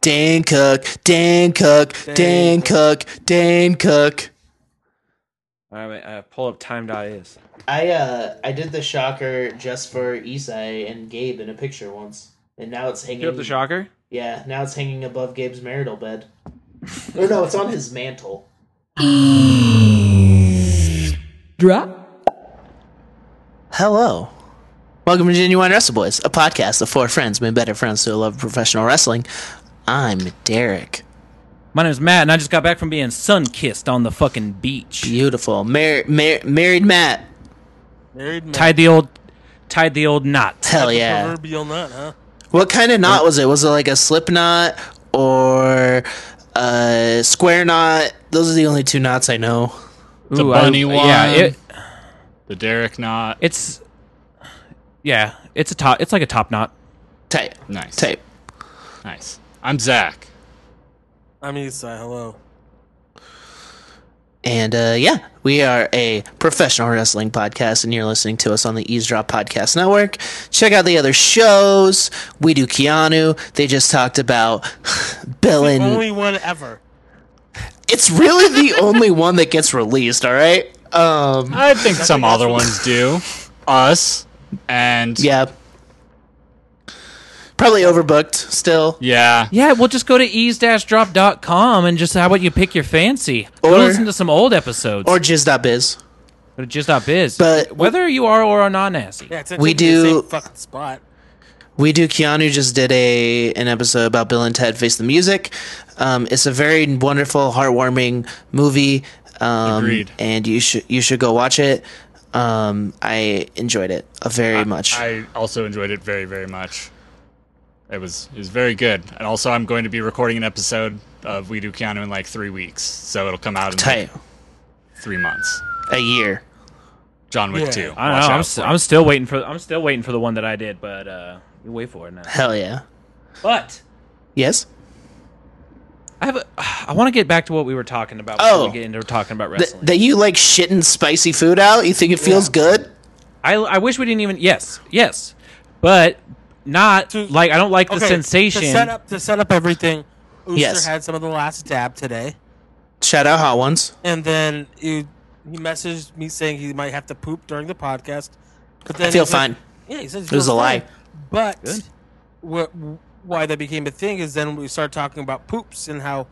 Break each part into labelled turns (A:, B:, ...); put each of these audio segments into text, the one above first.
A: Dan Cook, Dan Cook, Dan,
B: Dan
A: Cook, Dan Cook.
B: All right, uh, pull up time.is.
C: I uh I did the shocker just for Isai and Gabe in a picture once, and now it's hanging.
B: Hit up the shocker.
C: Yeah, now it's hanging above Gabe's marital bed. or no, it's on his mantle.
D: Drop.
A: Hello. Welcome to Genuine Wrestle Boys, a podcast of four friends made better friends who love professional wrestling. I'm Derek.
B: My name's Matt, and I just got back from being sun kissed on the fucking beach.
A: Beautiful. Mar- mar- married Matt.
E: Married man.
B: Tied the old, tied the old knot.
A: Hell
E: The
A: yeah.
E: Proverbial nut, huh?
A: What kind of knot was it? Was it like a slip knot or a square knot? Those are the only two knots I know.
F: The
B: Ooh, I-
F: bunny one.
B: Yeah, it,
F: the Derek knot.
B: it's, yeah, it's a top. It's like a top knot.
A: Tight.
F: Nice.
A: Tight.
F: Nice. I'm Zach.
E: I'm Isai. uh, Hello.
A: And uh, yeah, we are a professional wrestling podcast, and you're listening to us on the Eavesdrop Podcast Network. Check out the other shows. We do Keanu. They just talked about Bill and.
E: Only one ever.
A: it's really the only one that gets released, all right? Um,
F: I think some other ones do. Us and
A: yeah. Probably overbooked still.
F: yeah.
B: Yeah, well, just go to ease-drop.com and just how about you pick your fancy. Or
A: Or-
B: listen to some old episodes.
A: Or jizz.biz.
B: But it's just biz.
A: But-
B: whether you are or are not nasty,
E: Yeah, it's
A: We
E: actually the
A: do-
E: same fucking spot.
A: We do. Keanu just did a an episode about Bill and Ted Face the Music. Um, it's a very wonderful, heartwarming movie. Um,
F: Agreed.
A: And you should you should go watch it. Um, I enjoyed it uh, very much.
F: I also enjoyed it very, very much. It was it was very good. And also I'm going to be recording an episode of We Do Keanu in like three weeks. So it'll come out in like,
A: Tight
F: three months.
A: a year.
F: John Wick
E: Yeah.
F: two.
B: I don't
F: Watch
B: know.
F: out
B: I'm,
F: for
B: st-
F: it.
B: I'm still waiting for I'm still waiting for the one that I did, but uh, you wait for it now.
A: Hell yeah.
B: But
A: Yes.
B: I have a, I want to get back to what we were talking about before
A: Oh.
B: we get into talking about
A: Th-
B: wrestling.
A: that you like shitting spicy food out. You think it feels good?
B: I I wish we didn't even yes yes, but not
E: To-
B: like I don't like the
E: Okay,
B: sensation.
E: To set up, to set up everything, Ooster
A: Yes.
E: had some of the last dab today,
A: Shout out hot ones.
E: and then he, he messaged me saying he might have to poop during the podcast. But then
A: I feel
E: he's like-
A: fine.
E: yeah, he says
A: It was a lie.
E: But
B: Good.
E: what why that became a thing is then we started talking about poops and how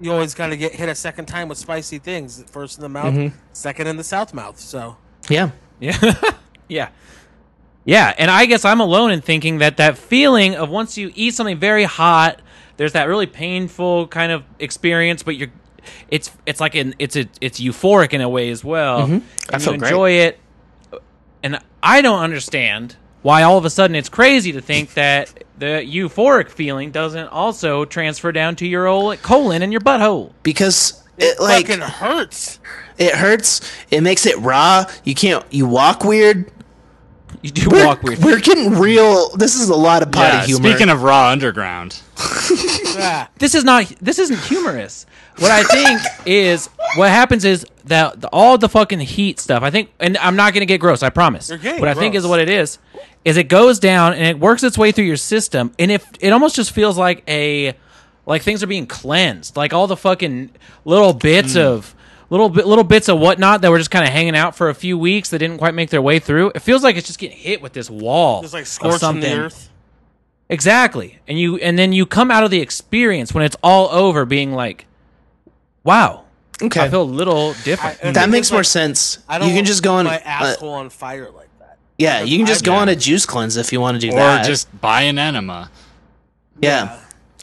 E: you always kind of get hit a second time with spicy things. First in the mouth,
A: Mm-hmm.
E: second in the south mouth. So
A: Yeah.
B: Yeah. yeah. Yeah. And I guess I'm alone in thinking that that feeling of once you eat something very hot, there's that really painful kind of experience, but you're, it's, it's like an, it's, a, it's euphoric in a way as well. And
A: I feel
B: you
A: great.
B: enjoy it. And I don't understand why all of a sudden it's crazy to think that the euphoric feeling doesn't also transfer down to your old colon and your butthole.
A: Because it like
E: fucking hurts.
A: it hurts. It makes it raw. You can't. You walk weird.
B: You do
A: We're,
B: walk weird.
A: we're getting real. This is a lot of potty
F: yeah,
A: humor.
F: Speaking of Raw Underground,
E: Yeah.
B: this is not this isn't humorous. What I think is what happens is that the, all the fucking heat stuff. I think, and I'm not gonna get gross. I promise. What
E: getting
B: I think is
E: gross.
B: what it is, is it goes down and it works its way through your system, and if it almost just feels like a like things are being cleansed, like all the fucking little bits
E: Mm.
B: of. Little bit, little bits of whatnot that were just kind of hanging out for a few weeks that didn't quite make their way through. It feels like it's just getting hit with this wall,
E: Just like
B: of
E: scorching the
B: something.
E: earth.
B: Exactly. And you and then you come out of the experience when it's all over being like, Wow,
A: okay.
B: I feel a little different.
E: I-
A: That
E: It's
A: makes
E: like-
A: more sense.
E: I
A: You
E: don't
A: can just go on.
E: my
A: uh,
E: asshole on fire like that.
A: yeah, you can just go
F: Yeah.
A: on a juice cleanse if you want to do
F: or
A: that.
F: just buy an enema.
A: yeah,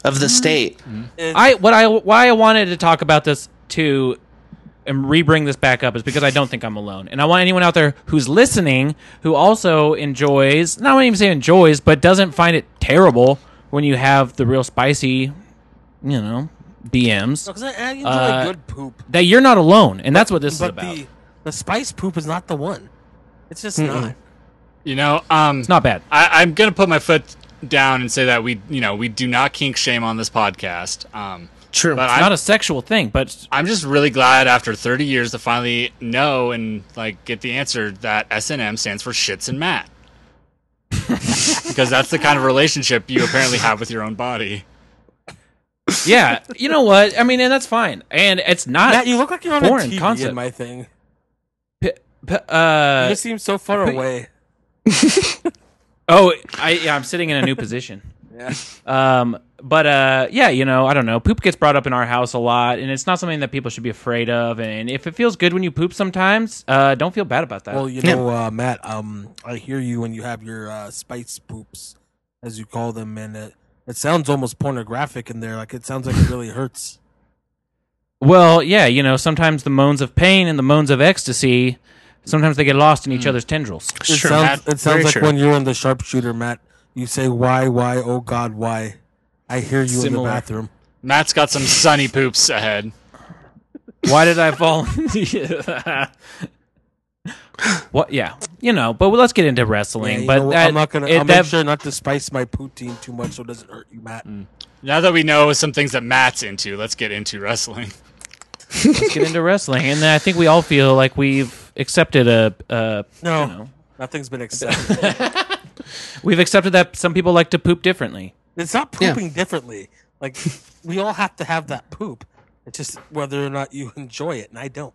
A: of the state.
B: I what I why I wanted to talk about this too and re-bring this back up is because I don't think I'm alone, and I want anyone out there who's listening who also enjoys not even say enjoys, but doesn't find it terrible when you have the real spicy, you know, BMs
E: Because I, I enjoy
B: Uh,
E: good poop,
B: that you're not alone, and that's what this is
E: but
B: about.
E: the the spice poop is not the one. It's just not.
F: You know, um
B: It's not bad.
F: I, I'm gonna put my foot down and say that we you know, we do not kink shame on this podcast. Um
A: True.
F: but
B: Not
F: I'm,
B: a sexual thing, but
F: I'm just really glad after 30 years to finally know and like get the answer that S and M stands for shits and mat. because that's the kind of relationship you apparently have with your own body.
B: yeah, you know what? I mean, and that's fine. And it's not.
E: Matt, you look like you're on a
B: Foreign
E: TV
B: concept.
E: in my thing.
B: p- p- uh,
E: You just seem so far
B: put-
E: away.
B: Oh, I yeah, I'm sitting in a new position. yeah. Um, but uh, yeah, you know, I don't know. Poop gets brought up in our house a lot, and it's not something that people should be afraid of. And if it feels good when you poop sometimes, uh, don't feel bad about that.
E: Well, you know, uh, Matt, um, I hear you when you have your uh, spice poops, as you call them, and it, it sounds almost pornographic in there. Like it sounds like it really hurts.
B: Well, yeah, you know, sometimes the moans of pain and the moans of ecstasy, sometimes they get lost in each
E: Hmm.
B: other's tendrils.
E: It
A: Sure,
E: sounds,
F: Matt.
E: it sounds
A: Very
E: like
A: sure.
E: when you're in the sharpshooter, Matt. You say, "Why, why, oh God, why?" I hear you in
B: Similar.
E: the bathroom.
F: Matt's got some sunny poops ahead.
B: Why did I fall? into- what? Yeah, you know. But let's get into wrestling.
E: Yeah, you
B: but
E: know what,
B: that,
E: I'm not gonna.
B: it-
E: I'll
B: that-
E: make sure not to spice my poutine too much, so it doesn't hurt you, Matt.
F: Now that we know some things that Matt's into, let's get into wrestling.
B: let's get into wrestling, and then I think we all feel like we've accepted a. a
E: No,
B: you know,
E: nothing's been accepted.
B: We've accepted that some people like to poop differently.
E: it's not
A: Yeah.
E: pooping differently. Like we all have to have that poop. It's just whether or not you enjoy it, and I don't.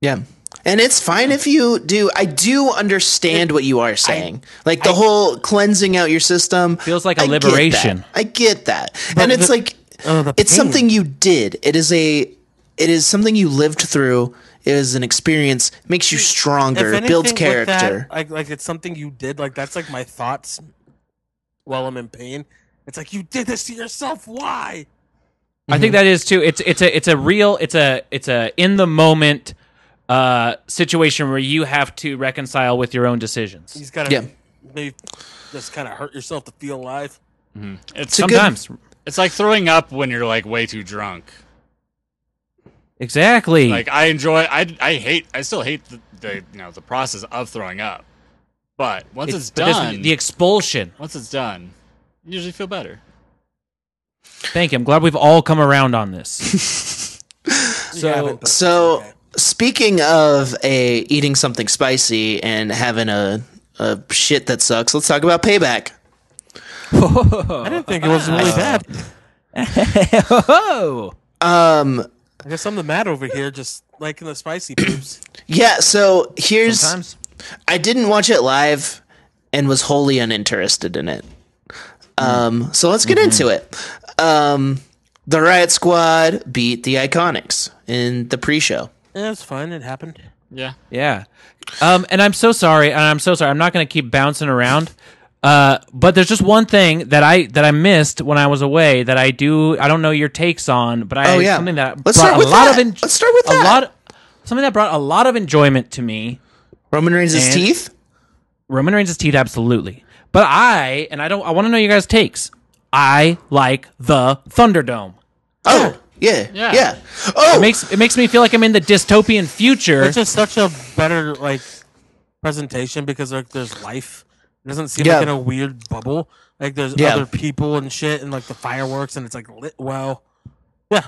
A: Yeah. And it's fine if you do. I do understand what you are saying. like the whole cleansing out your system
B: Feels like a
A: I get that.
B: liberation.
A: I get that. and it's
E: the-
A: like
E: oh, the
A: it's
E: pain.
A: something you did. It is a it is something you lived through. It is an experience. Makes you stronger.
E: If
A: builds
E: anything with that,
A: character.
E: like, like it's something you did. Like that's like my thoughts while I'm in pain. It's like you did this to yourself. Why?
B: I
E: Mm-hmm.
B: think that is too. It's it's a it's a real it's a it's a in the moment uh situation where you have to reconcile with your own decisions.
E: He's gotta
A: Yeah.
E: maybe just kind of hurt yourself to feel alive.
F: It's
A: a good-
B: Sometimes.
F: it's like throwing up when you're like way too drunk.
B: Exactly.
F: Like I enjoy, I, I hate, I still hate the, the you know the process of throwing up, but once it's,
B: but there's
F: done,
B: The expulsion.
F: once it's done, you usually feel better.
B: Thank you. I'm glad we've all come around on this.
E: So,
A: So speaking of a eating something spicy and having a a shit that sucks, let's talk about payback.
E: I didn't think it was really bad.
B: oh.
A: Um
E: I guess I'm the Matt over here, just liking the spicy poops.
A: yeah, so here's
B: Sometimes.
A: I didn't watch it live and was wholly uninterested in it.
E: Hmm.
A: Um, so let's get
E: Mm-hmm.
A: into it. Um, the Riot Squad beat the Iconics in the pre-show.
E: Yeah, it's fine. It happened.
F: Yeah,
B: Yeah. Um, and I'm so sorry, and I'm so sorry. I'm not going to keep bouncing around. Uh, but there's just one thing that I that I missed when I was away that I do I don't know your takes on, but I
A: Oh, yeah.
B: something that
A: Let's
B: brought
A: start
B: a
A: with
B: lot
A: that.
B: of en-
A: Let's start with
B: a
A: that.
B: lot something that brought a lot of enjoyment to me.
A: Roman Reigns'
B: And-
A: teeth.
B: Roman Reigns' teeth, absolutely. But I and I don't I want to know your guys' takes. I like the Thunderdome.
A: Oh, yeah, yeah.
F: Yeah.
A: Oh,
B: It makes it makes me feel like I'm in the dystopian future.
E: It's just such a better like presentation because like there's life. It doesn't seem
A: Yeah.
E: like in a weird bubble. Like there's
A: Yeah.
E: other people and shit, and like the fireworks, and it's like lit well. Yeah,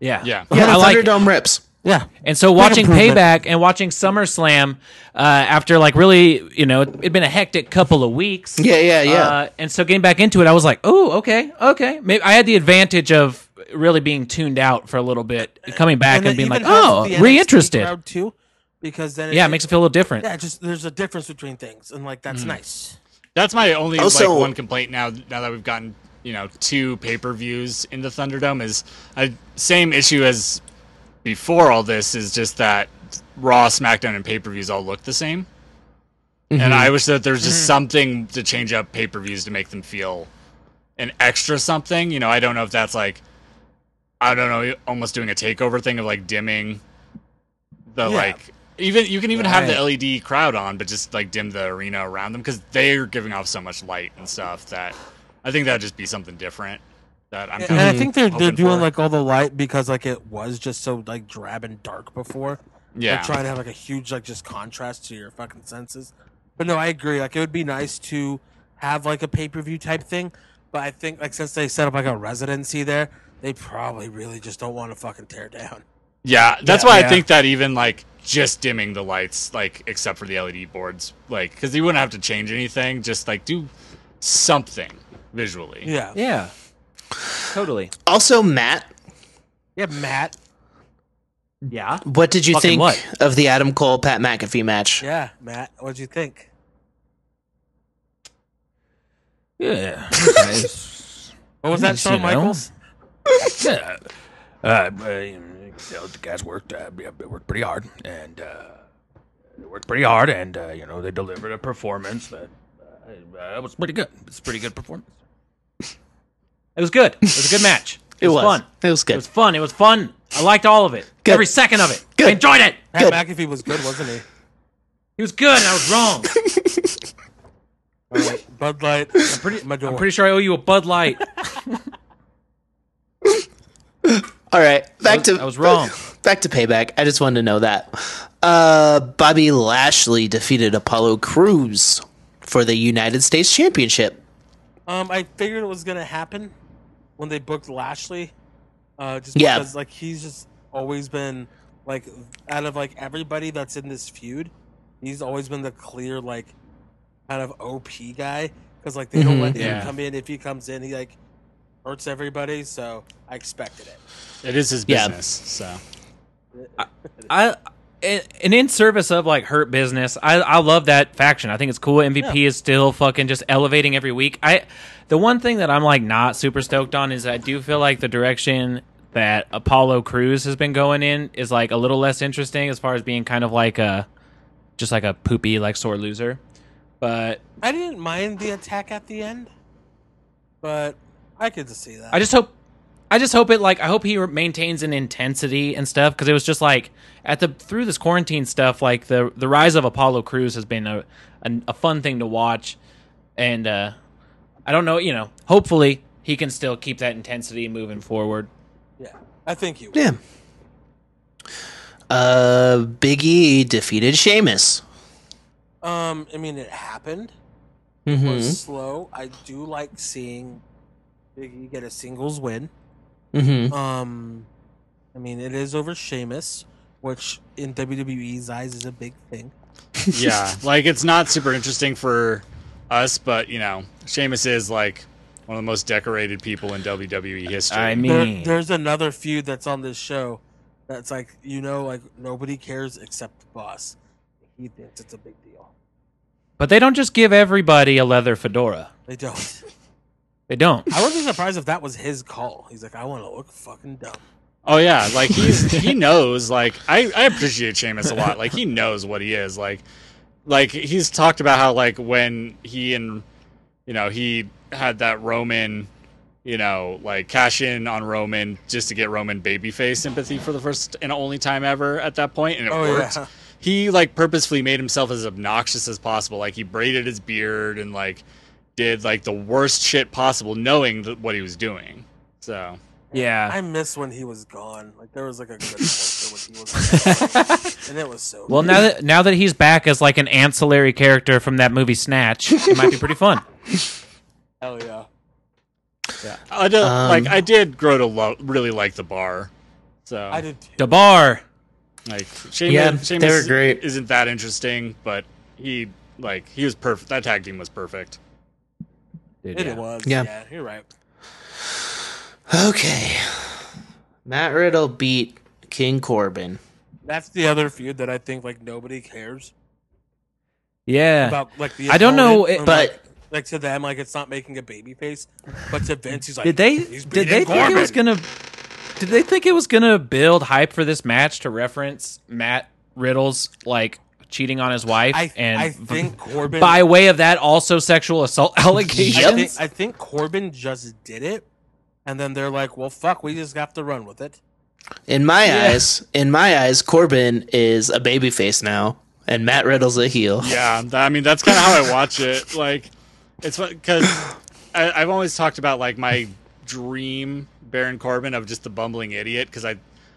B: Yeah,
F: Yeah.
A: yeah,
B: I like it.
A: Thunderdome rips.
E: yeah.
B: And so watching
E: improvement.
B: Payback and watching SummerSlam uh, after like really, you know, it'd been a hectic couple of weeks.
A: Yeah, yeah, yeah.
B: Uh, and so getting back into it, I was like, oh, okay, okay. Maybe I had the advantage of really being tuned out for a little bit, coming back and,
E: it
B: being like,
E: even helps
B: oh,
E: the NXT
B: reinterested.
E: crowd too, because then
B: Yeah, it makes it feel a little different.
E: yeah. Just there's a difference between things, and like that's nice.
F: that's my only
A: Also-
F: like one complaint now. Now that we've gotten you know two pay per views in the Thunderdome is I same issue as before all this is just that Raw, SmackDown, and pay per views all look the same. And I wish that there's just something to change up pay per views to make them feel an extra something. You know, I don't know if that's like, I don't know, almost doing a takeover thing of like dimming the
E: Yeah.
F: like. Even you can even have
B: Right.
F: the LED crowd on, but just like dim the arena around them because they're giving off so much light and stuff that I think that'd just be something different. That I'm.
E: And
F: Kind
E: I
F: of
E: think they're they're
F: hoping
E: doing
F: for.
E: like all the light because like it was just so like drab and dark before.
F: yeah.
E: Like trying to have like a huge like just contrast to your fucking senses. But no, I agree. Like it would be nice to have like a pay per view type thing. But I think like since they set up like a residency there, they probably really just don't want to fucking tear down.
F: Yeah, that's why
B: Yeah.
F: I think that even like just dimming the lights, like except for the LED boards, like because you wouldn't have to change anything. Just like do something visually.
E: Yeah.
B: Yeah. Totally.
A: Also, Matt,
E: Yeah, Matt.
B: Yeah.
A: what did you
B: Fucking
A: think
B: what?
A: of the Adam Cole Pat McAfee match?
E: Yeah, Matt. What'd you think?
B: Yeah. Okay.
E: What was that,
B: Yes, you know.
E: Shawn Michaels?
G: Yeah. Uh, I, you know, the guys worked uh, they worked pretty hard, and uh, they worked pretty hard, and uh, you know they delivered a performance that uh, uh, was pretty good. It's a pretty good performance.
B: It was good. It was a good match. It,
A: It was.
B: fun.
A: It was good.
B: It was fun. It was fun. I liked all of it.
A: Good.
B: Every second of it.
A: Good.
B: I enjoyed it.
E: Pat
A: Good.
E: McAfee was good, wasn't he?
B: He was good. And I was wrong.
E: All right, Bud Light. I'm pretty. My
B: I'm pretty sure I owe you a Bud Light.
A: All right, back to
B: I was wrong.
A: back to payback. I just wanted to know that. Uh, Bobby Lashley defeated Apollo Cruz for the United States Championship.
E: Um, I figured it was gonna happen when they booked Lashley. Uh, just
A: Yeah.
E: because like he's just always been like out of like everybody that's in this feud, he's always been the clear like kind of OP guy because like they don't let him
F: Yeah.
E: come in. If he comes in, he like hurts everybody. So I expected it.
F: It is his
A: Yeah.
F: business.
B: I and and in service of like hurt business, I I love that faction. I think it's cool. MVP is still fucking just elevating every week. I the one thing that I'm like not super stoked on is I do feel like the direction that Apollo Cruz has been going in is like a little less interesting as far as being kind of like a just like a poopy like sore loser. But
E: I didn't mind the attack at the end, but I could just see that.
B: I just hope. I just hope it like I hope he re- maintains an intensity and stuff because it was just like at the through this quarantine stuff like the the rise of Apollo Crews has been a a, a fun thing to watch and uh I don't know you know hopefully he can still keep that intensity moving forward.
E: yeah, I think you.
A: Yeah. Uh, Big E defeated Sheamus.
E: Um, I mean, it happened.
A: Mm-hmm.
B: Hmm.
E: was slow. I do like seeing Biggie get a singles win.
A: Mm-hmm.
E: Um, I mean, it is over Sheamus, which in WWE's eyes is a big thing.
F: So yeah, like it's not super interesting for us, but you know, Sheamus is like one of the most decorated people in WWE history.
B: I
E: There-
B: mean
E: there's another feud that's on this show that's like you know, like nobody cares except the boss. He thinks it's a big deal.
B: but they don't just give everybody a leather fedora.
E: They don't.
B: They don't.
E: I wouldn't be surprised if that was his call. He's like, I want to look fucking dumb.
F: Oh yeah, like he's he knows. Like I I appreciate Sheamus a lot. Like he knows what he is. Like like he's talked about how like when he and you know he had that Roman, you know, like cash in on Roman just to get Roman babyface sympathy for the first and only time ever at that point, and it
E: Oh,
F: worked.
E: yeah.
F: He like purposefully made himself as obnoxious as possible. Like he braided his beard and like did like the worst shit possible, knowing th- what he was doing. So.
B: Yeah.
E: I miss when he was gone. Like there was like a good character when he was gone, and it was so.
B: Well, now that now that he's back as like an ancillary character from that movie Snatch, it might be pretty fun.
E: hell yeah.
F: I do,
A: Um,
F: like I did grow to lo- really like the bar. So
E: I did. too.
B: Dabar.
F: like Sheamus,
A: Yeah,
F: Sheamus
A: they were great.
F: isn't that interesting, but he like he was perfect. That tag team was perfect.
E: It was.
A: Yeah.
E: Yeah. you're right.
A: Okay. Matt Riddle beat King Corbin.
E: That's the other feud that I think like nobody cares
B: Yeah.
E: about. Like the
B: Eh. I don't know,
E: opponent,
B: it-
E: or,
A: but-
E: like, like to them, like it's not making a baby face, but to Vince, he's like,
B: did they
E: "He's
B: did they
E: beating
B: think it was
E: Corbin."
B: gonna did they think it was gonna build hype for this match to reference Matt Riddle's like cheating on his wife
E: I
B: and
E: I think Corbin.
B: by way of that also sexual assault allegations?
E: I, think, I think Corbin just did it, and then they're like, "Well, fuck, we just have to run with it."
A: In my eyes, in my eyes, Corbin is a babyface now, and Matt Riddle's a heel.
F: Yeah, th- I mean that's kind of how I watch it. Like it's because I've always talked about like my dream Baron Corbin of just the bumbling idiot because I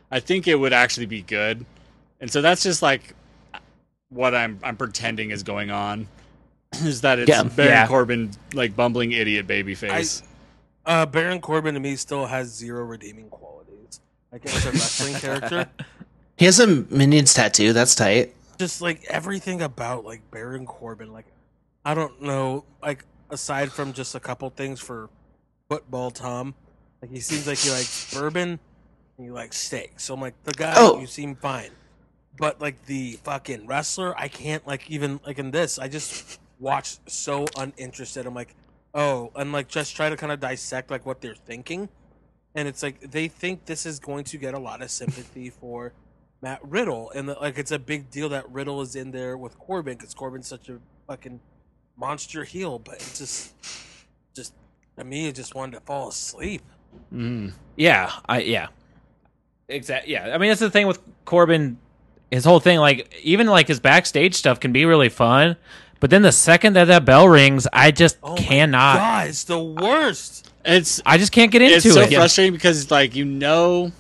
F: I think it would actually be good, and so that's just like what I'm I'm pretending is going on. Is that it's
A: Yeah.
F: Baron
B: Yeah.
F: Corbin like bumbling idiot babyface?
E: Uh, Baron Corbin to me still has zero redeeming qualities. Like as a wrestling character,
A: He has a minions tattoo. That's tight.
E: just like everything about like Baron Corbin, like I don't know, like aside from just a couple things for football Tom, Like he seems like he likes bourbon, and he likes steak. So I'm like, the guy,
A: Oh.
E: you seem fine, but like the fucking wrestler, I can't like even like in this. I just watch so uninterested. I'm like, oh, and like just try to kind of dissect like what they're thinking, and it's like they think this is going to get a lot of sympathy for Matt Riddle, and that, like it's a big deal that Riddle is in there with Corbin because Corbin's such a fucking monster heel, but it just, just to me, it just wanted to fall asleep.
F: Mm-hmm.
B: Yeah, I yeah. Exactly. Yeah. I mean, that's the thing with Corbin his whole thing like even like his backstage stuff can be really fun, but then the second that that bell rings, I just
E: Oh my
B: cannot
E: God, it's the worst.
F: It's
B: I just can't get into
F: it's so
B: it.
F: frustrating because like you know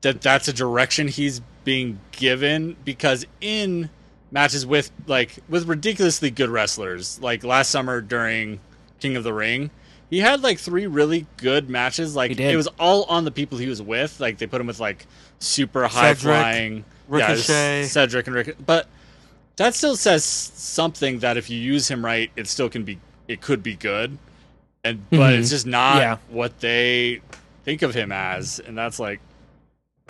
F: that that's a direction he's being given because in matches with like with ridiculously good wrestlers like last summer during King of the Ring he had like three really good matches
B: He
F: like
B: did.
F: it was all on the people he was with like they put him with like super high
E: Cedric,
F: flying yeah, it's
E: Ricochet.
F: Cedric and Rick but that still says something that if you use him right it still can be it could be good and but it's just not
B: Yeah.
F: what they think of him as and that's like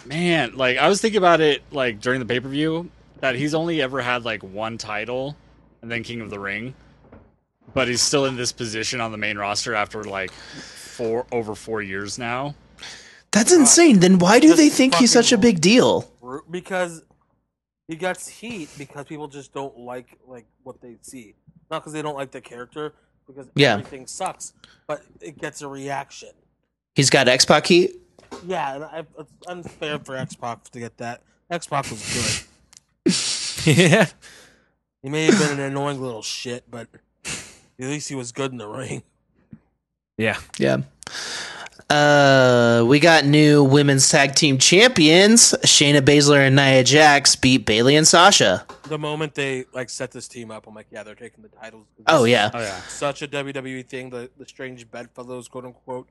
F: man like i was thinking about it like during the pay-per-view that he's only ever had like one title and then king of the ring but he's still in this position on the main roster after like four over four years now
A: That's insane. Then why do
E: Just
A: they think he's
E: fucking-
A: such a big deal?
E: Ru- because he gets heat because people just don't like like what they see. Not because they don't like the character, because
A: Yeah.
E: everything sucks. But it gets a reaction.
A: He's got X Pac heat.
E: Yeah, and I, it's unfair for X Pac to get that. X Pac was good.
B: yeah.
E: He may have been an annoying little shit, but at least he was good in the ring.
B: Yeah.
A: Yeah. Uh, we got new women's tag team champions. Shayna Baszler and Nia Jax beat Bailey and Sasha.
E: The moment they like set this team up, I'm like, yeah, they're taking the titles.
A: Oh yeah.
F: oh yeah
E: such a WWE thing. The the strange bedfellows, quote unquote.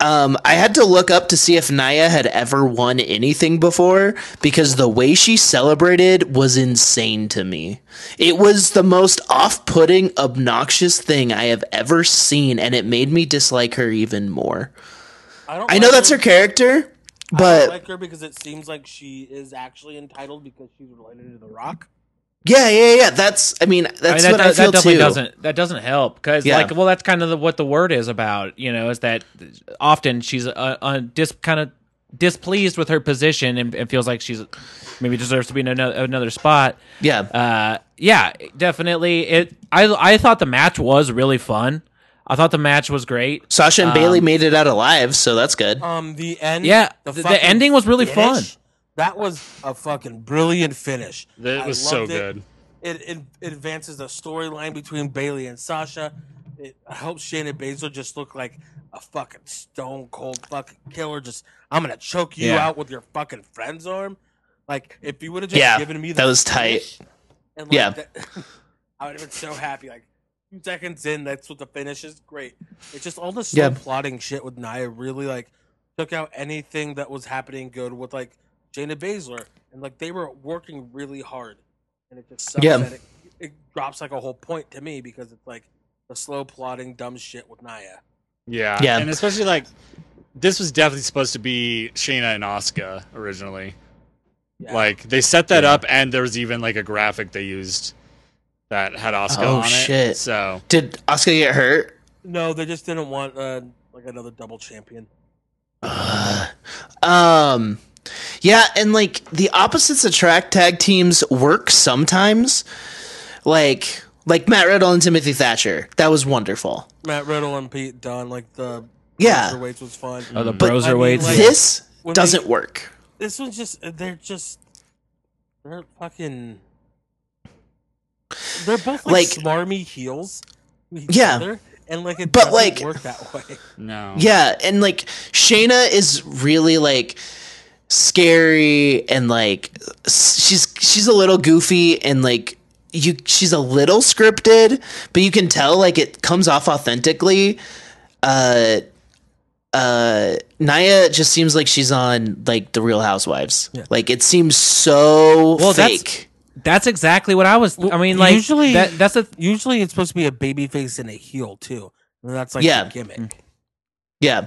A: Um, I had to look up to see if Naya had ever won anything before because the way she celebrated was insane to me. It was the most off putting, obnoxious thing I have ever seen, and it made me dislike her even more.
E: I don't.
A: I know
E: like
A: that's her character,
E: I
A: but
E: like her because it seems like she is actually entitled because she's related to The Rock.
A: yeah, yeah, yeah. That's, I mean,
B: I mean,
A: that's
B: that,
A: what
B: do-
A: I
B: that
A: feel
B: definitely
A: too.
B: doesn't that doesn't help because
A: Yeah.
B: like well that's kind of the, what the word is about you know is that often she's uh, uh, dis, kind of displeased with her position and, and feels like she's maybe deserves to be in another, another spot
A: Yeah.
B: uh yeah definitely it i i thought the match was really fun i thought the match was great
A: Sasha and Bailey
B: um,
A: made it out alive, so that's good.
E: Um, the end.
B: Yeah, th- the
E: fucking
B: ending was really fun.
E: That was a fucking brilliant finish.
F: that
E: I
F: was so
E: loved it.
F: good
E: It, it, it advances the storyline between Bailey and Sasha. It helps Shayna Baszler just look like a fucking stone cold fucking killer. Just I'm gonna choke you
B: Yeah.
E: out with your fucking friend's arm. Like if you would have just
A: Yeah,
E: given me
A: that was tight.
E: finish, and
A: Yeah.
E: that- I would have been so happy. Like two seconds in, that's what the finish is. Great. It's just all the slow
A: Yeah.
E: plotting shit with Nia really like took out anything that was happening good with like Jana Baszler, and like they were working really hard, and it just sucks
A: Yeah.
E: that it, it drops like a whole point to me because it's like the slow plotting dumb shit with Nia.
F: yeah
A: Yeah.
F: and especially like this was definitely supposed to be Shayna and Asuka originally
E: Yeah.
F: Like they set that up, and there was even like a graphic they used that had Oscar
A: Oh,
F: on it.
A: shit.
F: So
A: Did Oscar get hurt?
E: no, they just didn't want uh, like another double champion.
A: Uh, Um, yeah, and like the opposites attract tag teams work sometimes. Like, like Matt Riddle and Timothy Thatcher. That was wonderful.
E: Matt Riddle and Pete Dunne, like the
A: Yeah.
E: weights was fun.
B: oh, the
A: But-
B: bros
E: I
B: are
E: mean,
B: waiting
E: like-
A: This
E: When they-
A: doesn't work.
E: This one's just uh, they're just they're fucking they're both like,
A: Like-
E: smarmy heels. to each
A: Yeah.
E: other, and like it
A: But,
E: doesn't
A: like-
E: work that way.
F: no,
A: Yeah, and like Shayna is really like scary and like s- she's she's a little goofy and like you she's a little scripted, but you can tell like it comes off authentically. Uh uh Naya just seems like she's on like the Real Housewives. Like it seems so
B: Well, that's-
A: fake.
B: that's exactly what i was i mean like
E: usually-
B: that, that's a
E: Usually, it's supposed to be a baby face and a heel too. And that's like
A: Yeah.
B: Mm.
E: the gimmick.
A: Yeah.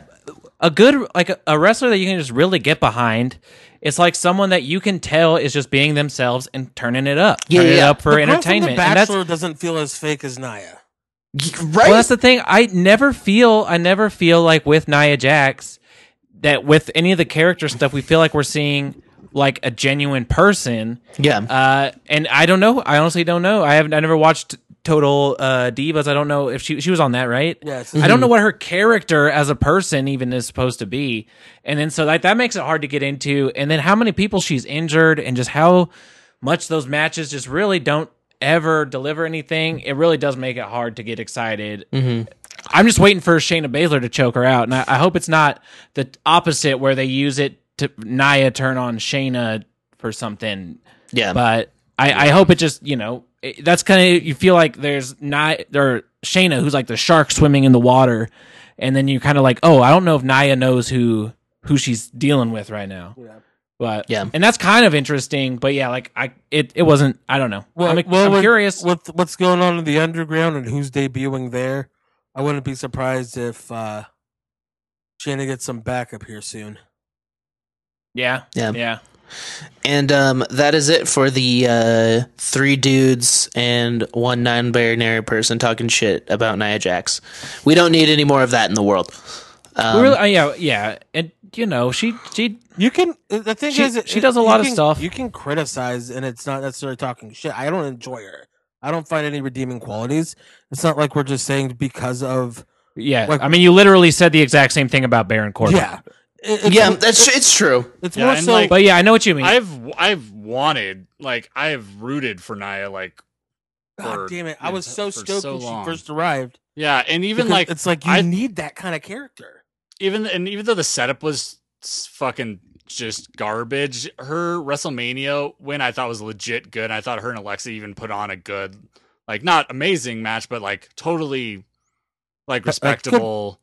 B: a good like a- a wrestler that you can just really get behind. It's like someone that you can tell is just being themselves and turning it up,
A: Yeah,
B: turning it
A: yeah.
B: up for
E: The girl from
B: entertainment.
E: The
B: and that's
E: Bachelor doesn't feel as fake as Naya.
A: Right.
B: well, that's the thing. I never feel I never feel like with Nia Jax that with any of the character stuff we feel like we're seeing like a genuine person.
A: yeah.
B: Uh, and I don't know. I honestly don't know. I haven't. I never watched Total uh, Divas. I don't know if she she was on that, right?
E: Yes.
B: I don't know what her character as a person even is supposed to be. And then so like that makes it hard to get into. And then how many people she's injured and just how much those matches just really don't ever deliver anything. It really does make it hard to get excited. I'm just waiting for Shayna Baszler to choke her out, and I, I hope it's not the opposite where they use it to Naya turn on Shayna for something
A: yeah.
B: but I, I hope it just you know it, that's kind of you feel like there's not or Shayna who's like the shark swimming in the water, and then you kind of like oh I don't know if Naya knows who who she's dealing with right now. But
A: Yeah.
B: and that's kind of interesting. But yeah, like I it it wasn't I don't know. I'm, I'm
E: with-
B: curious.
E: with what's going on in the underground and who's debuting there. I wouldn't be surprised if uh Shanna gets some backup here soon.
B: yeah,
A: Yeah.
B: yeah.
A: And um, that is it for the uh, three dudes and one non binary person talking shit about Nia Jax. We don't need any more of that in the world. Um,
B: we really, uh, yeah, yeah, and you know she she
E: You can. The thing
B: She-
E: is, it-
B: she does a
E: you
B: lot of
E: can-
B: stuff.
E: You can criticize, and it's not necessarily talking shit. I don't enjoy her. I don't find any redeeming qualities. It's not like we're just saying because of.
B: yeah.
E: Like-
B: I mean, you literally said the exact same thing about Baron Corbin.
E: Yeah, It- it's,
A: yeah, that's tr- it's true.
E: It's
F: Yeah,
E: more
F: and
E: so.
F: like-
B: but yeah, I know what you mean.
F: I've I've wanted like I have rooted for Naya like
E: God
F: for-
E: damn it! I was so
F: for
E: stoked
F: so
E: when she
F: long.
E: first arrived.
F: yeah, and even
E: because
F: like
E: it's like you
F: I-
E: need that kind of character.
F: even and even though the setup was s- fucking just garbage, her WrestleMania win I thought was legit good. I thought her and Alexa even put on a good, like not amazing match, but like totally like
E: like, good-
F: respectable,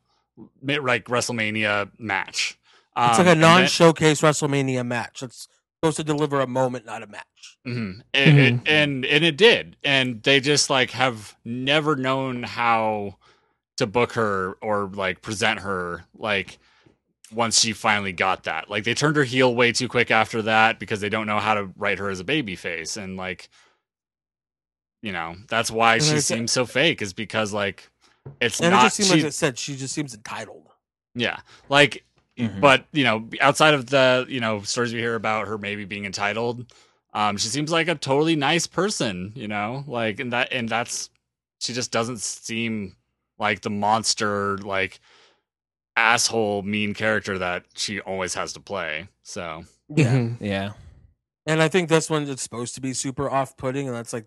F: mi- like WrestleMania match. Um,
E: It's like a
F: and then-
E: non-showcase WrestleMania match. It's supposed to deliver a moment, not a match.
F: Mhm. It-
E: Mm-hmm.
F: it- and and it did, and they just like have never known how to book her or like present her like once she finally got that. Like they turned her heel way too quick after that because they don't know how to write her as a baby face, and like you know that's why
E: And
F: she
E: it's-
F: seems so fake is because like it's
E: And
F: not
E: it just seems
F: she-
E: like I said, she just seems entitled.
F: yeah. Like,
B: Mhm.
F: Mm-hmm.
G: Mm-hmm.
F: but, you know, outside of the, you know, stories we hear about her maybe being entitled, um, she seems like a totally nice person, you know, like, and that, and that's, she just doesn't seem like the monster, like, asshole mean character that she always has to play. So,
E: Yeah.
A: Mhm.
B: yeah,
E: And I think that's when it's supposed to be super off-putting, and that's like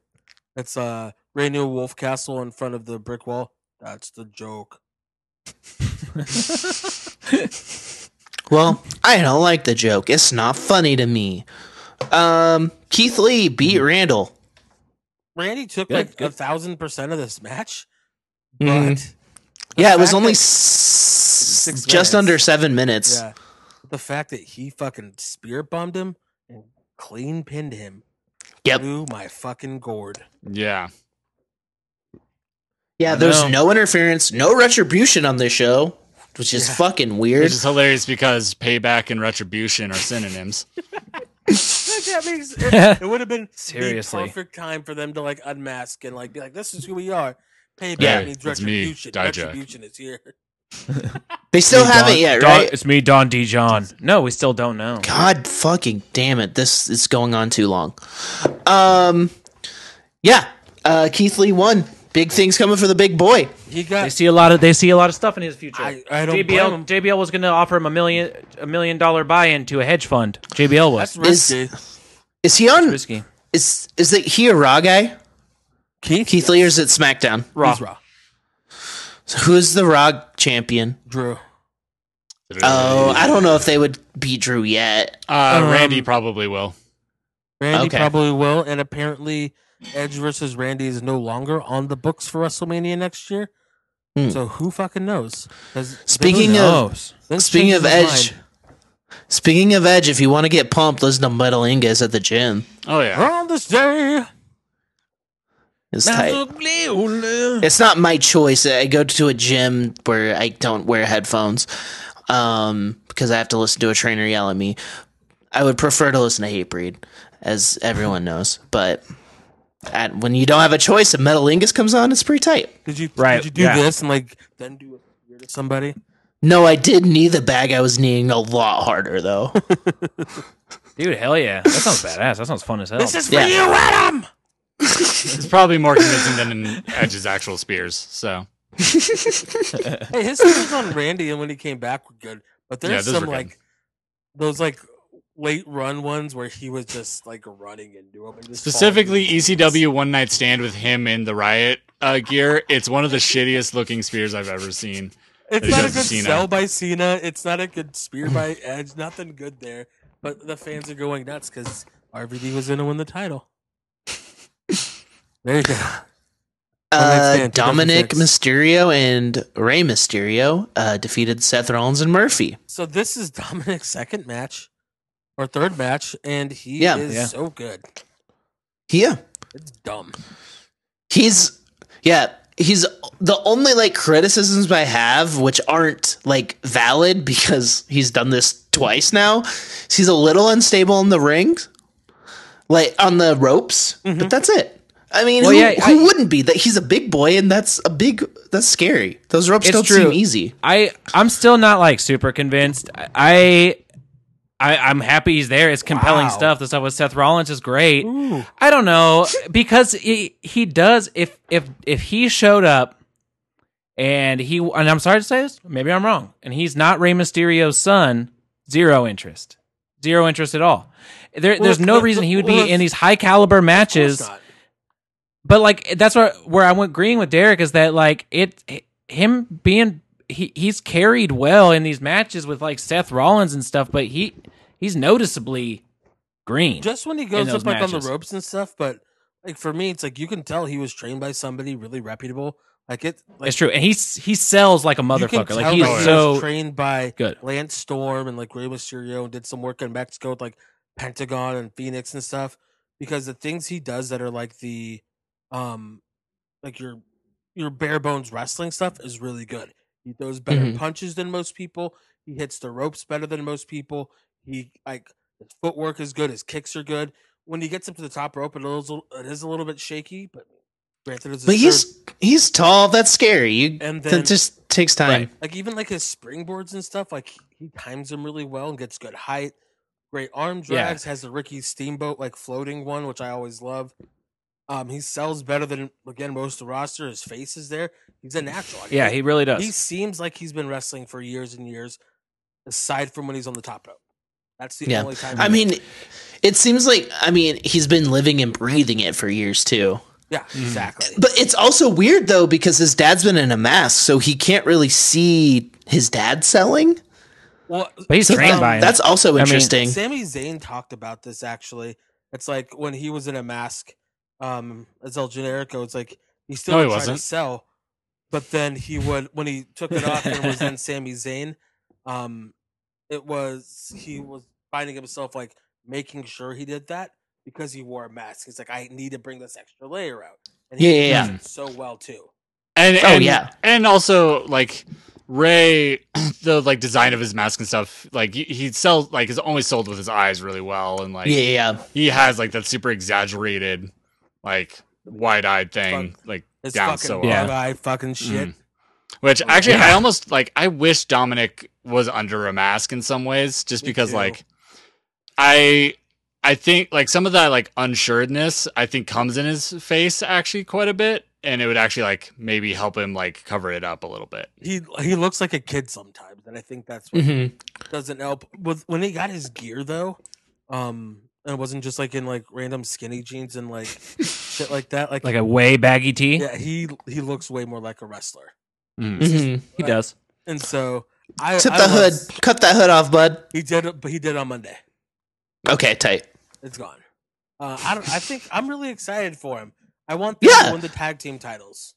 E: that's uh Rainier Wolf Castle in front of the brick wall. That's the joke.
A: Well, I don't like the joke. It's not funny to me. Um, Keith Lee beat Randall.
E: Randy took
B: Good,
E: like
B: good.
E: a thousand percent of this match, but
A: Mhm. yeah, it was
E: fact
A: only s-
E: that- Six minutes.
A: just under seven minutes.
E: yeah, the fact that he fucking spear bombed him and clean pinned him
A: Yep.
E: blew my fucking gourd.
F: yeah.
A: Yeah,
B: I
A: there's
B: know.
A: no interference, no retribution on this show, which is
E: Yeah.
A: fucking weird.
F: Which is hilarious because payback and retribution are synonyms.
E: that makes it, it would have been
B: Seriously.
E: the perfect time for them to like unmask and like be like, "This is who we are." Payback
F: Yeah,
E: means
F: it's me,
E: retribution.
F: Dijak.
E: Retribution is here.
A: They still haven't yet, right?
B: It's me, Don D. John. No, we still don't know.
A: God fucking damn it. This is going on too long. Um yeah, uh Keith Lee won. Big things coming for the big boy.
E: He
B: They
E: got.
B: see a lot of they see a lot of stuff in his future.
E: I, I don't blame
B: JBL
E: him.
B: JBL was going to offer him a million a million dollar buy in to a hedge fund. JBL was
E: That's risky.
A: Is he on
B: risky.
A: is is it he a Raw guy?
E: Keith,
A: Keith Lee or is it SmackDown?
E: Raw. Raw.
A: So who's the Raw champion?
E: Drew.
A: Oh, I don't know if they would beat Drew yet.
F: Uh,
E: Um,
F: Randy probably will.
E: Randy
A: Okay.
E: probably will, and apparently Edge versus Randy is no longer on the books for WrestleMania next year.
A: Hmm.
E: So who fucking knows? 'Cause Vince-
A: Speaking of-
B: Knows.
E: Vince
A: Speaking
E: changes
A: of
E: his
A: Edge,
E: mind.
A: speaking of Edge, if you want to get pumped, listen to Metal Ingus at the gym.
F: Oh, yeah.
E: on this day,
A: is tight. It's not my choice. I go to a gym where I don't wear headphones um, because I have to listen to a trainer yell at me. I would prefer to listen to Hatebreed, as everyone knows. But at, when you don't have a choice, if Metalingus comes on, it's pretty tight.
E: Did you
B: Right,
E: Did you do
B: yeah.
E: this and like then do a finger to somebody?
A: No, I did knee the bag. I was kneeing a lot harder though.
B: Dude, hell yeah. That sounds badass. That sounds fun as hell.
E: This is for
A: Yeah.
E: you, Adam.
F: It's probably more convincing than in Edge's actual spears. So
E: Hey, his skills on Randy and when he came back were good, but
F: Yeah,
E: there's
F: those were
E: some
F: good.
E: like those like late run ones where he was just like running into him. and just falling.
F: specifically E ECW one night stand with him in the riot uh, gear. It's one of the shittiest looking spears I've ever seen.
E: It's
F: It
E: not a
F: goes to
E: good
F: Cena.
E: sell by Cena. It's not a good spear by Edge. Nothing good there. But the fans are going nuts because RVD was going to win the title. There you go.
A: Uh,
E: stand,
A: Dominic
E: 2006.
A: Mysterio and Rey Mysterio uh, defeated Seth Rollins and Murphy.
E: So this is Dominic's second match or third match, and he
A: Yeah.
E: is
B: Yeah.
E: so good.
A: Yeah,
E: It's dumb.
A: he's yeah he's the only like criticisms i have which aren't like valid because he's done this twice now is he's a little unstable in the rings like on the ropes but that's it i mean
B: Mm-hmm. Well,
A: who,
B: yeah,
A: who
B: I-
A: wouldn't be that he's a big boy and that's a big that's scary those ropes
B: It's
A: don't
B: true.
A: seem easy
B: I I'm still not like super convinced. I, I I'm happy he's there. It's compelling stuff. The stuff with Seth Rollins is great. I don't know because he, he does if if if he showed up and he and I'm sorry to say this, maybe I'm wrong. And he's not Rey Mysterio's son. Zero interest. Zero interest at all. There, there's
E: look,
B: no
E: look,
B: reason
E: look,
B: he would
E: well,
B: be
E: that's-
B: in these high caliber matches.
E: It's not.
B: But like that's where where I'm agreeing with Derek is that like it him being he he's carried well in these matches with like Seth Rollins and stuff, but he he's noticeably green.
E: Just when he goes
B: those
E: up like on the
B: matches.
E: ropes and stuff, but like for me, it's like you can tell he was trained by somebody really reputable. Like it, like
B: it's true, and he's he sells like a
E: you can
B: motherfucker.
E: tell
B: Like he's
E: that he was
B: so
E: trained by
B: good.
E: Lance Storm and like Rey Mysterio and did some work in Mexico with like Pentagon and Phoenix and stuff because the things he does that are like the um like your your bare bones wrestling stuff is really good. He throws better
A: Mhm.
E: punches than most people. He hits the ropes better than most people. He like his footwork is good. His kicks are good. When he gets up to the top rope, it is a- it is a little bit shaky, but granted, it's his
A: but
E: third-
A: he's he's tall that's scary you
E: And then-
A: that just takes time
E: like even like his springboards and stuff, like he- he times them really well and gets good height. Great arm
B: Yeah.
E: drags, has the Ricky Steamboat like floating one, which I always love. Um, he sells better than again most of the roster. His face is there. He's a natural. Like,
B: yeah, he really does.
E: he seems like he's been wrestling for years and years, aside from when he's on the top rope. That's the
A: Yeah.
E: only time.
A: i
E: he-
A: mean it seems like i mean he's been living and breathing it for years too
E: yeah,
B: Mm-hmm.
E: exactly.
A: But it's also weird though because his dad's been in a mask, so he can't really see his dad selling.
E: Well,
B: but he's
A: So
B: trained
A: that-
B: by him.
A: that's also
B: mean,
A: interesting.
E: Sammy Zayn talked about this actually. It's like when he was in a mask um, as El Generico. It's like he still
F: No,
E: would
F: he
E: try
F: wasn't.
E: to sell, but then he would when he took it off and was then Sammy Zayn. Um, it was he was finding himself like making sure he did that because he wore a mask. He's like, I need to bring this extra layer out. And
A: Yeah, yeah,
E: does it So well too.
F: And,
A: Oh,
F: and-
A: yeah.
F: and also like Ray, the like design of his mask and stuff, like he, he sells like is always sold with his eyes really well, and like
A: yeah, yeah, yeah.
F: he has like that super exaggerated, like wide eyed thing,
E: Fuck.
F: like
E: His
F: down
E: fucking
F: so
B: Yeah.
F: well. Mm.
E: bug eye fucking shit.
F: Which
E: Oh,
F: actually, I
B: yeah.
F: almost like I wish Dominic was under a mask in some ways, just
E: Me
F: because
E: too.
F: like I I think like some of that like unsureness I think comes in his face actually quite a bit, and it would actually like maybe help him like cover it up a little bit.
E: He he looks like a kid sometimes, and I think that's what
A: hmm
E: doesn't help with when he got his gear though um and it wasn't just like in like random skinny jeans and like shit like that like,
B: like a way baggy tee.
E: yeah he he looks way more like a wrestler
A: hmm
B: Mm. He does.
E: and so i
A: Tip
E: I
A: the
E: love-
A: hood, cut that hood off, bud.
E: he did it but he did on monday
A: Okay, tight.
E: it's gone uh i don't i think i'm really excited for him i want them
A: Yeah.
E: to win the tag team titles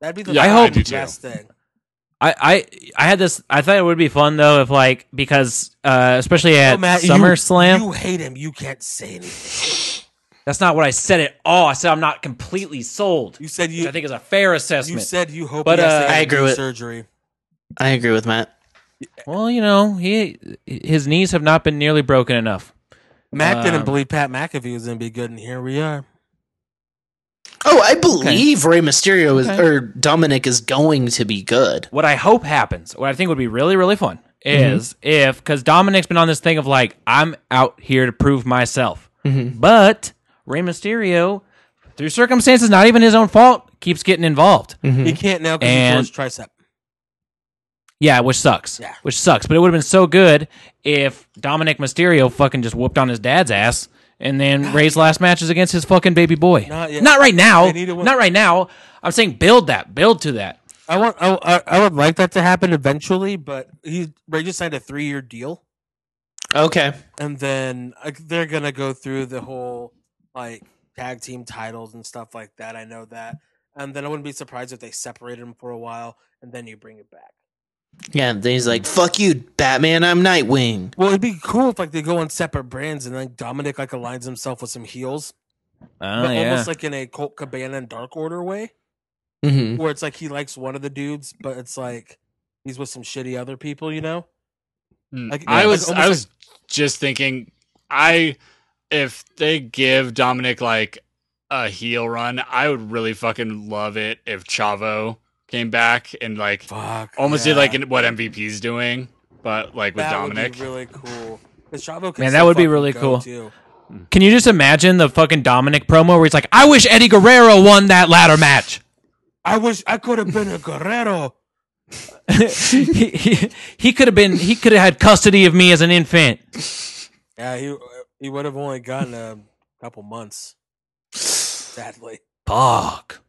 E: that'd be the
F: Yeah, I
E: fucking
F: hope- I do too.
E: best thing
B: I, I I had this. I thought it would be fun though if like because uh especially at
E: Oh, Matt, you-
B: SummerSlam.
E: you hate him you can't say anything
B: That's not what I said at all. I said I'm not completely sold.
E: You said
B: which
E: you.
B: I think is a fair
E: you
B: assessment.
E: said you hope.
B: But,
E: he has to
B: uh,
E: get
A: I agree
E: knee
A: with-
E: surgery.
A: I agree with Matt.
B: well, you know, he his knees have not been nearly broken enough.
E: Mac
B: Um,
E: didn't believe Pat McAfee was going to be good, and here we are.
A: Oh, I believe Rey Mysterio is
B: Okay.
A: or Dominic is going to be good.
B: what I hope happens, what I think would be really, really fun
E: Mm-hmm.
B: is if, because Dominic's been on this thing of like, I'm out here to prove myself.
E: Mm-hmm.
B: But Rey Mysterio, through circumstances not even his own fault, keeps getting involved.
E: He can't now because
B: Mhm. And-
E: he tore his tricep.
B: Yeah, which sucks.
E: Yeah.
B: Which sucks. But it would have been so good if Dominic Mysterio fucking just whooped on his dad's ass and then Ray's last match is against his fucking baby boy.
E: Not yet.
B: right now.
E: They need to win.
B: Not right now. I'm saying build that. Build to that.
E: I want. I, I, I would like that to happen eventually, but he Ray just signed a three-year deal,
A: Okay.
E: and then like, they're gonna go through the whole like tag team titles and stuff like that. I know that, and then I wouldn't be surprised if they separated him for a while, and then you bring it back.
A: Yeah, then he's like, "Fuck you, Batman. I'm Nightwing."
E: Well, it'd be cool if like they go on separate brands, and then Dominic like aligns himself with some heels,
B: Oh,
E: but
B: yeah.
E: almost like in a Colt Cabana and Dark Order way.
A: hmm
B: Mm-hmm.
E: where it's like he likes one of the dudes, but it's like he's with some shitty other people, you know?
F: Mm.
E: Like, yeah,
F: I
E: like
F: was
E: almost
F: I was just thinking I if they give Dominic like a heel run, I would really fucking love it if Chavo came back and like
E: Fuck.
F: almost
E: yeah.
F: did like an- what MVP's doing, but like with
E: that
F: Dominic.
E: Would be really cool. 'Cause Chavo can
B: Man, that
E: still
B: would be
E: fucking
B: really
E: go,
B: cool.
E: too.
B: Can you just imagine the fucking Dominic promo where he's like, I wish Eddie Guerrero won that ladder match?
E: I wish I could have been a Guerrero.
B: he, he, he could have been, he could have had custody of me as an infant.
E: Yeah, he he would have only gotten a couple months. Sadly,
B: Fuck.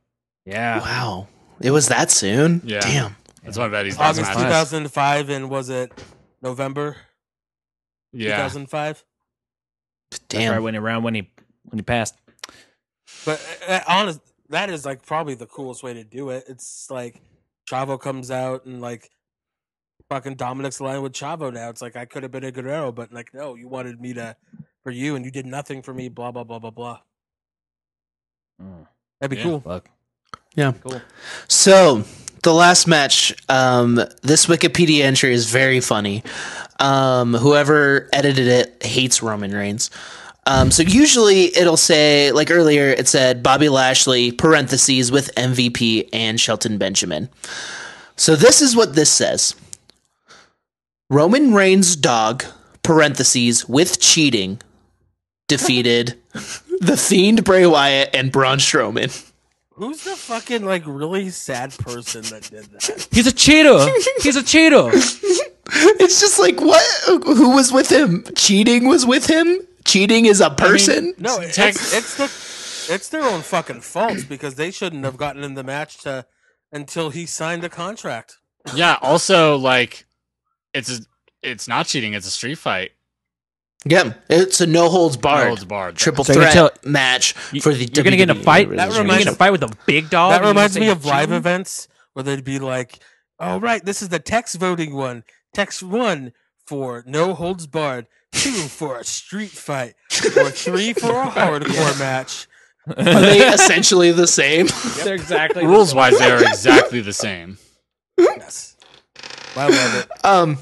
B: Yeah.
A: Wow, it was that soon.
F: Yeah.
A: Damn.
F: That's one of Eddie's best
E: August two
F: matches.
E: thousand five, and was it November two
F: Yeah.
E: thousand five?
A: Damn.
B: Right when he around when he when he passed.
E: But uh, uh, honest, that is like probably the coolest way to do it. It's like Chavo comes out and like fucking Dominic's aligned with Chavo now. It's like I could have been a Guerrero, but like no, you wanted me to for you and you did nothing for me. Blah blah blah blah blah. That'd be
F: Yeah.
E: cool.
B: Fuck.
A: So the last match, um, this Wikipedia entry is very funny. Um, whoever edited it hates Roman Reigns. Um, so usually it'll say, like earlier, it said Bobby Lashley parentheses with MVP and Shelton Benjamin. So this is what this says: Roman Reigns' dog parentheses with cheating defeated the Fiend Bray Wyatt and Braun Strowman.
E: Who's the fucking like really sad person that did that?
B: He's a cheater. He's a cheater.
A: It's just like what? Who was with him? Cheating was with him. Cheating is a person.
E: No, it's
F: Tech-
E: it's the it's their own fucking fault because they shouldn't have gotten in the match to until he signed the contract.
F: Yeah, also like it's a, it's not cheating, it's a street fight.
A: yeah, it's a no holds barred
F: Holds barred.
A: triple
B: So you're
A: threat
B: tell-
A: match
B: You-
A: for the.
B: You're gonna get in a
A: WWE
B: fight.
A: Relationship.
B: You're gonna get in a fight with a big dog.
E: That
B: and you're
E: reminds
B: gonna
E: me
B: say
E: of live
B: cheating?
E: events where they'd be like, "All right, this is the text voting one. Text one for no holds barred, two for a street fight, or three for a hardcore match."
A: Are they essentially the same?
B: They're exactly the
F: Rules
B: same.
F: wise they are exactly the same.
E: Yes, I love it.
A: Um,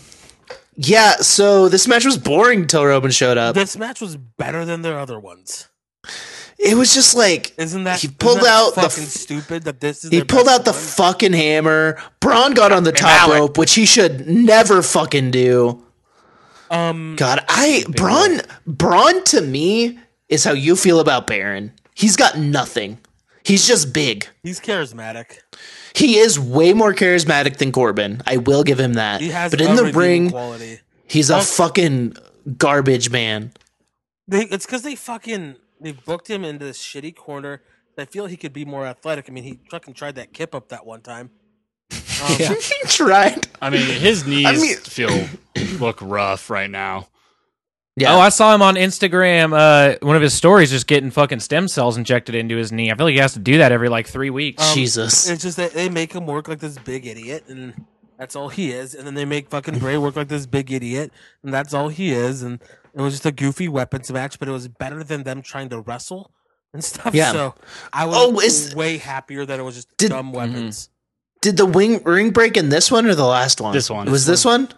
A: yeah. So this match was boring until Robin showed up.
E: This match was better than their other ones.
A: It was just like
E: Isn't that
A: He
E: isn't
A: pulled
E: that
A: out the
E: fucking
A: f-
E: stupid that this is
A: He
E: their
A: pulled
E: best
A: out the
E: one?
A: fucking hammer. Braun got on the top
F: Mallet.
A: rope, which he should never fucking do.
E: um
A: God, I Braun Braun to me is how you feel about Baron. He's got nothing. He's just big.
E: he's charismatic.
A: He is way more charismatic than Corbin. I will give him that.
E: He has
A: But in
E: a
A: the
E: redeeming
A: ring,
E: quality.
A: he's a fucking garbage man.
E: They, it's because they fucking they booked him into this shitty corner. I feel he could be more athletic. I mean, he fucking tried that kip up that one time. Um,
A: he tried.
F: I mean his knees
A: mean-
F: feel look rough right now.
A: Yeah.
B: Oh, I saw him on Instagram. Uh, one of his stories, just getting fucking stem cells injected into his knee. I feel like he has to do that every like three weeks.
E: um,
A: Jesus.
E: It's just that they make him work like this big idiot, and that's all he is. And then they make fucking Bray work like this big idiot, and that's all he is. And it was just a goofy weapons match, but it was better than them trying to wrestle and stuff.
A: Yeah.
E: So I was
A: Oh, is-
E: way happier that it was just
A: Did- Mhm.
E: dumb weapons.
A: Did the wing ring break in this one or the last one?
F: This one.
A: It was this one.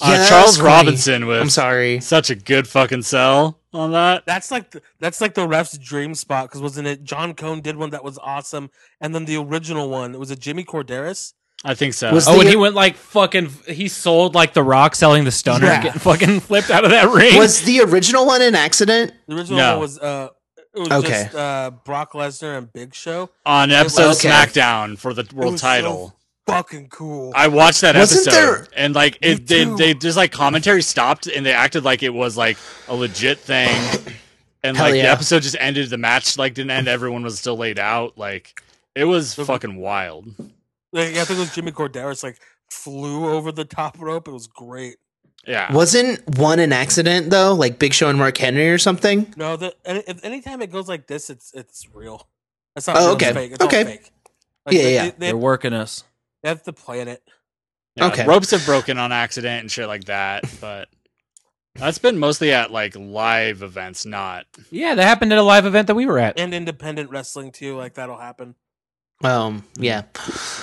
F: Uh,
A: that
F: Charles
A: was corny.
F: Robinson with-
A: I'm sorry.
F: Such a good fucking sell on that.
E: That's like the, that's like the ref's dream spot because wasn't it John Cohn did one that was awesome, and then the original one it was a Jimmy Corderas.
F: I think so.
A: Was-
B: Oh, and
A: the-
B: he went like fucking. He sold like The Rock selling the stunner,
E: Yeah.
B: and getting fucking flipped out of that ring.
A: Was the original one an accident?
E: The original
F: No.
E: one was uh, it was
A: Okay.
E: just uh, Brock Lesnar and Big Show.
F: on episode
A: Okay.
F: SmackDown for the world
E: was so
F: title.
E: Fucking cool.
F: I watched that
A: Wasn't
F: episode,
A: there-
F: and like
E: Me
F: it, they
E: too.
F: they just like commentary stopped, and they acted like it was like a legit thing, and
A: Hell
F: like the
A: yeah.
F: episode just ended. The match like didn't end. Everyone was still laid out. Like it was fucking wild.
E: Like, I think it was Jimmy Corderas like flew over the top rope. It was great.
F: Yeah,
A: Wasn't one an accident though? Like Big Show and Mark Henry or something?
E: No, the any, if anytime it goes like this, it's it's real. It's not
A: Oh,
E: real,
A: okay.
E: It's fake. It's
A: Okay.
E: all fake. Like,
A: Yeah,
E: they,
A: yeah.
E: They, they,
B: They're working us.
E: they have to plan it.
F: Yeah,
A: Okay.
F: Ropes have broken on accident and shit like that, but that's been mostly at like live events, not
B: Yeah, that happened at a live event that we were at.
E: And independent wrestling too. Like that'll happen.
A: Um. Yeah.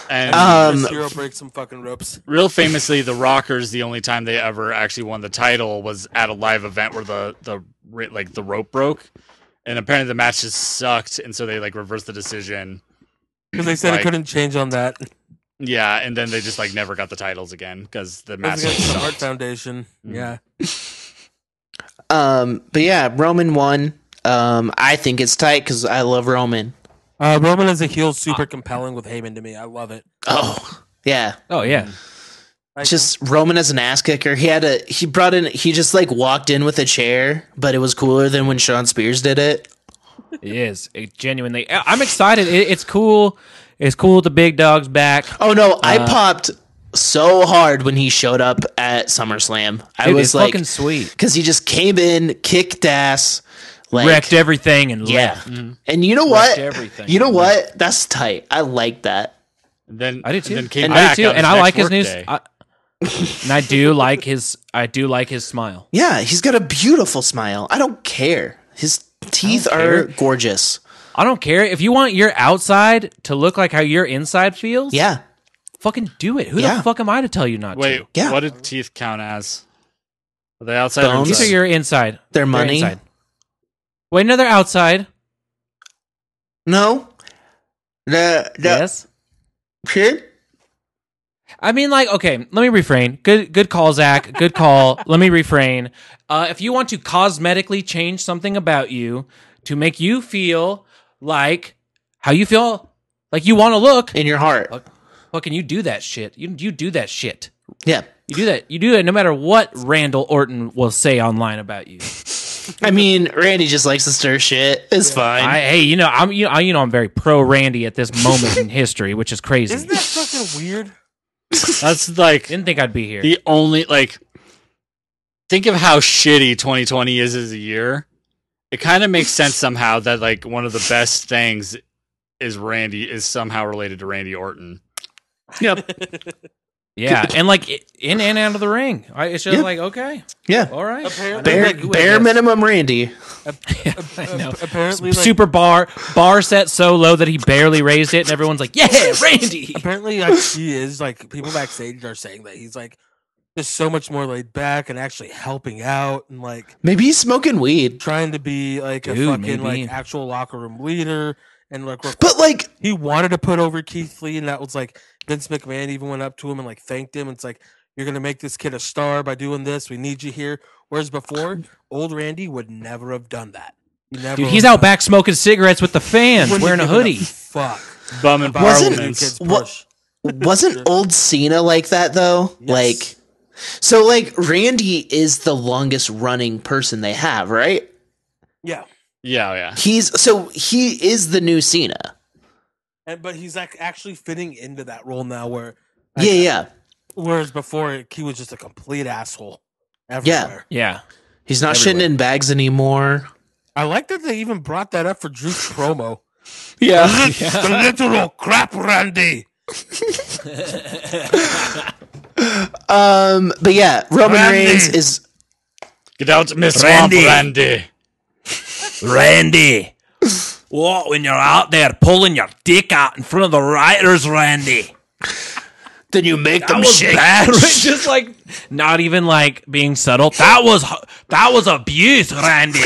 F: and.
A: Um,
E: Chris Hero breaks some fucking ropes.
F: Real famously, the Rockers. The only time they ever actually won the title was at a live event where the the ri- like the rope broke, and apparently the match just sucked, and so they like reversed the decision.
E: Because they said
F: Like-
E: it couldn't change on that.
F: Yeah, and then they just like never got the titles again because the match
E: That's
F: like,
E: against the Art
F: sucked.
E: Foundation. Yeah.
A: Um. But yeah, Roman won. Um. I think it's tight because I love Roman.
E: Uh, Roman as a heel,
B: Ah.
E: super compelling with Heyman to me. I love it.
A: Oh. Yeah.
B: Oh yeah,
E: Like,
A: just Roman as an ass kicker. He had a he brought in he just like walked in with a chair, but it was cooler than when Sean Spears did it.
B: it is. It genuinely, I- I'm excited. It, it's cool. It's cool. The big dog's back.
A: Oh no, I popped so hard when he showed up at SummerSlam. I
B: Dude,
A: was
B: it's
A: like
B: fucking sweet.
A: cuz he just came in, kicked ass, like
B: Wrecked everything and
A: yeah.
B: left.
A: And you know what?
B: everything.
A: You know what? That's tight. I like that.
F: And then
B: I do
F: and
B: too.
F: Then came
B: and I
F: back
B: do too.
F: on
B: And I
F: next
B: like his new.
F: workday.
B: I, and I do like his. I do like his smile.
A: Yeah, he's got a beautiful smile. I don't care. His teeth are
B: care.
A: gorgeous.
B: I don't care if you want your outside to look like how your inside feels.
A: Yeah.
B: fucking do it. Who
A: Yeah.
B: the fuck am I to tell you not
F: Wait,
B: to?
A: Yeah.
F: what did teeth count as? Are they outside?
A: Bones?
F: Or
B: These
F: inside?
B: are your inside.
A: Their
B: They're
A: money?
B: inside. Wait, no, they're outside.
A: No. The the
B: Yes.
A: kid?
B: I mean, like, okay, let me refrain. Good, good call, Zach. Good call. let me refrain. Uh, if you want to cosmetically change something about you to make you feel like how you feel, like you want to look,
A: in your heart.
B: fucking, you do that shit. You you do that shit.
A: Yeah.
B: You do that. You do that no matter what Randall Orton will say online about you.
A: I mean, Randy just likes to stir shit. It's fine.
B: I, hey, you know, I'm you know, I, you know I'm very pro Randy at this moment in history, which is crazy.
E: Isn't that fucking weird?
F: That's like
B: Didn't think I'd be here.
F: the only like think of how shitty 2020 is as a year it kind of makes sense somehow that like one of the best things is randy is somehow related to randy orton
A: yep.
B: Yeah, and like i- in and out of the ring, I, it's just
A: Yeah.
B: like okay,
A: Yeah.
B: all right,
E: Apparently-
A: Bare,
E: Like, who
A: bare minimum Randy.
B: I know.
E: Apparently, like,
B: Super bar bar set so low that he barely raised it, and everyone's like, "Yeah, Randy."
E: apparently like, he is like people backstage are saying that he's like just so much more laid back and actually helping out and like
A: Maybe he's smoking weed.
E: trying to be like a
B: Dude,
E: fucking
B: maybe.
E: like actual locker room leader and like we're-
A: But like
E: he wanted to put over Keith Lee and that was like Vince McMahon even went up to him and like thanked him. It's like you're gonna make this kid a star by doing this. We need you here. Whereas before, old Randy would never have done that. He never
B: Dude,
E: would
B: he's
E: have
B: out back smoking cigarettes with the fans,
E: wouldn't have
B: wearing a
E: given
B: hoodie.
E: fuck.
F: bum and
E: about
A: Wasn't-
E: the new
F: parliaments.
E: kid's
A: what-
E: push.
A: wasn't old Cena like that though?
E: Yes.
A: Like so like Randy is the longest running person they have, right?
E: Yeah.
F: yeah yeah
A: He's so he is the new Cena.
E: And but he's like actually fitting into that role now where
A: Yeah, yeah.
E: whereas before he was just a complete asshole everywhere.
B: Yeah,
A: He's not shitting in bags anymore.
E: I like that they even brought that up for Drew's promo.
A: Yeah.
E: the literal crap Randy.
A: Um but yeah, Roman
E: Randy.
A: Reigns is
F: get out miss randy. randy
G: Randy. What when you're out there pulling your dick out in front of the writers, Randy?
A: Then you make
G: That
A: them
G: was
A: shake.
G: bad.
B: just like not even like being subtle.
G: That was that was abuse, Randy.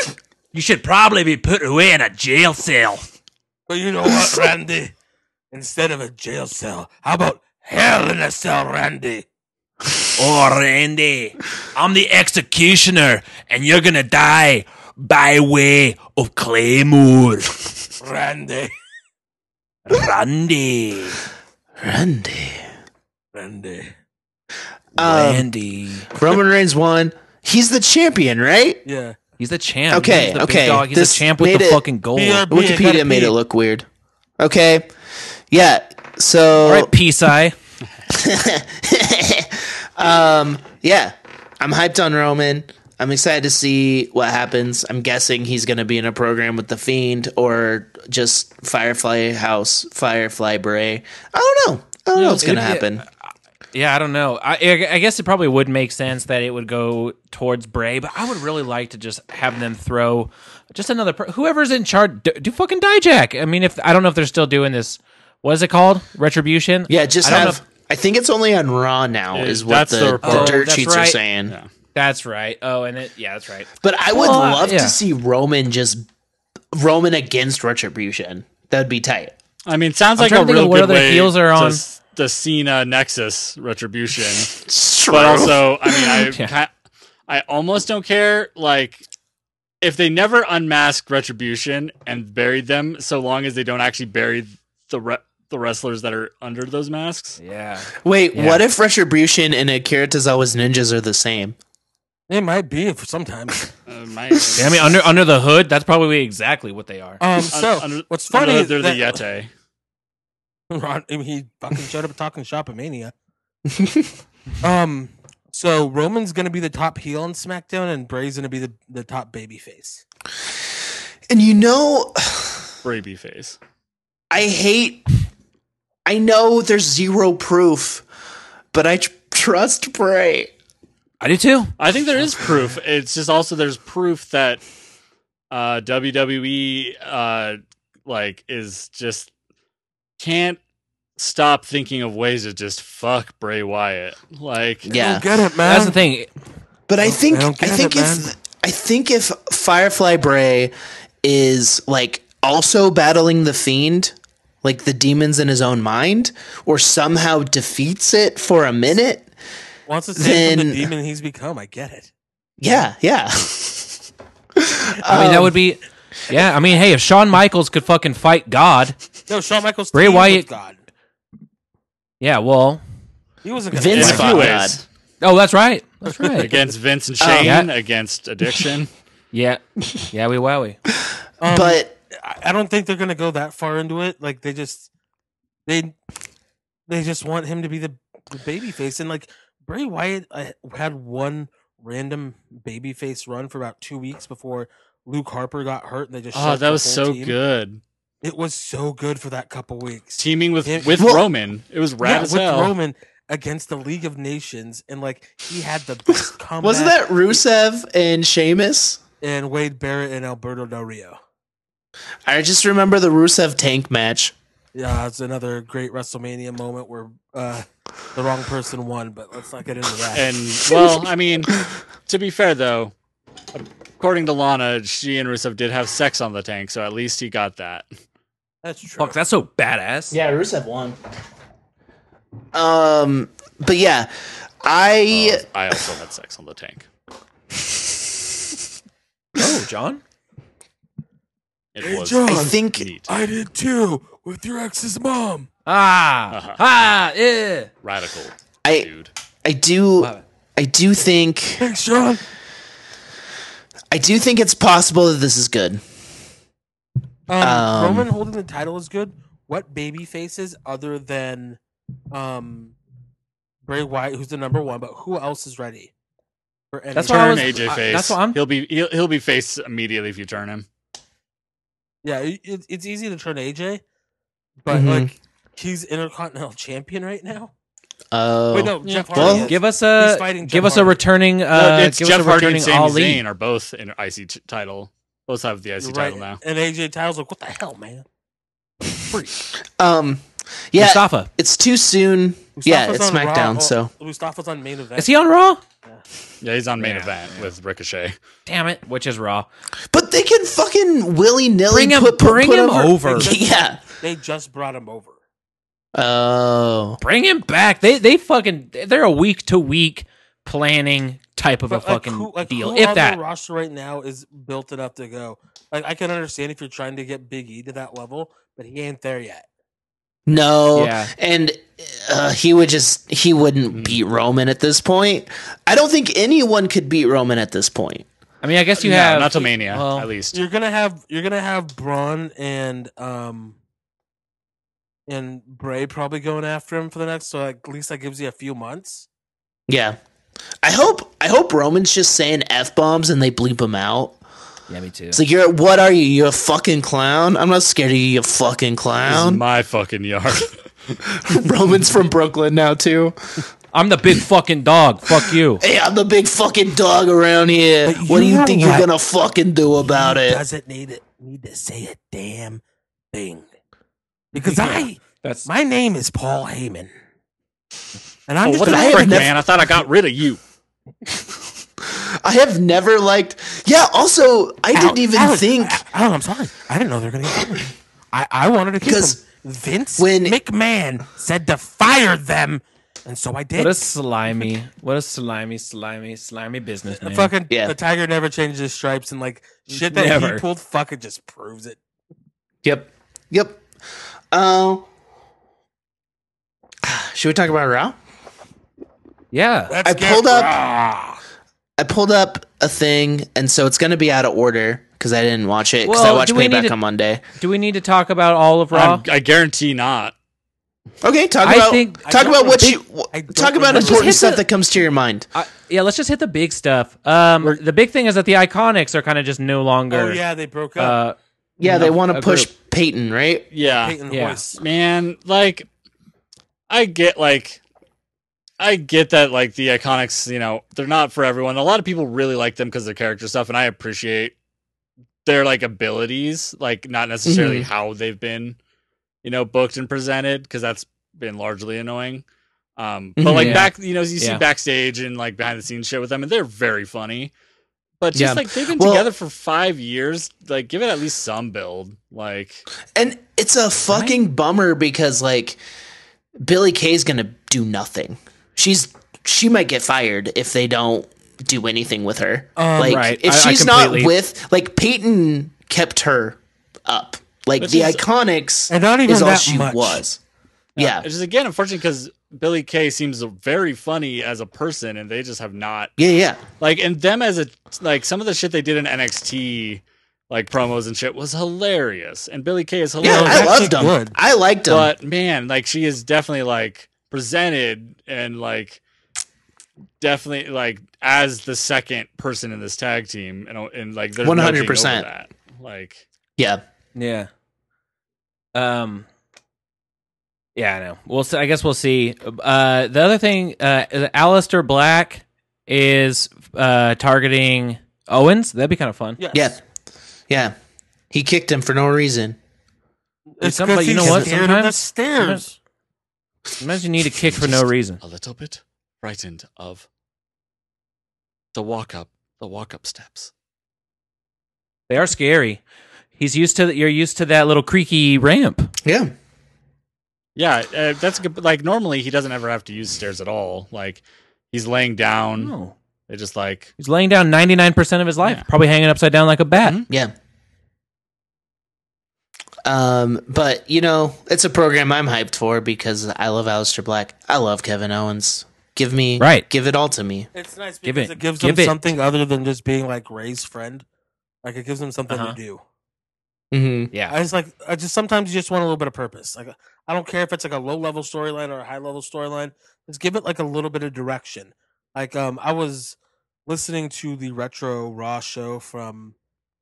G: you should probably be put away in a jail cell.
E: But you know what, Randy? Instead of a jail cell, how about hell in a cell, Randy?
G: Oh, Randy, I'm the executioner, and you're gonna die by way eh, of claymore,
E: Randy.
G: Randy.
A: Randy.
E: Randy.
A: Um,
G: Randy,
A: Roman Reigns won. He's the champion, right?
E: Yeah.
B: He's the champ.
A: Okay,
B: He's the big
A: okay.
B: dog. He's
A: This
B: the champ with
A: made
B: the
A: it-
B: fucking gold.
E: Yeah. I gotta
A: Wikipedia made
E: pee.
A: it look weird. Okay. Yeah. So
B: All right, peace eye.
A: um, yeah, I'm hyped on Roman. I'm excited to see what happens. I'm guessing he's going to be in a program with the Fiend or just Firefly House, Firefly Bray. I don't know. I don't know what's going to
B: it'd be-
A: happen.
B: Yeah, I don't know. I, I I guess it probably would make sense that it would go towards Bray, but I would really like to just have them throw just another per- whoever's in charge. Do, do fucking DiJack. I mean, if I don't know if they're still doing this. What is it called? Retribution.
A: Yeah, just
B: I don't know
A: have.
B: if-
A: I think it's only on Raw now, is what
F: that's
A: the,
F: the
A: the,
F: report.
A: dirt
B: Oh,
A: sheets
B: that's
A: are
B: right.
A: saying.
B: that's right. Oh, and it, yeah, that's right.
A: But I would
B: Well, uh,
A: love
B: yeah.
A: to see Roman just Roman against Retribution. That'd be tight.
F: I mean, it sounds like
B: trying to
F: a
B: think of
F: real
B: what
F: good
B: other
F: way
B: heels are
F: to
B: on.
F: s- the Cena Nexus retribution, but also, I mean, I
B: Yeah.
F: ki- I almost don't care. Like, if they never unmasked retribution and buried them, so long as they don't actually bury the re- the wrestlers that are under those masks.
B: Yeah.
A: Wait,
B: Yeah.
A: what if Retribution and Akira Tozawa's ninjas are the same?
E: It might be for sometimes.
F: Uh, my-
B: I mean, under under the hood, that's probably exactly what they are.
E: Um, so
F: under-
E: what's funny
F: under-
E: is
F: they're
E: that
F: the Yeti.
E: Ron, I mean, he fucking showed up talking shop at Mania. um, so Roman's gonna be the top heel on SmackDown, and Bray's gonna be the, the top baby face.
A: And you know,
F: Braby face.
A: I hate. I know there's zero proof, but I tr- trust Bray.
B: I do too.
F: I think there is proof. It's just also there's proof that uh, WWE uh, like is just can't stop thinking of ways to just fuck Bray Wyatt. Like
A: Yeah,
E: Get it, man?
B: That's the thing.
A: but I think
E: I
A: I,
E: don't get
A: think
E: it,
A: if
E: man.
A: I think if Firefly Bray is like also battling the fiend, like the demons in his own mind, or somehow defeats it for a minute.
E: Wants to save him
A: Then-
E: the demon he's become. I get it.
A: Yeah, yeah.
B: I mean, that would be. Yeah, I mean, hey, if Shawn Michaels could fucking fight God,
E: No, Shawn Michaels.
B: Bray
E: teamed with
B: Wyatt-
E: God.
B: yeah, well,
E: He wasn't gonna
A: Vince
E: win.
F: In a few
A: fought God.
F: ways.
B: oh, that's right, that's right.
F: against Vince and Shane,
B: yeah.
F: against addiction.
B: Yeah, yeah, we wowie.
E: Um,
A: But
E: I I don't think they're gonna go that far into it. Like they just they they just want him to be the, the baby face. And like Bray Wyatt uh, had one random baby face run for about two weeks before Luke Harper got hurt and they just
F: oh,
E: shoved
F: that
E: the
F: was
E: whole
F: so
E: team.
F: good.
E: It was so good for that couple weeks.
F: Teaming with
E: Yeah.
F: with
A: Well-
F: Roman, it was rad
E: Yeah,
F: as
E: with
F: hell.
E: Roman against the League of Nations and like he had the best comeback
A: wasn't that Rusev and Sheamus?
E: and Wade Barrett and Alberto Del Rio.
A: I just remember the Rusev tank match.
E: Yeah, it's another great WrestleMania moment where uh, the wrong person won, but let's not get into that.
B: Eh.
F: And well, I mean, to be fair though, according to Lana, she and Rusev did have sex on the tank, so at least he got that.
E: That's true.
B: Fuck, that's so badass.
C: Yeah, Rusev won.
A: Um, but yeah, I
F: Um, I also had sex on the tank.
B: Oh, John.
F: It was
E: Oh,
A: I think
F: neat.
E: I did too with your ex's mom.
B: Ah, ah, yeah.
F: Radical,
A: I
F: dude.
A: I do I do think
E: Thanks, Sean.
A: I do think it's possible that this is good.
E: Um,
A: Um,
E: Roman holding the title is good. What baby faces other than um, Bray Wyatt, who's the number one, but who else is ready? For any-
B: That's why I
F: Turn
B: was-
F: AJ
B: I-
F: face.
B: that's what I'm-
F: He'll be he'll, he'll be face immediately if you turn him.
E: yeah, it, it- it's easy to turn AJ, but
B: Mm-hmm.
A: Mhm.
E: like he's Intercontinental Champion right now.
A: Oh,
E: Wait, no, Jeff Hardy.
A: Well,
E: is.
B: Give us
E: He's
B: a
E: fighting
B: give
E: Jeff
B: us a
E: Hardy.
B: returning.
F: No,
B: Uh,
F: it's
B: give
F: Jeff
B: us a
F: Hardy and
B: returning
F: Sami
B: Ali.
F: Zayn are both in IC t- title Both have the IC title now.
E: And AJ titles like, what the hell, man?
A: Um, yeah,
B: Mustafa.
A: it's too soon. yeah,
E: Mustafa's
A: it's
E: on Raw-
A: SmackDown,
E: oh,
A: so
E: Mustafa's on main event.
B: Is he on Raw?
F: Yeah, he's on main event with Ricochet.
B: Damn it, which is Raw.
A: But they can fucking willy nilly
B: Bring him-
A: put, put,
B: bring
A: put
B: him over.
A: yeah.
E: They just brought him over.
A: Oh,
B: Bring him back. They they fucking they're a week to week planning type of a
E: But, like,
B: fucking
E: who- like,
B: deal.
E: who
B: If
E: on
B: that
E: the roster right now is built enough to go. Like I can understand if you're trying to get Big E to that level, but he ain't there yet.
A: no.
B: Yeah. Mm.
A: And uh, he would just, he wouldn't beat Roman at this point. I don't think anyone could beat Roman at this point.
B: I mean I guess you
F: No,
B: have
F: not to Mania,
B: well,
F: at least.
E: You're gonna have you're gonna have Braun and um and Bray probably going after him for the next. So like, at least that gives you a few months.
A: Yeah. I hope, I hope Roman's just saying F bombs and they bleep him out.
B: Yeah, me too.
A: It's like, you're, what are you? You're a fucking clown? I'm not scared of you, you fucking
F: This is
A: clown.
F: my fucking yard.
A: Roman's from Brooklyn now, too.
B: I'm the big fucking dog. Fuck you.
A: Hey, I'm the big fucking dog around here.
E: But
A: What do
E: you
A: you
E: know
A: think you're
E: what?
A: gonna fucking do about
E: He
A: it?
E: Doesn't need it. Need to say a damn thing because I
B: That's
E: my name is Paul Heyman, and I'm just
F: what the
E: gonna
A: I have
F: frick,
A: never-
F: man? I thought I got rid of you.
A: I have never liked. Yeah. Also, I
E: Al-
A: didn't even
E: Alex,
A: think
E: I, Alan, I'm sorry. I didn't know they were going to get fired. I, I wanted to keep
A: 'Cause
E: them. Vince
A: when-
E: McMahon said to fire them, and so I did.
B: what a slimy, what a slimy, slimy, slimy businessman.
E: fucking
A: Yeah.
E: the tiger never changes his stripes, and like shit that
B: Never.
E: he pulled, fucking just proves it.
A: Yep. Yep. Uh, should we talk about Raw?
B: Yeah.
A: I
E: Let's get
A: pulled up.
E: raw.
A: I pulled up a thing, and so it's gonna be out of order because I didn't watch it because I
B: Well,
A: watched
B: do we need
A: Payback
B: to-
A: on Monday.
B: Do we need to talk about all of Raw?
F: I'm, I guarantee not.
A: Okay, talk
B: I
A: about
B: think- I
A: talk
E: don't
A: about what
E: remem-
A: you
E: I
A: wh-
E: don't
A: talk about
E: remember.
A: important
B: Just hit
A: stuff
B: the-
A: that comes to your mind.
B: I, yeah, let's just hit the big stuff. Um, the big thing is that the Iconics are kind of just no longer.
E: Oh yeah, they broke up.
B: Uh,
A: Yeah, they want
B: a
A: to push Peyton, right?
F: Yeah.
E: Peyton
B: Uh, yeah.
E: Royce.
F: man like i get like i get that like the iconics you know they're not for everyone a lot of people really like them because of their character stuff and i appreciate their like abilities like not necessarily how they've been you know booked and presented because that's been largely annoying um but
A: Mhm.
F: like
B: Yeah.
F: back you know you
B: Yeah.
F: see backstage and like behind the scenes shit with them and they're very funny but just
A: Yeah.
F: like they've been
A: Well-
F: together for five years like give it at least some build like
A: And it's a fucking bummer because like Billy Kay's gonna do nothing. She's she might get fired if they don't do anything with her. like
B: right.
A: if
B: I- I
A: she's not
B: completely-
A: with like Peyton kept her up. Like
F: Which
A: the
F: is-
A: Iconics
E: and not even
A: is all
E: that
A: she
E: much.
A: was. Yeah.
F: Which is again unfortunate because Billy Kay seems very funny as a person, and they just have not
A: Yeah, yeah.
F: like and them as a like some of the shit they did in NXT like promos and shit was hilarious, and Billy Kay is
A: Yeah,
F: hilarious.
A: I
E: that's
A: loved them.
E: good.
A: I liked them.
F: but man, like she is definitely like presented and like definitely like as the second person in this tag team, and and like there's no getting over
A: 100%.
F: that like.
A: yeah.
B: Yeah. Um. Yeah, I know. We'll. See, I guess we'll see. Uh, the other thing, uh, is Alistair Black is uh targeting Owens. That'd be kind of fun.
E: Yes.
A: Yeah. Yeah. He kicked him for no reason.
E: It's
B: Some- but
E: because
B: you know
E: he's
B: what?
E: scared of the
B: Sometimes-
E: stairs.
B: Imagine you need a kick for no reason.
F: a little bit frightened of the walk up, the walk up steps.
B: They are scary. He's used to you're used to that little creaky ramp.
A: Yeah.
F: Yeah, uh, that's good. Like normally he doesn't ever have to use stairs at all. Like he's laying down.
E: Oh.
B: No,
F: They just like
B: Oh. he's laying down ninety nine percent of his life,
F: Mm. Yeah.
B: probably hanging upside down like a bat.
A: Yeah. Um, but you know, it's a program I'm hyped for because I love Aleister Black. I love Kevin Owens. Give me
B: Right.
A: give it all to me.
E: It's nice
B: Give
E: because
B: it-
E: it, gives
B: give
E: them
B: it.
E: something other than just being like Ray's friend. Like it gives them something
B: Uh-huh.
E: to do.
A: Mm-hmm.
B: Yeah,
E: I just like I just sometimes you just want a little bit of purpose. Like I don't care if it's like a low level storyline or a high level storyline. Just give it like a little bit of direction. Like um, I was listening to the retro Raw show from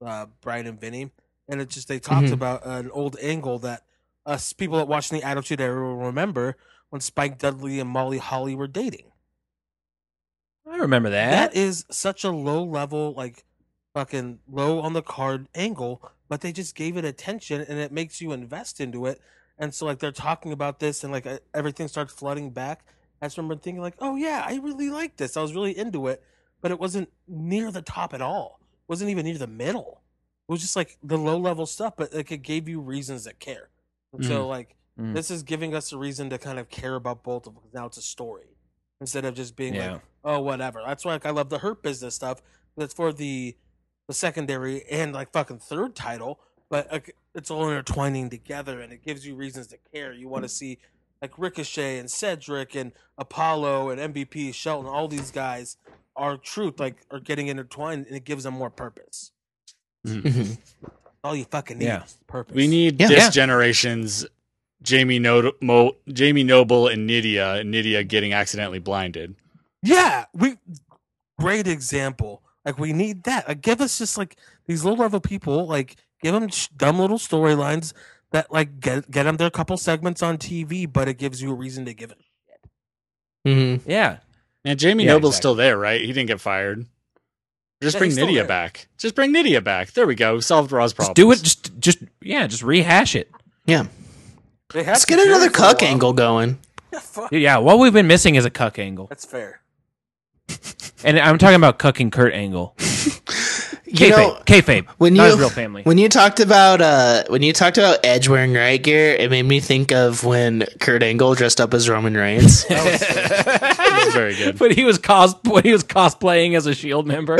E: uh, Brian and Vinny, and it just they talked
A: Mhm.
E: about an old angle that us people that watching the Attitude Era will remember when Spike Dudley and Molly Holly were dating.
B: I remember that.
E: That is such a low level like fucking low on the card angle, but they just gave it attention and it makes you invest into it. And so like they're talking about this and like uh, everything starts flooding back. I just remember thinking like, oh yeah, I really like this. I was really into it, but it wasn't near the top at all. It wasn't even near the middle. It was just like the low level stuff, but like it gave you reasons that care. And so like
B: Mm.
E: this is giving us a reason to kind of care about both of them. Now it's a story instead of just being
B: Yeah.
E: like, oh whatever. That's why like, I love the hurt business stuff. That's for the the secondary and like fucking third title, but like, it's all intertwining together and it gives you reasons to care. You want to see like Ricochet and Cedric and Apollo and MVP Shelton, all these guys are truth like are getting intertwined and it gives them more purpose.
A: Mhm.
B: Mm-hmm.
E: All you fucking need
B: Yeah.
E: is purpose.
F: We need
A: Yeah.
F: this
B: Yeah.
F: generation's Jamie, no- Mo- Jamie Noble and Nydia, and Nydia getting accidentally blinded.
E: Yeah, we great example. Like we need that. Like give us just like these low level people. Like give them sh- dumb little storylines that like get get them their couple segments on TV, but it gives you a reason to give it.
A: Mhm.
B: Yeah.
F: And Jamie
B: Yeah,
F: Noble's
B: exactly.
F: still there, right? He didn't get fired. Just
E: Yeah,
F: bring
E: he's still
F: Nydia
E: there.
F: back. Just bring Nydia back. There we go. Solved Raw's problem.
B: Just do it. Just, just yeah. Just rehash it.
A: Yeah.
E: They have
A: Let's
E: to
A: get
E: carry
A: another
E: for a
A: cuck
E: while.
A: angle going.
E: Yeah, fuck.
B: Yeah. What we've been missing is a cuck angle,
E: That's fair.
B: and I'm talking about cucking Kurt Angle.
A: You know,
B: Kayfabe. Kayfabe.
A: when
B: not
A: you
B: his real family.
A: when you talked about uh when you talked about Edge wearing riot gear, it made me think of when Kurt Angle dressed up as Roman Reigns.
F: It was very good.
B: but he was cos when he was cosplaying as a Shield E member.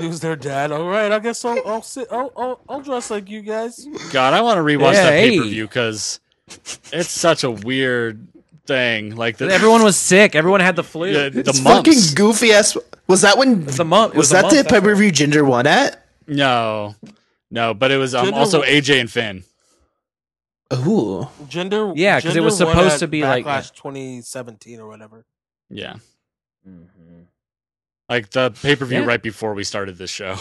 E: He was their dad. All right, I guess I'll I'll sit. I'll I'll, I'll dress like you guys.
F: God, I want to rewatch
B: Yeah,
F: that
B: hey.
F: pay per view because it's such a weird thing. Like the,
B: Everyone was sick. Everyone had the flu.
F: the, the
A: It's
F: mumps.
A: fucking goofy ass. Was that when?
B: a mump. It
A: Was
B: was a
A: that
B: mump,
A: the
B: that's
A: pay per view Ginger won at?
F: no, no, but it was um,
E: Gender
F: also
E: wa-
F: AJ and Finn.
A: Ooh,
E: Gender.
B: Yeah, 'cause it
E: gender
B: was
E: won
B: supposed
E: at
B: to be like
E: Backlash 2017 or whatever.
F: Yeah,
E: Mm-hmm.
F: like the pay per view
B: Yeah.
F: right before we started this show.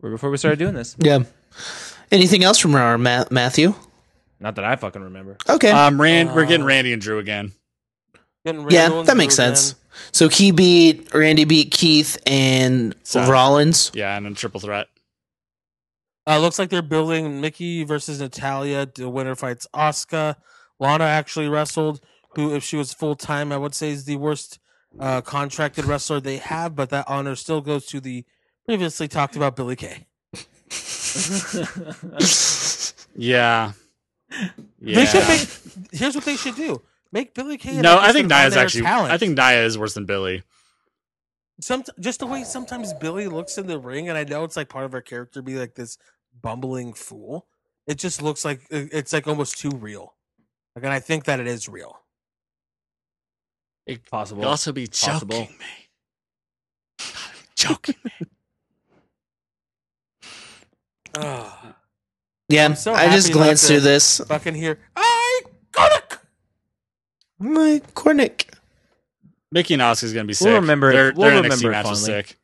B: Right Before we started doing this,
A: yeah. Anything else from our Ma- Matthew?
B: not that I fucking remember.
A: Okay,
E: Uh,
F: Um, Rand, we're
E: Oh.
F: getting Randy and Drew again.
E: Getting rid of
A: yeah,
E: Owens
A: that makes
E: Drew again.
A: sense. So he beat Randy, beat Keith and
F: Seth.
A: Rollins.
F: Yeah, and then triple threat.
E: Uh, looks like they're building Mickey versus Natalia. The winner fights Asuka. Lana actually wrestled, who, if she was full time, I would say is the worst uh, contracted wrestler they have, but that honor still goes to the previously talked about Billy Kay.
F: Yeah. Yeah.
E: They should make, here's what they should do make Billy Kay. an
F: no, I
E: artist
F: think
E: and honor
F: Naya's
E: their
F: actually.
E: talent.
F: I think Naya is worse than Billy.
E: Some, just the way sometimes Billy looks in the ring, and I know it's like part of her character be like this bumbling fool. It just looks like it- it's like almost too real. Like, and I think that it is real.
B: Possible.
F: be
B: Possible. joking
F: me. Joking.
E: Ugh.
A: Yeah,
E: I'm so
A: I just
E: happy not
A: glanced
E: to-
A: through this.
E: fucking hear I got it.
A: My Cornick.
F: Mickey and Oscar's gonna be sick.
B: We'll remember it-
F: Their,
B: we'll
F: their NXT
B: remember it
F: match was
B: fondly.
F: sick.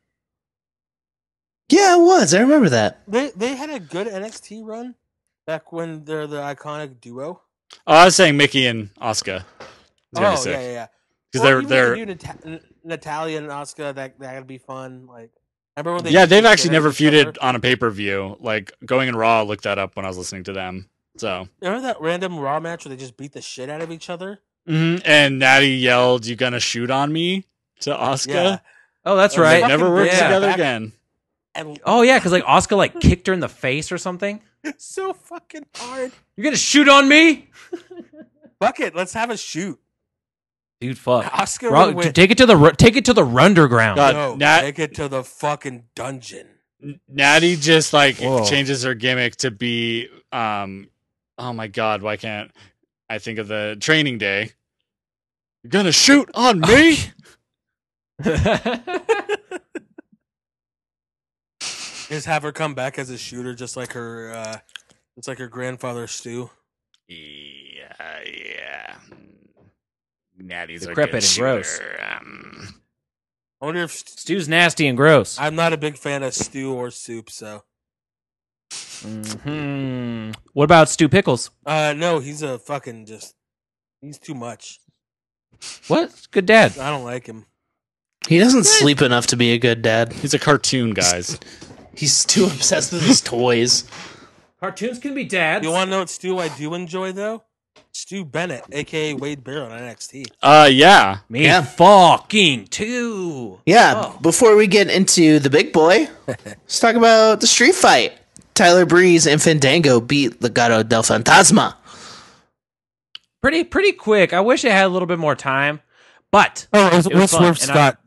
A: Yeah, it was. I remember that.
E: They they had a good NXT run back when they're the iconic duo.
F: Oh, I was saying Mickey and Oscar. It's gonna
E: oh
F: be sick.
E: yeah, yeah, yeah.
F: Because
E: Or
F: they're
E: even
F: they're
E: the new Nat- N- Natalia and Oscar. That that would be fun. Like remember when they
F: yeah
E: used to
F: they've
E: shit
F: actually
E: on
F: never
E: each other?
F: feuded on a pay per view. Like going in Raw, I looked that up when I was listening to them. So
E: Remember that random Raw match where they just beat the shit out of each other?
F: Mhm. and Natty yelled, "You gonna shoot on me?" to Oscar.
E: Yeah,
B: Oh, that's
E: Oh,
F: They
B: right.
E: fuck.
F: never worked
B: Yeah.
F: together
E: Back-
F: again.
E: and
B: Oh yeah, because like Oscar like kicked her in the face or something.
E: so fucking hard.
B: You're gonna shoot on me,
E: Fuck it, let's have a shoot.
B: dude. Fuck.
E: Oscar
B: Ro-
E: would win.
B: take it to the ru- take it to the runderground.
F: God,
E: no,
F: Nat-
E: take it to the fucking dungeon.
F: N- Natty just like
B: Whoa.
F: changes her gimmick to be um oh my god, why can't I think of the training day? You're gonna shoot on me?
E: Just have her come back as a shooter, just like her, uh, it's like her grandfather Stu.
F: yeah, yeah. Natty's
B: Decrepit and gross.
F: Um,
E: I wonder if Stu-
B: Stu's nasty and gross.
E: I'm not a big fan of stew or soup, so
B: Mhm. What about Stu Pickles?
E: uh no, he's a fucking just he's too much.
B: What? Good dad.
E: I don't like him.
A: He doesn't sleep enough to be a good dad.
F: he's a cartoon, guys.
A: He's too obsessed with his toys.
B: Cartoons can be dads.
E: You want to know what Stu I do enjoy though? Stu Bennett, aka Wade Barrett on NXT.
F: Uh, yeah.
B: me
A: Yeah.
B: fucking too.
E: Oh.
A: Yeah, before we get into the big boy, let's talk about the street fight. Tyler Breeze and Fandango beat Legado del Fantasma.
B: Pretty pretty quick. I wish it had a little bit more time, but
E: Oh, it was,
B: It was fun,
E: Swerve
B: and I-
E: Scott.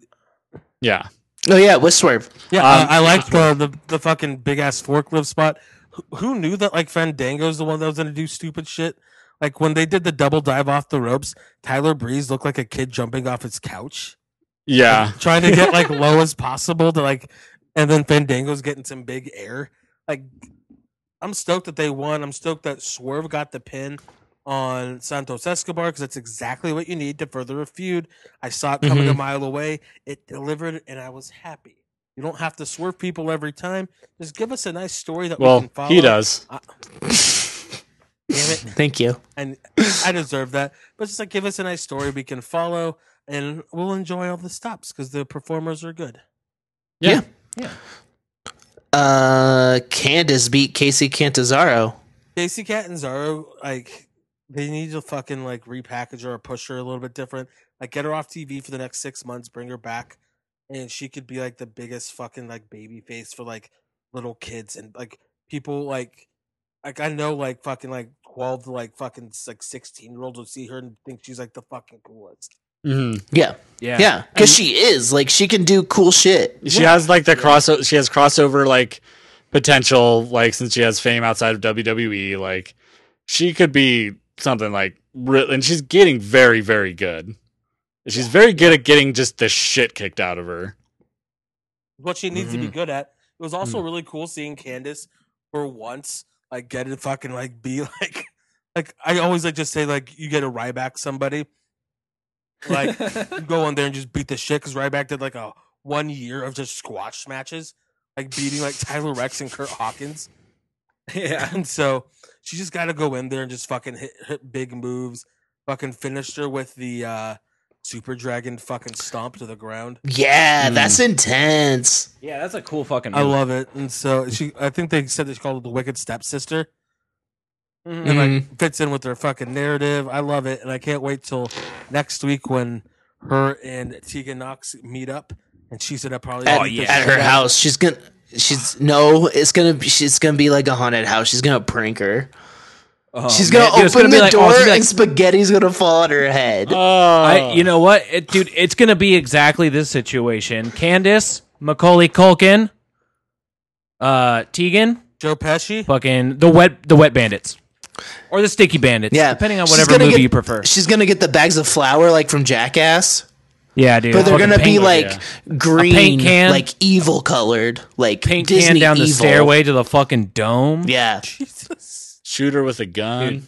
F: Yeah.
A: Oh yeah, with Swerve.
E: yeah, uh, I liked the, the the fucking big ass forklift spot. Who, who knew that like Fandango's the one that was gonna do stupid shit? Like when they did the double dive off the ropes, Tyler Breeze looked like a kid jumping off his couch,
F: Yeah.
E: trying to get like low as possible to like, and then Fandango's getting some big air. Like, I'm stoked that they won. I'm stoked that Swerve got the pin on Santos Escobar because that's exactly what you need to further a feud. I saw it coming a
F: Mm-hmm.
E: mile away. It delivered, and I was happy. You don't have to swerve people every time. Just give us a nice story that we
F: Well,
E: can follow.
F: he does.
E: Damn it.
A: Thank you.
E: and I deserve that. But just like give us a nice story we can follow, and we'll enjoy all the stops because the performers are good.
A: Yeah. Uh, Candace beat Casey Cantazaro.
E: Casey Catanzaro, like they need to fucking like repackage her or push her a little bit different. Like get her off TV for the next six months, bring her back, and she could be like the biggest fucking like baby face for like little kids and like people like like I know like fucking like twelve to like fucking like sixteen year olds will see her and think she's like the fucking coolest.
F: hmm
A: Yeah,
B: yeah.
A: yeah, because she is like she can do cool shit.
F: She has like the crossover. She has crossover like potential. Like since she has fame outside of WWE, like she could be something like. Re- and she's getting very, very good. She's very good at getting just the shit kicked out of her.
E: what she needs to be good at. It was also really cool seeing Candace for once, like get to fucking like be like, like I always like just say like you get to Ryback somebody, like you go on there and just beat the shit because Ryback did like a one year of just squash matches, like beating like Tyler Rex and Kurt Hawkins. Yeah, and so she just got to go in there and just fucking hit, hit big moves, fucking finished her with the uh super dragon fucking stomp to the ground.
A: Yeah,
B: Hmm.
A: that's intense.
B: Yeah, that's a cool fucking.
E: I
B: move.
E: love it. And so she, I think they said they called it the Wicked Stepsister.
B: Mhm.
E: And like fits in with their fucking narrative. I love it. And I can't wait till next week when her and Tegan Knox meet up. And she's gonna
B: Oh,
E: probably
A: At,
E: beat the
A: at
E: shit
A: her
E: out-
A: house, she's gonna. She's no. It's gonna. be- She's gonna be like a haunted house. She's gonna prank her.
B: Oh,
A: she's
B: man.
A: gonna
B: Dude,
A: open
B: it's gonna be
A: the
B: like- oh,
A: door
B: it's gonna be like- Uh,
A: and spaghetti's gonna fall on her head.
B: I, you know what, it, dude? It's gonna be exactly this situation. Candace, Macaulay Culkin, uh, Tegan,
E: Joe Pesci.
B: fucking the wet, the wet bandits, or the sticky bandits.
A: yeah,
B: depending on
A: She's
B: whatever
A: gonna
B: movie
A: get-
B: you prefer.
A: She's gonna get the bags of flour like from Jackass,
B: Yeah, dude.
A: but they're
B: fucking
A: gonna be
B: paint-
A: like green,
B: can.
A: like evil colored, like
B: paint
A: Disney
B: can down the
A: evil.
B: stairway to the fucking dome.
A: Yeah,
F: Shoot her with a gun.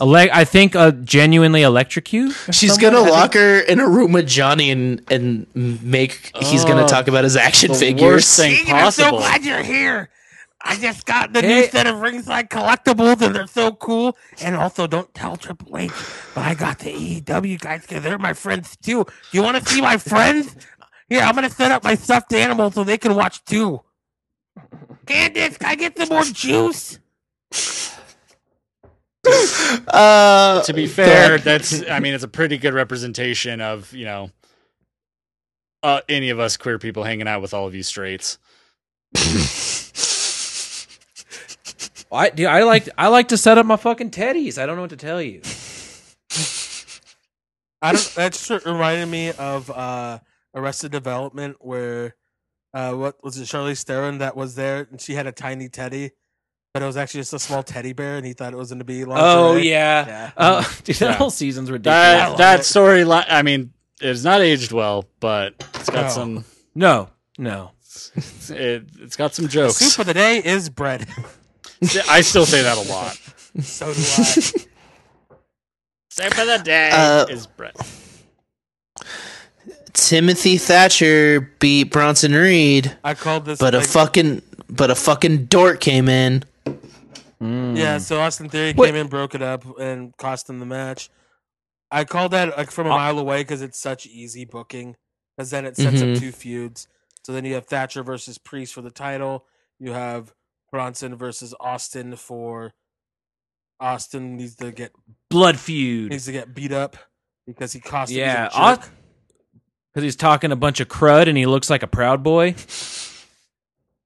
B: Ele- I think uh, genuinely electrocute. or
A: she's
B: something.
A: gonna lock her in a room with Johnny and and make he's gonna
F: Oh,
A: talk about his action
F: The
A: figures.
F: worst thing possible.
E: you're here. I just got the
B: Hey.
E: of ringside collectibles, and they're so cool. And also, don't tell Triple H, but I got the AEW guys because they're my friends too. You want to see my friends? Here, I'm gonna set up my stuffed animal so they can watch too. Candace, can I get some more juice?
A: Uh,
F: to be fair, that's I mean it's a pretty good representation of you know uh, any of us queer people hanging out with all of you straights.
B: I, dude, I like I like to set up my fucking teddies. I don't know what to tell you.
E: I don't. That's reminded me of uh, Arrested Development, where uh, what was it? Charlize Theron that was there, and she had a tiny teddy, but it was actually just a small teddy bear, and he thought it was going to be. Lingerie.
B: Oh yeah.
E: yeah.
B: Oh, dude, that
F: Yeah.
B: whole season's ridiculous.
F: That that storyline, I mean, it's not aged well, but it's got
E: No.
F: some
B: No, no.
F: it, it's got some jokes.
E: Soup of the day is bread.
F: I still say that a lot.
E: so do I.
F: Soup of the day
A: Uh,
F: is bread.
A: Timothy Thatcher beat Bronson Reed,
E: I called this.
A: but a
E: like-
A: fucking but a fucking dork came in.
E: Yeah, so Austin Theory came in, broke it up, and cost him the match. I called that like from a mile away because it's such easy booking. Because then it sets
A: Mhm.
E: up two feuds. So then you have Thatcher versus Priest for the title. You have Bronson versus Austin for Austin needs to get
B: Blood feud.
E: needs to get beat up because he cost him.
B: Yeah,
E: he's a jerk.
B: Because he's talking a bunch of crud and he looks like a proud boy.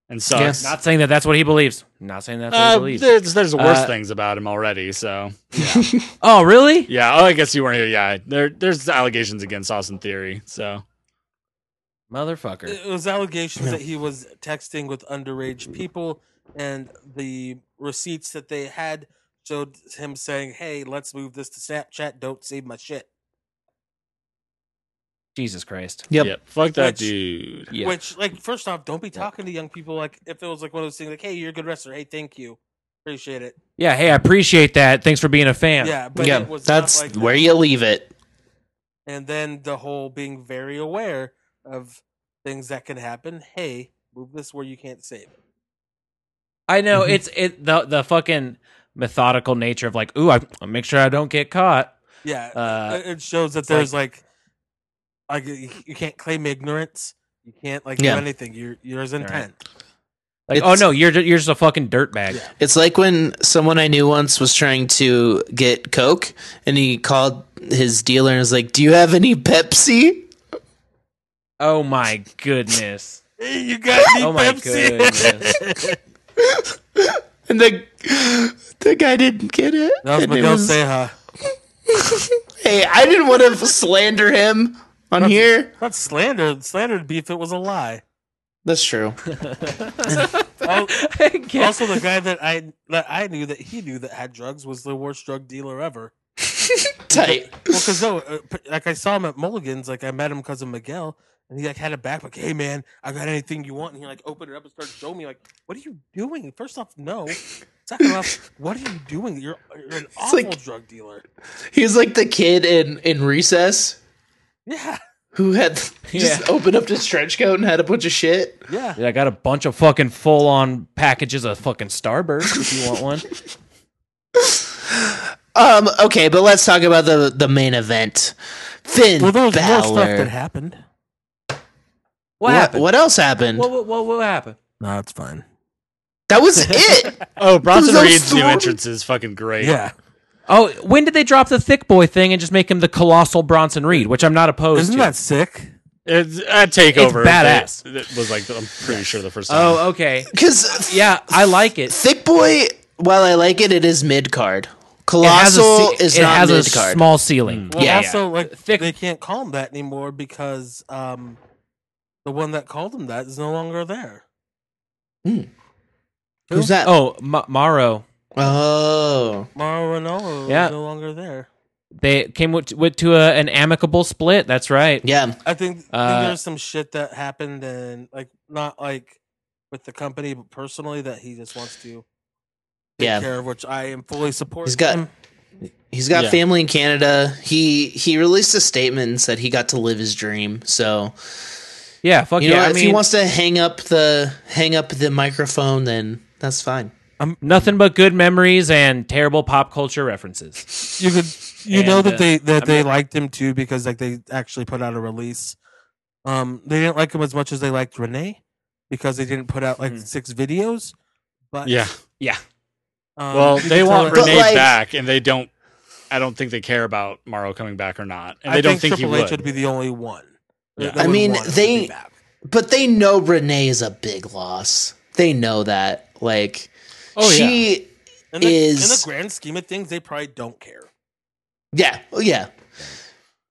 F: and sucks.
A: Yes.
B: Not saying that that's what he believes. Not saying that's what
F: Uh,
B: he believes.
F: there's there's worse
B: Uh,
F: things about him already. So
B: Oh, really?
F: yeah, oh, I guess you weren't here. Yeah, there there's allegations against Austin Theory. So
B: Motherfucker.
E: It was allegations that he was texting with underage people, and the receipts that they had showed him saying, "Hey, let's move this to Snapchat. Don't save my shit."
B: Jesus Christ.
A: Yep.
F: yeah, fuck that
E: Which-
F: dude.
B: Yeah.
E: Which, like, first off, don't be talking to young people like if it was like one of those things like, "Hey, you're a good wrestler. Hey, thank you, appreciate it."
B: Yeah, hey, I appreciate that. Thanks for being a fan.
E: Yeah, but
A: yeah,
E: it was not
A: that's
E: like that.
A: where you leave it.
E: And then the whole being very aware of things that can happen. Hey, move this where you can't save. it.
B: I know it's it the the fucking methodical nature of like, ooh, I I'll make sure I don't get caught.
E: Yeah,
B: Uh,
E: it- it shows that
B: like-
E: there's like, like, you, you can't claim ignorance. You can't like
A: Yeah.
E: do anything. You're there's intent.
B: Like,
A: It's-
B: oh no, you're ju- you're just a fucking dirtbag.
E: Yeah.
A: It's like when someone I knew once was trying to get Coke and he called his dealer and was like, Do you have any Pepsi?
B: Oh my goodness.
E: You got me
B: Oh my goodness.
A: And the, the guy didn't get it.
E: That was
A: And it
E: Miguel
A: was-
E: Ceja.
A: hey, I didn't want to slander him on here.
E: That's slander. Slander would be if it was a lie.
A: That's true.
E: Al-
B: I can't-
E: also, the guy that I that I knew that he knew that had drugs was the worst drug dealer ever.
A: Tight.
E: Well, because no, uh, p- like I saw him at Mulligan's. Like I met him because of Miguel, and he like had a backpack. Hey man, I got anything you want? And he like opened it up and started showing me. Like, what are you doing? First off, no. Second off, what are you doing? You're, you're an awful
A: like-
E: drug dealer.
A: He's like the kid in, in recess
E: Yeah,
A: who had just opened up his trench coat and had a bunch of shit.
E: yeah.
B: Dude, I got a bunch of fucking full on packages of fucking Starburst if you want one.
A: Um, okay, but let's talk about the the main event. Finn
E: Well, there was more stuff
A: Balor.
E: that happened.
B: What
A: what,
B: happened?
A: what else happened?
B: What what what, what happened?
E: No, it's fine.
A: that was it.
F: Oh, Bronson
A: Those
F: Reed's new
A: stories-
F: entrance is fucking great.
E: Yeah,
B: Oh, when did they drop the thick boy thing and just make him the colossal Bronson Reed, which I'm not opposed
E: isn't
B: to.
E: that sick?
F: It's a takeover.
B: badass.
F: It, it was like I'm pretty sure the first time.
B: oh, okay.
A: Because
B: Yeah, I like it.
A: Thick Boy, while I like it, it is mid card. Colossal
B: it has a, ce-
A: is
B: it
A: not
B: has a
A: mid card. Mm.
B: small ceiling.
E: Well,
A: Yeah,
E: also like
B: Thick-
E: they can't call him that anymore because um, the one that called him that is no longer there.
A: Who's that? Oh,
B: Oh, Ma- Morrow.
E: Mauro Ranallo
B: Yeah.
E: is no longer there.
B: They came with, with to a, an amicable split. That's right.
A: yeah.
E: I think, think
B: Uh,
E: there's some shit that happened and like not like with the company, but personally that he just wants to take
A: Yeah.
E: care of, which I am fully supporting.
A: He's got-
E: him.
A: He's got
F: Yeah.
A: family in Canada. He he released a statement and said he got to live his dream. So
B: Yeah. Fuck
A: you know,
B: yeah. I
A: if he
B: mean,
A: wants to hang up the hang up the microphone, then that's fine.
B: nothing but good memories and terrible pop culture references.
E: you could you know
B: And,
E: that
B: uh,
E: they that
B: I'm
E: they
B: not-
E: liked him too because like they actually put out a release. Um, they didn't like him as much as they liked Renee because they didn't put out like
B: Mhm.
E: six videos. But
F: yeah.
B: Yeah.
E: um,
F: Well,
E: you
F: they
E: could
F: want
E: tell that-
A: But,
F: Renee
A: like-
F: back, and they don't. I don't think they care about Morrow coming back or not, and
E: I
F: they don't think
E: Triple
F: he
E: H
F: would.
E: would be the only one.
F: Yeah.
E: that
A: I
E: would
A: mean,
E: want him to
A: they-
E: be back.
A: But they know Renee is a big loss. They know that. Like
B: Oh,
A: she
E: in the, in the
A: is-
E: grand scheme of things, they probably don't care.
A: Yeah, oh, yeah.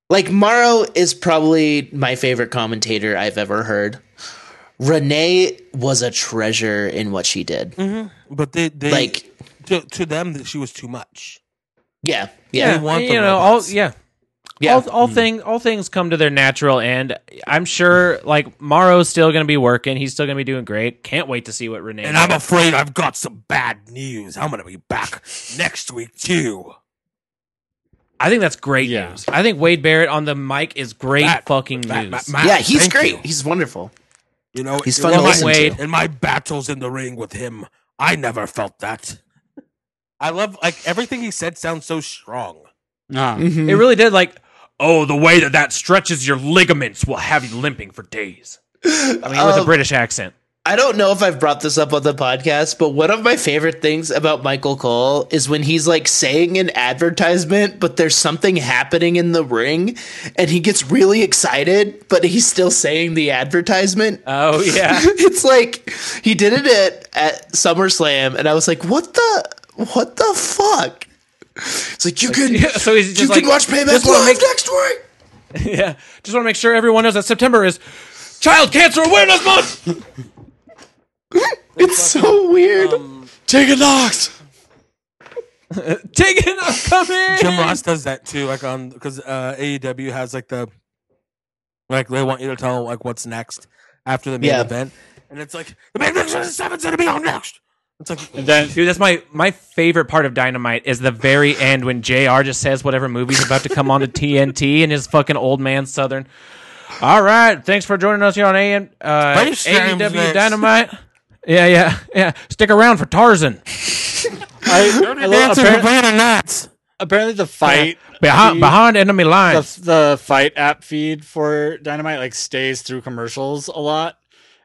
A: Like Morrow is probably my favorite commentator I've ever heard. Renee was a treasure in what she did.
E: But they, they
A: Like,
E: to, to them that she was too much.
A: yeah, yeah,
E: They want
B: you
E: the
B: know, all
E: robots.
B: yeah. Mm.
A: yeah.
B: All, all thing, all things come to their natural end. I'm sure, like Morrow's still going to be working. He's still going to be doing great. Can't wait to see what Renee.
E: And I'm afraid I've got some bad news. I'm gonna be back next week too.
B: I think that's great
F: Yeah.
B: news. I think Wade Barrett on the mic is great
E: Matt-
B: fucking
E: Matt-
B: news.
E: Matt- Matt,
A: yeah, he's
E: thank
A: great.
E: you.
A: He's wonderful.
E: You know,
A: He's
E: in
A: fun to
E: my-
A: listen
B: Wade.
A: to.
E: In my battles in the ring with him, I never felt that. I love like everything he said sounds so strong.
F: Ah.
B: Mm-hmm. It really did. Like
G: Oh, the way that that stretches your ligaments will have you limping for days.
B: I mean, with a British accent.
A: I don't know if I've brought this up on the podcast, but one of my favorite things about Michael Cole is when he's like saying an advertisement, but there's something happening in the ring and he gets really excited, but he's still saying the advertisement.
B: Oh yeah.
A: it's like he did it at, at SummerSlam and I was like, what the, what the fuck? It's like, you can,
B: yeah, so he's just
A: you
B: like,
A: can watch Payback
B: "Just wanna
A: Live
B: make-
A: next week.
B: yeah. Just want to make sure everyone knows that September is Child Cancer Awareness Month.
A: It's so weird.
F: Take a knocks.
B: Take it, I'm coming.
E: Jim Ross does that too, like on because uh, AEW has like the like they want you to tell like what's next after the main
A: Yeah.
E: event, and it's like the main event is seven's gonna be on next. It's like
F: And then
B: Dude, that's my my favorite part of Dynamite is the very end when JR just says whatever movie's about to come on to TNT and his fucking old man Southern. All right, thanks for joining us here on AM uh,
E: Pretty strange
B: AEW
E: mix.
B: Dynamite. Yeah, yeah, yeah. Stick around for Tarzan.
F: I, I love,
E: dancers are
F: apparently,
E: playing nuts.
F: apparently the fight
B: Behind
F: feed-
B: behind enemy lines.
F: the, the fight app feed for Dynamite like stays through commercials a lot.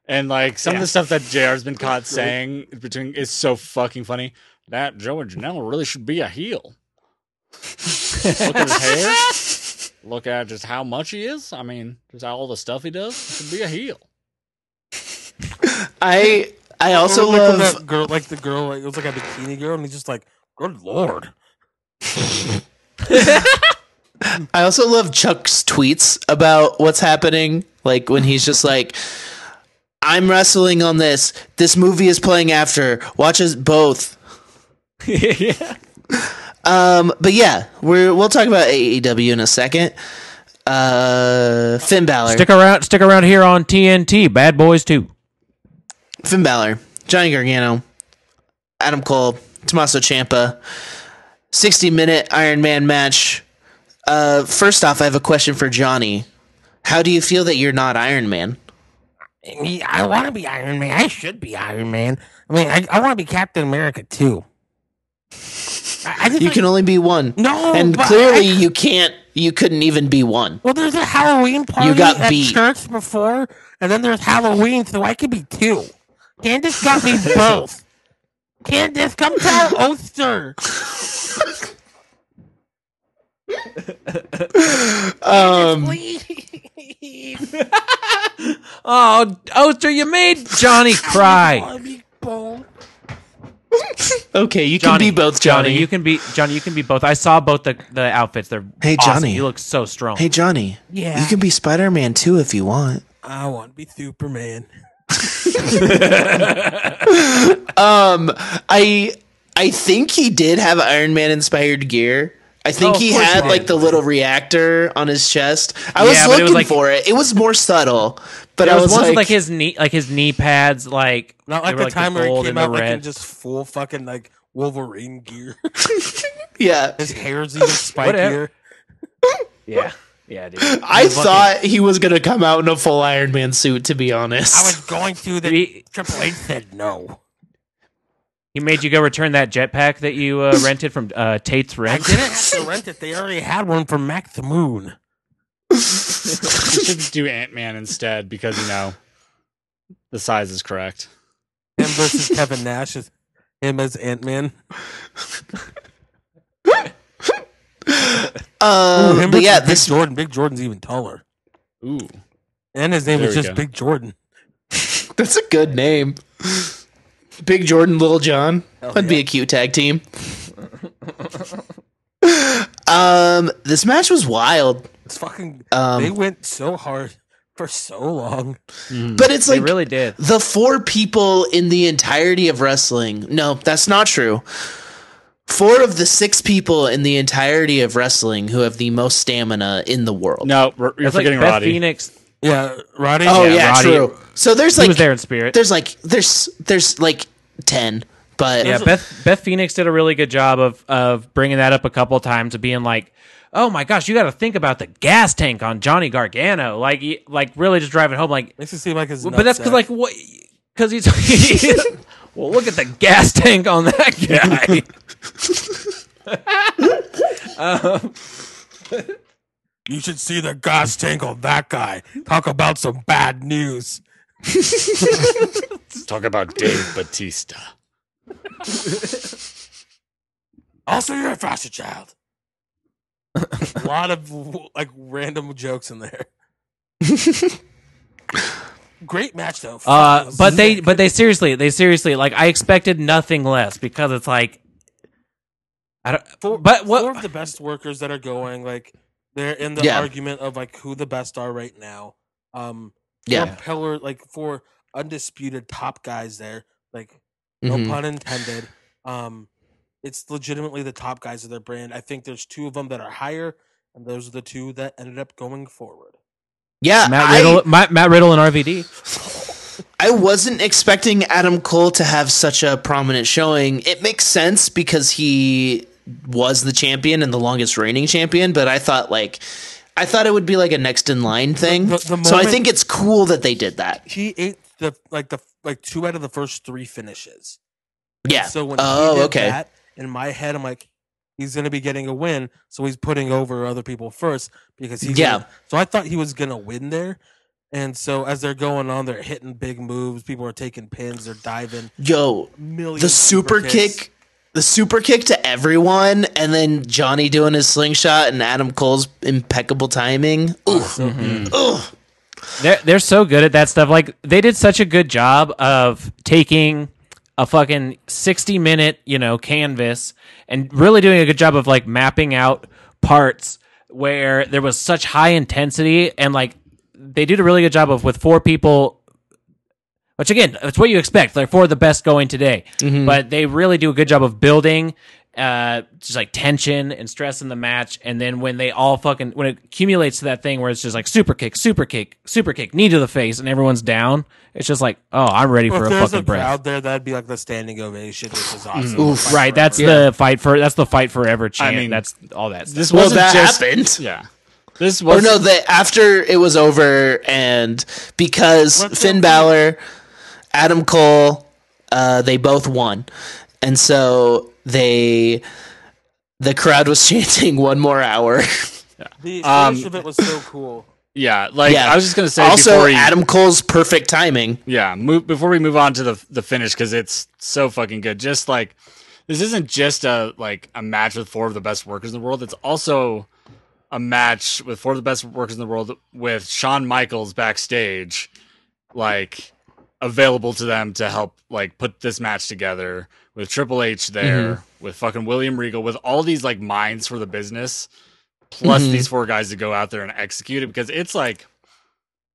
F: And like some of the stuff that JR's been caught saying between is so fucking funny. That Joe and Janelle really should be a heel. Look at his hair. Look at just how much he is. I mean, just all the stuff he does. He should be a heel.
A: I, I also
E: Like when
A: love
E: that girl, like the girl, like, it was like a bikini girl, and he's just like, "Good lord!"
A: I also love Chuck's tweets about what's happening. Like when he's just like, I'm wrestling on this. This movie is playing after. Watch us both.
B: yeah.
A: Um, but yeah, we're, we'll talk about AEW in a second. Uh, Finn Balor.
B: Stick around. Stick around here on TNT. Bad Boys Two.
A: Finn Balor, Johnny Gargano, Adam Cole, Tommaso Ciampa, 60 minute Iron Man match. Uh, first off, I have a question for Johnny. How do you feel that you're not Iron Man?
E: I mean, I want to be Iron Man. I should be Iron Man. I mean, I, I want to be Captain America too. I, I just
A: You
E: like-
A: can only be one.
E: No,
A: and
E: but
A: clearly
E: I-
A: you can't. You couldn't even be one.
E: Well, there's a Halloween party
A: got
E: at
A: beat.
E: church before, and then there's Halloween, so I could be two. Candace got me both. Candace, come to our Oster.
B: Oh, Oster, you made Johnny cry.
A: Okay, you
B: Johnny,
A: can be both, Johnny.
B: Johnny, you can be Johnny. You can be both. I saw both the the outfits. They're
A: Hey,
B: awesome.
A: Johnny.
B: You look so strong.
A: hey, Johnny.
E: Yeah.
A: You can be Spider Man too if you want.
E: I want to be Superman.
A: I I think he did have Iron Man inspired gear. I think
B: Oh, of
A: he
B: course
A: had
B: he
A: like the little reactor on his chest. I was
B: Yeah, but
A: looking
B: it was like-
A: for it. It was more subtle, but
B: It
A: I
B: was,
A: was
B: ones
A: like,
B: with, like his knee, like his knee pads, like
E: Not
B: they
E: like
B: were,
E: the time where he
B: gold and
E: came
B: the
E: out like in
B: red.
E: just full fucking like Wolverine gear.
A: yeah.
E: His hair's even spikier.
B: Whatever. yeah, yeah, dude.
A: I thought he was gonna come out in a full Iron Man suit. To be honest,
E: I was going to the
B: He,
E: Triple H said no.
B: he made you go return that jetpack that you uh, rented from uh, Tate's
E: I
B: rent.
E: didn't have to rent it. They already had one from Mac the Moon.
F: You should do Ant Man instead because you know the size is correct.
E: Him versus Kevin Nash is him as Ant Man.
A: Um, but yeah,
E: Big
A: this
E: Jordan. Big Jordan's even taller.
F: Ooh.
E: And his name
F: There
E: is
F: we
E: just
F: go.
E: Big Jordan.
A: that's a good name. Big Jordan, Little John. That'd be a cute tag team. um, this match was wild,
E: It's fucking.
A: Um,
E: they went so hard for so long.
A: but it's
B: They
A: like
B: really did.
A: the four people in the entirety of wrestling. No, that's not true. Four of the six people in the entirety of wrestling who have the most stamina in the world.
F: No, we're, you're
B: It's like
F: forgetting
B: Beth
F: Roddy.
B: Phoenix.
E: Yeah, Roddy.
A: oh yeah,
B: Roddy-
A: true. So there's
B: He
A: like
B: was there in spirit.
A: there's like there's there's like ten, but
B: yeah, Beth Beth Phoenix did a really good job of of bringing that up a couple of times of being like, "Oh my gosh, you got to think about the gas tank on Johnny Gargano." Like he- like really just driving home like
E: Makes it seem like his.
B: but that's cuz
E: nutsack.
B: like what cuz he's Well, look at the gas tank on that guy.
E: you should see the gas tank on that guy. Talk about some bad news.
F: Talk about Dave Batista.
E: Also, you're a foster child. a lot of like random jokes in there. Great match though. Fuck, it
B: Uh,
E: was
B: but they,
E: sick.
B: but they seriously, they seriously, like I expected nothing less because it's like, I don't.
E: Four-
B: but what-
E: Four of the best workers that are going like they're in the
A: Yeah.
E: argument of like who the best are right now. Um,
A: Yeah.
E: four pillar like four undisputed top guys there. Like
A: Mhm.
B: Mm-hmm.
E: no pun intended. Um, it's legitimately the top guys of their brand. I think there's two of them that are higher, and those are the two that ended up going forward.
A: Yeah.
B: Matt
A: I-
B: Riddle, Matt, Matt Riddle, and RVD.
A: I wasn't expecting Adam Cole to have such a prominent showing. It makes sense because he was the champion and the longest reigning champion, but I thought like I thought it would be like a next in line thing.
E: the- the
A: so I
E: moment-
A: think it's cool that they did that.
E: He ate the like the like two out of the first three finishes.
A: Yeah.
E: So when he
A: oh,
E: did
A: okay.
E: that, in my head, I'm like, he's gonna be getting a win, so he's putting over other people first because he's
A: Yeah.
E: gonna- so I thought he was gonna win there. And so as they're going on, they're hitting big moves. People are taking pins. They're diving.
A: Yo,
E: Million
A: the super
E: kicks.
A: kick the super kick to everyone and then Johnny doing his slingshot and Adam Cole's impeccable timing. Ooh. Ooh.
B: They're they're so good at that stuff. Like they did such a good job of taking a fucking sixty minute you know canvas and really doing a good job of like mapping out parts where there was such high intensity and like they did a really good job of with four people which again, it's what you expect. They're for the best going today,
A: Mm-hmm.
B: but they really do a good job of building, uh, just like tension and stress in the match. And then when they all fucking when it accumulates to that thing where it's just like super kick, super kick, super kick, knee to the face, and everyone's down. It's just like, oh, I'm ready
E: Well,
B: for a
E: if there's
B: fucking
E: a
B: breath.
E: crowd there, that'd be like the standing ovation, which
A: Mm.
E: is awesome. Fight
B: Right,
E: forever.
B: that's the fight for that's the fight forever chant.
F: mean,
B: that's all that. Stuff.
F: This
A: Well,
F: wasn't
A: that
F: just,
A: happened.
F: Yeah. This
A: Or
F: was
A: no, the after it was over, and because
E: Let's
A: Finn
E: go.
A: Balor, Adam Cole, uh, they both won, and so they, the crowd was chanting one more hour.
E: the finish
F: um,
E: of it was so cool.
F: yeah. Like
A: yeah,
F: I was just gonna say
A: Also,
F: before he,
A: Adam Cole's perfect timing.
F: yeah move, before we move on to the the finish because it's so fucking good just like this isn't just a like a match with four of the best workers in the world it's also a match with four of the best workers in the world with Shawn Michaels backstage like available to them to help like put this match together with Triple H there with fucking William Regal with all these like minds for the business plus
B: Mm-hmm.
A: Mhm.
F: these four guys to go out there and execute it because it's like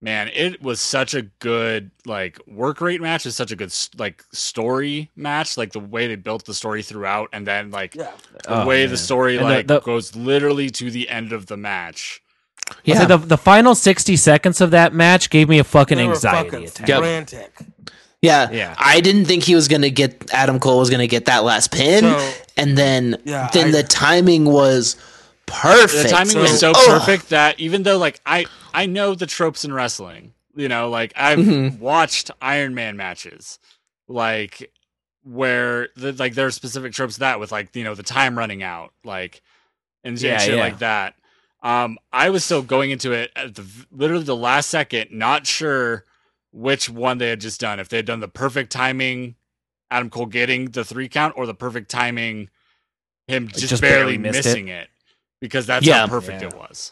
F: man it was such a good like work rate match is such a good s- like story match like the way they built the story throughout and then like
E: Yeah.
F: the
B: Oh,
F: way
B: man.
F: the story
B: And the-
F: like
B: the-
F: goes literally to the end of the match
B: I'll say
A: Yeah,
B: the the final sixty seconds of that match gave me a fucking
E: They were
B: anxiety
E: fucking
B: attack.
A: Yep.
E: frantic.
A: yeah,
B: Yeah.
A: I didn't think he was gonna get Adam Cole was gonna get that last pin,
E: So-
A: and then
E: Yeah,
A: then
E: I-
A: the timing was perfect.
F: the timing was so
A: So- oh.
F: perfect that even though like i i know the tropes in wrestling you know like i've
B: Mm-hmm.
F: watched iron man matches like where the, like there are specific tropes that with like you know the time running out like and
B: Yeah,
F: shit
B: yeah.
F: like that um i was still going into it at the literally the last second not sure which one they had just done if they had done the perfect timing adam cole getting the three count or the perfect timing him just,
B: just barely
F: barely,
B: missed it.
F: missing it because that's
A: Yeah.
F: how perfect
B: Yeah.
F: it was.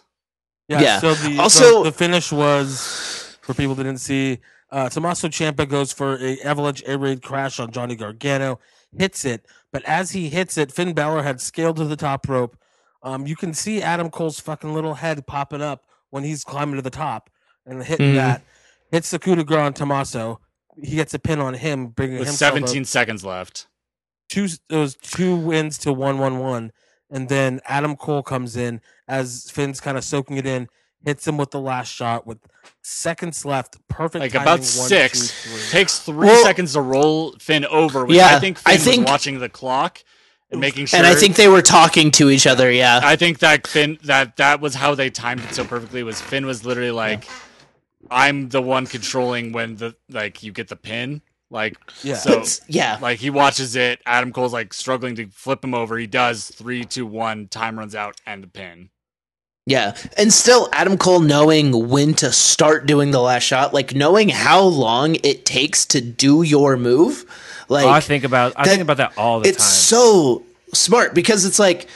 E: Yeah.
A: Yeah.
E: So the,
A: Also-
E: also, the, the finish was for people that didn't see. Uh, Tommaso Ciampa goes for a avalanche air raid crash on Johnny Gargano, hits it, but as he hits it, Finn Balor had scaled to the top rope. Um, you can see Adam Cole's fucking little head popping up when he's climbing to the top and hitting
A: Mhm.
E: that. Hits the coup de grace on Tommaso. He gets a pin on him, bringing
F: With
E: himself up.
F: 17 seconds left.
E: two it was two wins to one one one and then adam cole comes in as finn's kind of soaking it in hits him with the last shot with seconds left perfect
F: Like
E: timing,
F: about
E: one,
F: six.
E: two, three.
F: Takes three
A: Well-
F: seconds to roll Finn over. Which
A: Yeah,
F: I think
A: I
F: Finn
A: think-
F: was watching the clock and making sure.
A: and I think they were talking to each other. Yeah,
F: I think that Finn that that was how they timed it so perfectly. Was Finn was literally like, "I'm the one controlling when the like you get the pin." Like
E: Yeah.
F: so
A: yeah.
F: like he watches it. Adam Cole's like struggling to flip him over. He does three, two, one. Time runs out and the pin.
A: Yeah. And still, Adam Cole knowing when to start doing the last shot, like knowing how long it takes to do your move. Like,
B: Oh, I think about I
A: that-
B: think about that all the
A: it's
B: time.
A: so smart because it's like,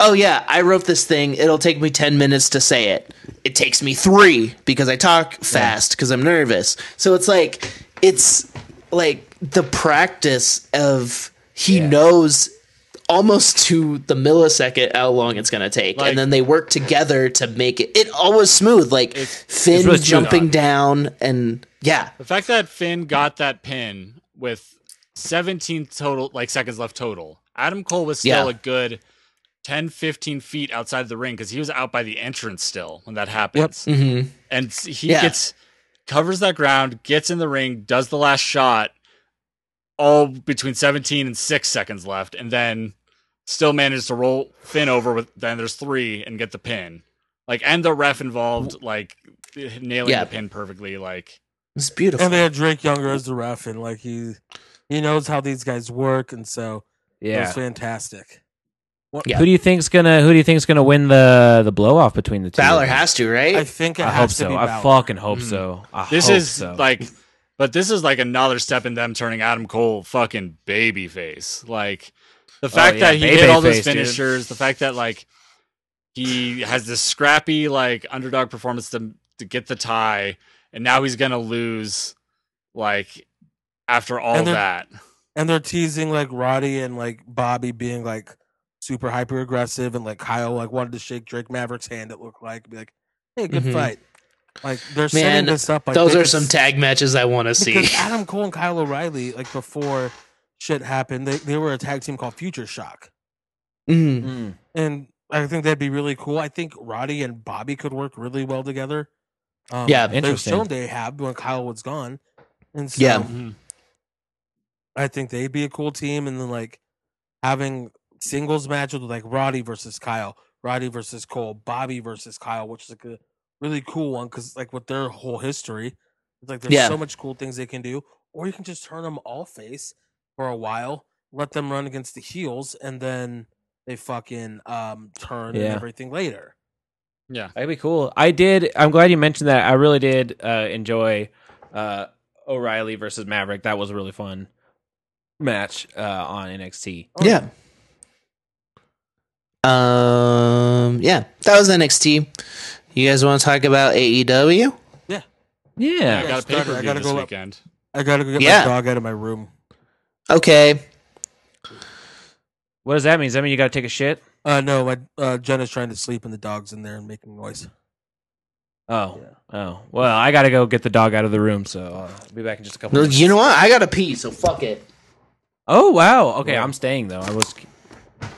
A: oh yeah, I wrote this thing. It'll take me ten minutes to say it. It takes me three because I talk fast because I'm nervous. So it's like it's like the practice of he knows almost to the millisecond how long it's going to take
F: Like-
A: and then they work together to make it it always smooth like finn
B: it's really smooth.
A: jumping down and yeah
F: The fact that Finn got that pin with 17 total, like seconds left total, Adam Cole was still
A: Yeah.
F: a good 10, 15 feet outside the ring because he was out by the entrance still when that happens.
A: Mm-hmm.
F: And s- he
A: Yeah.
F: gets, covers that ground, gets in the ring, does the last shot, all between 17 and six seconds left, and then still manages to roll Finn over with, then there's three and get the pin. Like, and the ref involved, like, eh, nailing
A: Yeah.
F: the pin perfectly. Like,
A: it's beautiful
E: And they had Drake Younger as the ref, and like he, he knows how these guys work, and so it was
B: yeah.
E: fantastic.
A: Yeah.
B: Who do you think's gonna Who do you think's gonna win the the blow off between the two?
A: Balor has to right
E: I think it
B: I
E: has
B: hope
E: to
B: so.
E: be
B: I
E: Balor.
B: fucking hope so. I
F: This
B: hope
F: is
B: so.
F: like, but this is like another step in them turning Adam Cole fucking babyface. Like the
B: Oh,
F: fact
B: yeah,
F: that he hit all
B: babyface,
F: those
B: dude.
F: finishers, the fact that like he has this scrappy like underdog performance to to get the tie, and now he's gonna lose. Like after all
E: And they're-
F: that,
E: and they're teasing like Roddy and like Bobby being like super hyper aggressive, and like Kyle like wanted to shake Drake Maverick's hand. It looked like be like, hey, good
A: Mhm.
E: fight. Like they're
A: Man,
E: setting this up. Like,
A: those
E: they
A: are
E: can
A: some
E: s-
A: tag matches i want to see
E: because Adam Cole and Kyle O'Reilly like before shit happened, they they were a tag team called Future Shock,
A: Mm.
B: Mm.
E: and I think that'd be really cool. I think Roddy and Bobby could work really well together. Um,
A: Yeah.
E: they've
B: Interesting.
E: shown they have when Kyle was gone, and so
A: Yeah.
F: Mm-hmm.
E: I think they'd be a cool team. And then like having singles matches with like Roddy versus Kyle, Roddy versus Cole, Bobby versus Kyle, which is like a really cool one because like with their whole history, it's like there's
A: Yeah.
E: so much cool things they can do. Or you can just turn them all face for a while, let them run against the heels, and then they fucking um turn
B: Yeah.
E: and everything later.
F: yeah,
B: That'd be cool. I did. I'm glad you mentioned that. I really did uh, enjoy uh, O'Reilly versus Maverick. That was a really fun match uh, on NXT.
E: Oh.
A: Yeah. Um. Yeah, that was NXT. You guys want to talk about E AEW?
F: I
B: Yeah.
F: got
E: started- I
F: a pay per view
E: gotta
F: this
E: go up.
F: weekend.
E: I gotta go get
A: Yeah.
E: my dog out of my room.
A: Okay.
B: What does that mean? Does that mean you got to take a shit?
E: Uh no, my uh Jenna's trying to sleep and the dog's in there and making noise.
B: Oh. Oh. Well, I got to go get the dog out of the room, so I'll be back in just a couple.
A: Well,
B: minutes.
A: You know what? I got to pee, so fuck it.
B: Oh wow. Okay, I'm staying though. I was.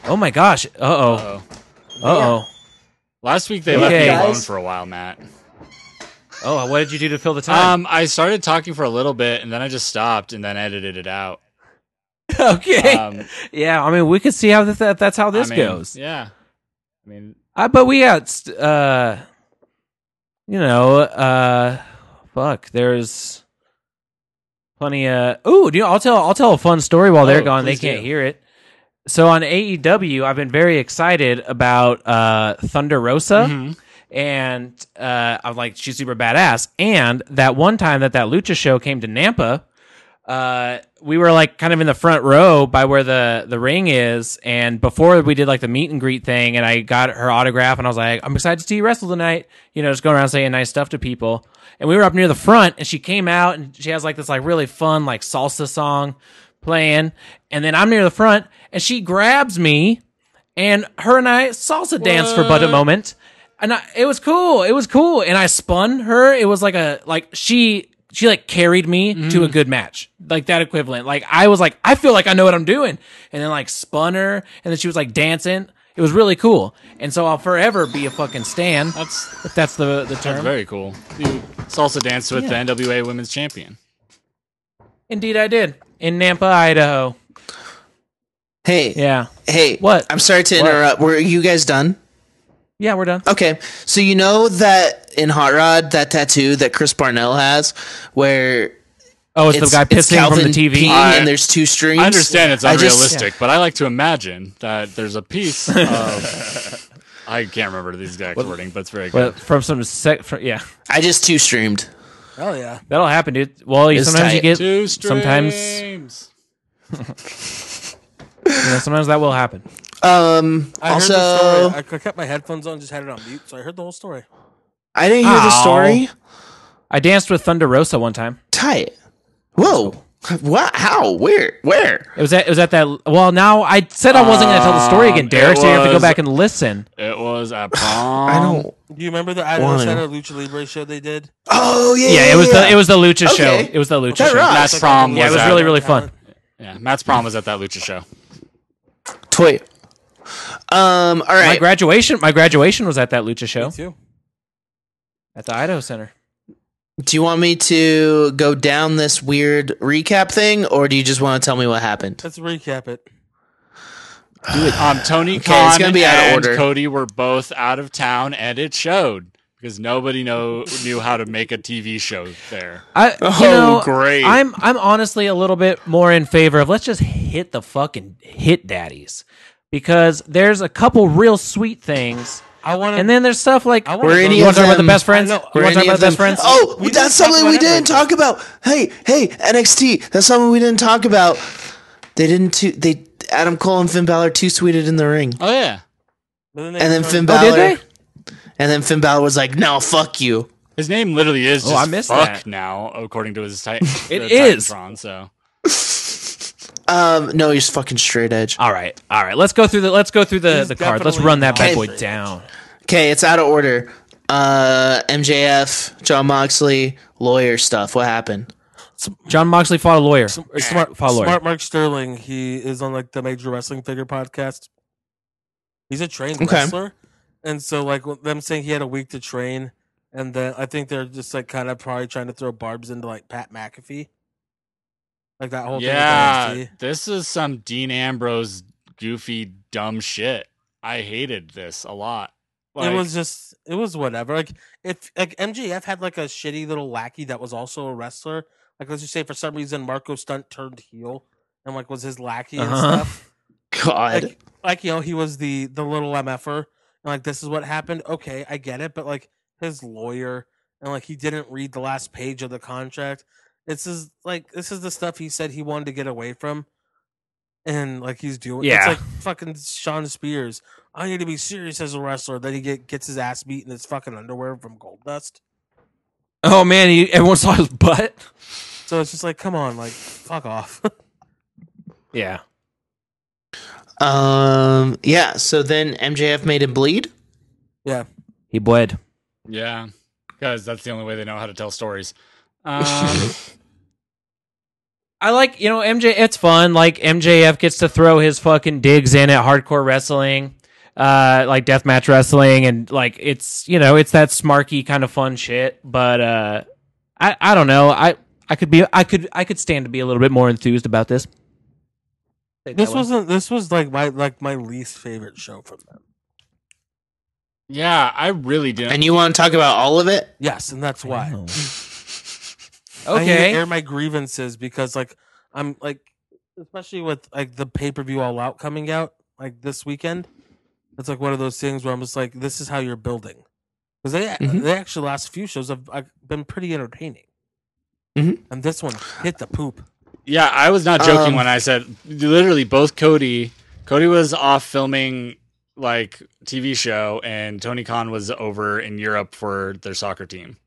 B: Oh my gosh. Uh oh.
F: Oh,
B: Uh oh.
F: last week they
B: Okay.
F: left me alone
A: Guys.
F: for a while, Matt.
B: Oh, what did you do to fill the time?
F: Um, I started talking for a little bit and then I just stopped and then edited it out.
B: okay.
F: Um,
B: yeah. I mean, we could see how that, that that's how
F: I
B: this
F: mean,
B: goes.
F: Yeah, I mean,
B: Uh, but we got, st- uh, you know, uh, fuck. There's plenty of. Ooh, do you, I'll tell. I'll tell a fun story while they're
F: Oh,
B: gone. They
F: please
B: can't
F: do.
B: hear it. So on AEW, I've been very excited about uh, Thunder Rosa,
F: mm-hmm.
B: and uh, I'm like, she's super badass. And that one time that that Lucha show came to Nampa, uh, we were like kind of in the front row by where the the ring is, and before we did like the meet and greet thing, and I got her autograph, and I was like, I'm excited to see you wrestle tonight. You know, just going around saying nice stuff to people. And we were up near the front, and she came out, and she has like this like really fun like salsa song playing, and then I'm near the front, and she grabs me, and her and I salsa danced for but a moment, and I, it was cool. It was cool, and I spun her. It was like a like she she like carried me to a good match, like that equivalent. Like I was like I feel like I know what I'm doing, and then like spun her, and then she was like dancing. It was really cool, and so I'll forever be a fucking stan.
F: that's
B: If that's the the term.
F: That's very cool. You salsa danced with the NWA Women's Champion.
B: Indeed, I did in Nampa, Idaho.
A: Hey.
B: Yeah,
A: Hey.
B: What?
A: I'm sorry to interrupt. Were you guys done?
B: yeah, we're done.
A: Okay. So you know that in Hot Rod, that tattoo that Chris Barnell has, where
B: Oh, it's,
A: it's
B: the guy
A: it's
B: pissing
A: Calvin
B: from the TV.
A: peeing
F: I-
A: and there's two streams.
F: I understand it's
A: I just-
F: unrealistic, but I like to imagine that there's a piece of I can't remember the exact wording, but it's very
B: Well,
F: good.
B: from some sec, from, yeah,
A: I just two streamed.
E: Hell yeah.
B: that'll happen, dude. Well, you,
A: It's
B: sometimes you
A: tight.
B: get
F: Two
B: sometimes you
F: streams.
B: know, sometimes that will happen.
A: Um,
E: I
A: also,
E: heard the story. I kept my headphones on, just had it on mute, so I heard the whole story.
A: I didn't hear the
B: Ow.
A: story.
B: I danced with Thunder Rosa one time.
A: Tight. Whoa. What? How? Where? Where?
B: It was at it was at that. Well, now I said I wasn't going to tell the story again,
F: Um,
B: Derek.
F: it
B: So you have to go
F: was-
B: back and listen.
F: It was a prom.
A: I
B: Um,
A: don't.
E: Do you remember the I don't
A: Wanna-
E: know Shadow Lucha Libre show they did?
A: Oh yeah.
B: Yeah, it was the it was the Lucha show.
A: Okay.
B: It was the Lucha
A: That
B: show.
A: rocks.
F: Matt's prom.
B: Yeah, it was
F: at-
B: really really fun.
F: Yeah, Matt's prom was at that lucha show.
A: toy. Um. All
B: My
A: right.
B: graduation my graduation was at that Lucha show
E: Me too.
B: at the Idaho Center.
A: do you want me to go down this weird recap thing, or do you just want to tell me what happened?
E: Let's recap it.
F: Um, Tony
A: Okay,
F: Khan
A: it's gonna be out of
F: and
A: order.
F: Cody were both out of town, and it showed because nobody know knew how to make a TV show there.
B: I, you
A: Oh,
B: know,
F: great.
B: I'm I'm honestly a little bit more in favor of let's just hit the fucking hit daddies because there's a couple real sweet things,
E: I want to.
B: and then there's stuff like
E: I
B: you
E: wanna
A: Were
E: go-
A: any
B: want to
A: of
B: talk about the
A: them-
B: best friends?
E: I
B: You
E: know.
A: Were
B: want to talk
A: any
B: about
A: of
B: the best
A: them-
B: friends?
A: Oh,
E: We
A: that's
E: didn't talk
A: something
E: about
A: we didn't
E: everything.
A: talk about. Hey, hey, NXT. That's something we didn't talk about. They didn't. Too, they Adam Cole and Finn Balor two sweeted in the ring,
F: Oh yeah,
E: but then they
A: and then
E: turned-
A: Finn
B: Oh,
A: Balor.
B: did they?
A: And then Finn Balor was like, "No, fuck you."
F: his name literally is.
B: Oh,
F: Just
B: I missed
F: fuck
B: that.
F: now, according to his Titan.
B: It
F: the
B: is.
F: Titantron, so
A: Um, no, he's fucking straight edge.
B: All right, all right. Let's go through the let's go through the,
E: He's
B: the card. Let's
E: definitely
B: run that bad
E: not
B: boy
E: straight.
B: down.
A: Okay, it's out of order. Uh, MJF, John Moxley, lawyer stuff. What happened?
B: John Moxley fought a lawyer. Or smart, fought a lawyer.
E: Smart Mark Sterling. He is on like the Major Wrestling Figure podcast. He's a trained
A: Okay.
E: wrestler, and so like with them saying he had a week to train, and then I think they're just like kind of probably trying to throw barbs into like Pat McAfee, like that whole thing.
F: yeah,
E: with NXT.
F: this is some Dean Ambrose goofy dumb shit. I hated this a lot. Like,
E: it was just it was whatever. Like if like MJF had like a shitty little lackey that was also a wrestler. Like let's just say for some reason Marco Stunt turned heel and like was his lackey and
B: Uh-huh.
E: stuff.
A: God,
E: like, like you know he was the the little mf'er and like this is what happened okay i get it but like his lawyer and like he didn't read the last page of the contract this is like this is the stuff he said he wanted to get away from and like he's doing it's
B: Yeah.
E: like fucking sean spears i need to be serious as a wrestler then he get, gets his ass beat in his fucking underwear from gold dust
B: Oh man, he, everyone saw his butt.
E: so it's just like come on like fuck off
B: Yeah.
A: um, yeah. So then MJF made him bleed.
B: He bled.
F: yeah, because that's the only way they know how to tell stories. Um,
B: I like, you know, MJ. It's fun. Like MJF gets to throw his fucking digs in at hardcore wrestling, uh, like deathmatch wrestling, and like it's you know it's that smarky kind of fun shit. But uh, I I don't know. I I could be I could I could stand to be a little bit more enthused about this.
E: this wasn't this was like my like my least favorite show from them
F: yeah, I really didn't.
A: And you want to talk about all of it?
E: yes and that's why I need to
B: okay.
E: air my grievances because like I'm like especially with like the pay per view all out coming out like this weekend. It's like one of those things where I'm just like, this is how you're building. Because they
A: Mhm.
E: they actually last few shows have uh, been pretty entertaining.
A: Mhm.
E: And this one hit the poop.
F: Yeah, I was not joking
A: Um,
F: when I said literally both Cody. Cody was off filming like TV show, and Tony Khan was over in Europe for their soccer team.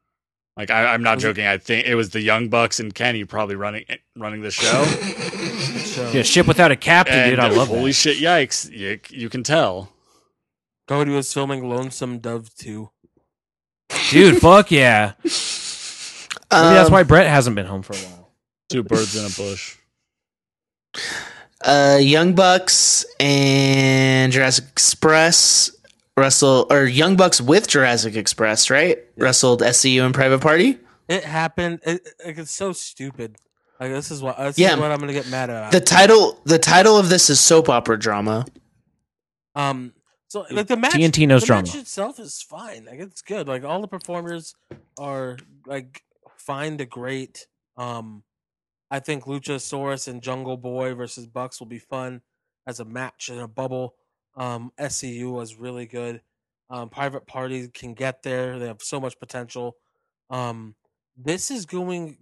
F: Like I,
A: Mm-hmm.
F: I'm not
E: Was it-
F: joking. I think it was the Young Bucks and Kenny probably running eh, running the show.
E: So
B: Yeah, ship without a captain,
F: and
B: dude. I love
F: holy
B: that.
F: shit! Yikes! You, you can tell.
E: Cody was filming Lonesome Dove 2.
B: dude. Fuck yeah. Maybe that's
A: Um,
B: why Brett hasn't been home for a while.
F: Two birds in a bush.
A: uh, Young Bucks and Jurassic Express wrestle or Young Bucks with Jurassic Express, right? Wrestled SCU and Private Party.
E: It happened. It, it- like, it's so stupid. Like this is what this
A: Yeah.
E: is what I'm gonna get mad at.
A: The title, the title of this is soap opera drama.
E: Um, so like the match,
B: TNT knows
E: the
B: drama.
E: match itself is fine. Like it's good. Like all the performers are like fine to great. Um, I think Luchasaurus and Jungle Boy versus Bucks will be fun as a match in a bubble. Um, SCU was really good. Um, private parties can get there. They have so much potential. Um, this is going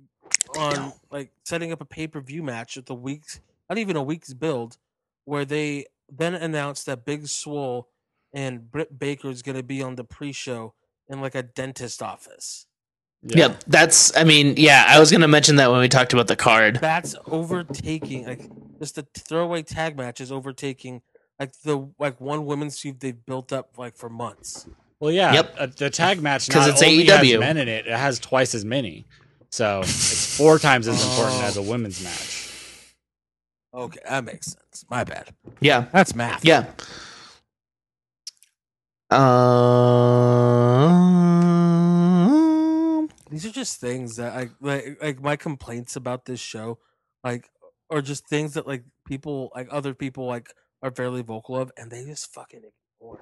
E: on like setting up a pay per view match at the week's, not even a week's build, where they then announced that Big Swole and Britt Baker is going to be on the pre show in like a dentist office.
A: Yep, that's. I mean, yeah, I was gonna mention that when we talked about the card.
E: that's overtaking like just the throwaway tag match is overtaking like the like one women's feud they've built up like for months.
F: Well, yeah.
A: Yep.
F: uh, the tag match
A: 'Cause
F: not
A: it's E
F: only
A: AEW.
F: has men in it, it has twice as many. So it's four times as
A: Oh.
F: important as a women's match.
E: Okay, that makes sense. My bad.
A: Yeah,
E: That's math.
A: yeah. Um,
E: These are just things that I like like my complaints about this show like are just things that like people like other people like are fairly vocal of and they just fucking ignore.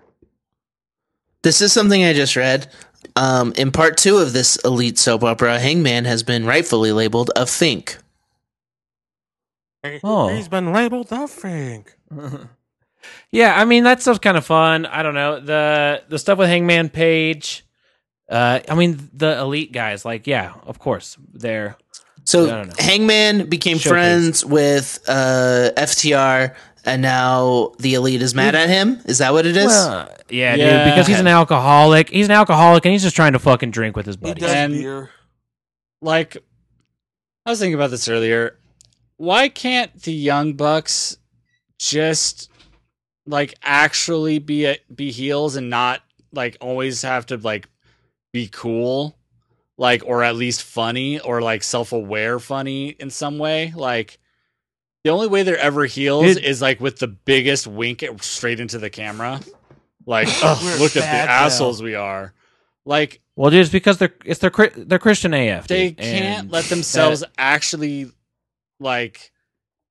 A: This is something I just read. Um, in part two of this elite soap opera, Hangman has been rightfully labeled a fink.
B: Oh.
E: He's been labeled the Frank.
B: yeah, I mean that stuff's kind of fun. I don't know the the stuff with Hangman Page. Uh, I mean the elite guys, like yeah, of course they're I
A: So
B: don't know.
A: Hangman became
B: Showcase.
A: friends with uh, FTR, and now the elite is mad at him. Is that what it is?
B: Hmm. Well, yeah,
F: Yeah.
B: dude, because he's
F: Okay.
B: an alcoholic. He's an alcoholic, and he's just trying to fucking drink with his
E: He
B: buddies.
E: does
F: And-
E: beer.
F: Like, I was thinking about this earlier. Why can't the Young Bucks just like actually be a, be heels and not like always have to like be cool, like or at least funny or like self aware funny in some way, like. The only way they're ever heels
B: Dude.
F: is like with the biggest wink at, straight into the camera, like oh,
E: We're
F: look at the
E: bad now."
F: assholes we are. Like
B: Well, dude, it's because they're it's their Chri- they're Christian AF. dude,
F: they
B: and
F: can't let themselves actually like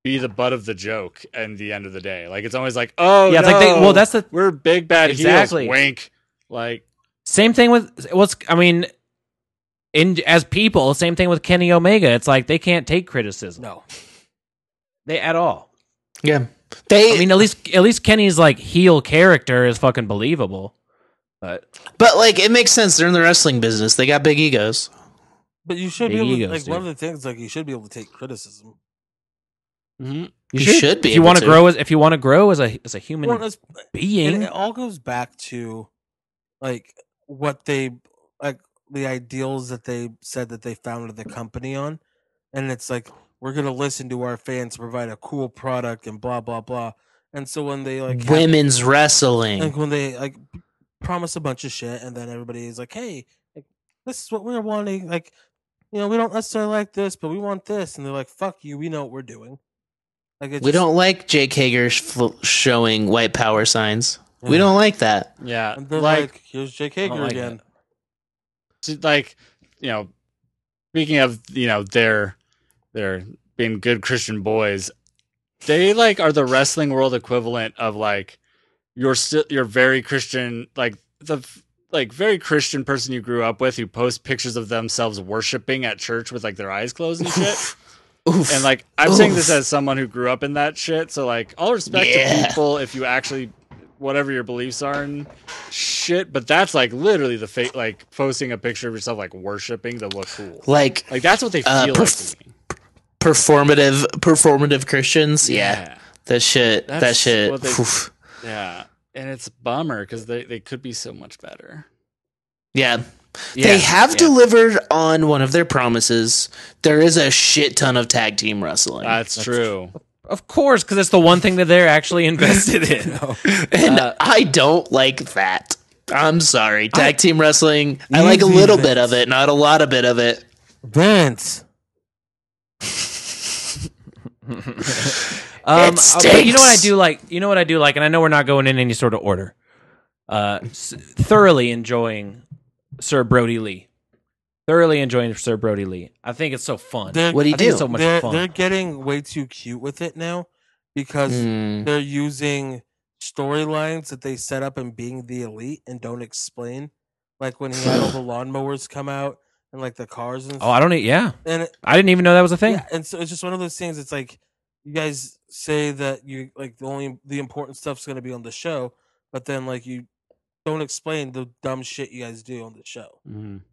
F: be the butt of the joke in the end of the day. Like it's always like, oh
B: Yeah, it's like they.
F: no,
B: Well, that's the
F: we're big bad
B: Exactly.
F: heels. Wink. Like
B: Same thing with what's I mean, in as people, same thing with Kenny Omega. It's like they can't take criticism.
E: No.
B: They at all.
A: yeah. They,
B: I mean, at least at least Kenny's like heel character is fucking believable. But
A: but like, it makes sense. They're in the wrestling business. They got big egos.
E: But you should
B: Big
E: be able to,
B: egos,
E: like one of
B: dude.
E: the things like you should be able to take criticism.
A: You should, be.
B: If you
A: able
B: want to
A: to.
B: grow as if you want to grow as a as a human
E: Well, it's- it,
B: being,
E: it all goes back to like what they like the ideals that they said that they founded the company on and it's like we're gonna listen to our fans provide a cool product and blah blah blah and so when they like have-
A: women's wrestling.
E: like when they like promise a bunch of shit and then everybody is like hey like this is what we're wanting like you know we don't necessarily like this but we want this and they're like fuck you we know what we're doing like it's
A: we
E: just-
A: don't like Jake Hager sh- fl- showing white power signs. We
E: Yeah.
A: don't like that.
F: yeah,
E: and they're like,
F: like
E: here's jake
B: don't
E: hager
B: like
E: again
B: it.
F: to- like you know speaking of you know their their being good christian boys they like are the wrestling world equivalent of like you're still you're very christian like the f- like very christian person you grew up with who posts pictures of themselves worshiping at church with like their eyes closed and shit
A: Oof.
F: and like i'm saying this
A: Oof.
F: as someone who grew up in that shit so like all respect
A: Yeah.
F: to people if you actually whatever your beliefs are and shit but that's like literally the fate like posting a picture of yourself like worshiping to look cool
A: like
F: like that's what they feel
A: Uh,
F: like
A: perf-
F: to me.
A: performative performative Christians. Yeah. That shit that
F: That's
A: shit.
F: what they-
A: oof.
F: yeah and it's a bummer because they, they could be so much better
A: Yeah.
B: Yeah,
A: They have
B: yeah.
A: delivered on one of their promises. There is a shit ton of tag team wrestling.
F: that's, true
B: of course, because it's the one thing that they're actually invested in.
A: and I don't like that. I'm sorry. Tag team wrestling, I like a little bit of it, not a lot of bit of it.
E: vince
B: Um,
A: It
B: uh, but you know what I
A: stinks.
B: do like? You know what I do like? And I know we're not going in any sort of order. Uh, s- thoroughly enjoying Sir Brody Lee. Thoroughly enjoying Sir Brody Lee. I think it's so fun.
E: They're-
A: What'd he
B: I think
A: do?
B: It's so much
E: they're,
B: fun.
E: they're getting way too cute with it now because
A: Mm.
E: they're using storylines that they set up in being the elite and don't explain. Like when he had all the lawnmowers come out and like the cars and
B: oh, I don't. e- Yeah,
E: and it-
B: I didn't even know that was a thing.
E: yeah, and so it's just one of those things. It's like you guys say that you like the only the important stuff's going to be on the show, but then like you don't explain the dumb shit you guys do on the show.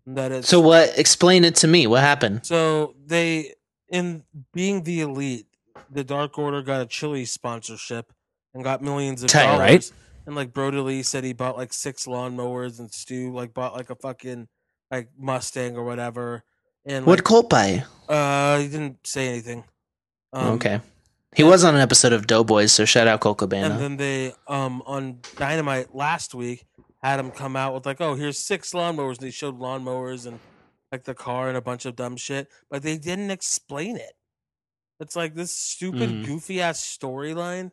E: That is
A: So what? Explain it to me. What happened?
E: So they, in being the elite, the Dark Order got a Chili sponsorship and got millions of
A: Tight,
E: dollars.
A: right?
E: And like Brody Lee said, he bought like six lawnmowers, and Stu like bought like a fucking like Mustang or whatever. And
A: What
E: like,
A: Colpay?
E: uh, he didn't say anything. Um,
A: okay. He was on an episode of Doughboys, so shout out Cole
E: And
A: Cabana.
E: then they um on Dynamite last week had him come out with like, oh, here's six lawnmowers, and they showed lawnmowers and like the car and a bunch of dumb shit, but they didn't explain it. It's like this stupid,
A: Mhm.
E: goofy ass storyline.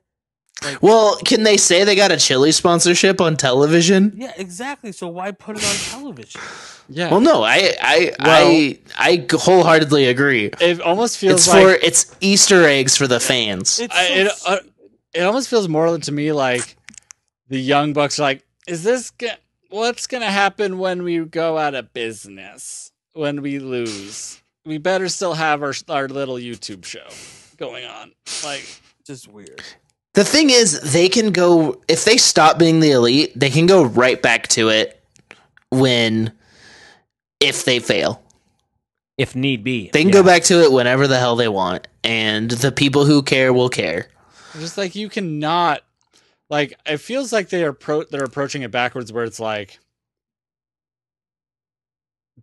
E: Like,
A: Well, can they say they got a chili sponsorship on television?
E: yeah, exactly. So why put it on television?
F: Yeah.
A: Well, no, I, I, I, I wholeheartedly agree.
F: it almost feels
A: It's
F: like
A: for it's Easter eggs for the fans.
E: It's
F: I,
E: so
F: it,
E: s-
F: uh, it almost feels more to me like the young bucks are like is this go- what's gonna happen when we go out of business when we lose we better still have our our little youtube show going on like
E: just weird.
A: The thing is, they can go if they stop being the elite, they can go right back to it when if they fail.
B: if need be.
A: They can
B: Yeah.
A: go back to it whenever the hell they want, and the people who care will care.
F: just like you cannot like it feels like they are pro- they're approaching it backwards where it's like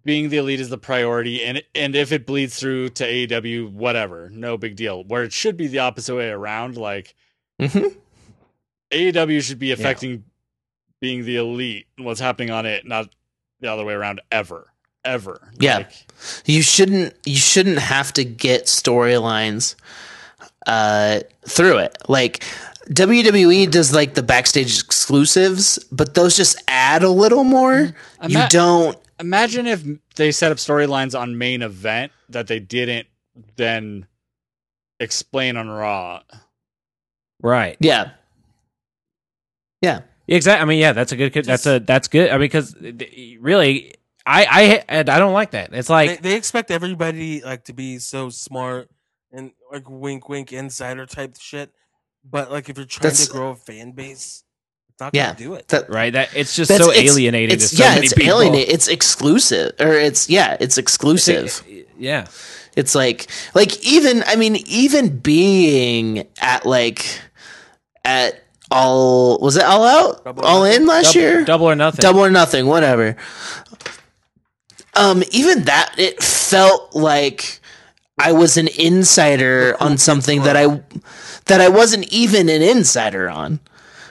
F: being the elite is the priority and and if it bleeds through to AEW whatever no big deal where it should be the opposite way around like
A: Mhm.
F: AEW should be affecting being the elite and what's happening on it not the other way around ever ever
A: Yeah.
F: Like,
A: You shouldn't you shouldn't have to get storylines uh, through it. Like WWE does like the backstage exclusives, but those just add a little more.
F: I'm
A: You
F: not-
A: don't
F: imagine if they set up storylines on main event that they didn't then explain on raw
B: right.
A: Yeah. Yeah.
B: Exactly. I mean, yeah, that's a good. That's a that's good. I mean, because really, I I and I don't like that. It's
E: They,
B: like
E: they expect everybody like to be so smart and like wink, wink, insider type shit. But like, if you're trying
A: That's-
E: to grow a fan base, it's not
A: Yeah.
E: gonna do it.
A: That,
B: right. That it's just
A: That's-
B: so
A: it's-
B: alienating
A: It's
B: to so
A: yeah,
B: many
A: it's
B: people.
A: alienate. It's exclusive, or it's yeah, it's exclusive.
B: Yeah.
A: It's like like even I mean even being at like at all was it all out
E: Double or
A: all in
E: Nothing?
A: last
B: Double,
A: year
B: double or nothing.
A: double or nothing whatever. Um, even that it felt like I was an insider on something that I that I wasn't even an insider on.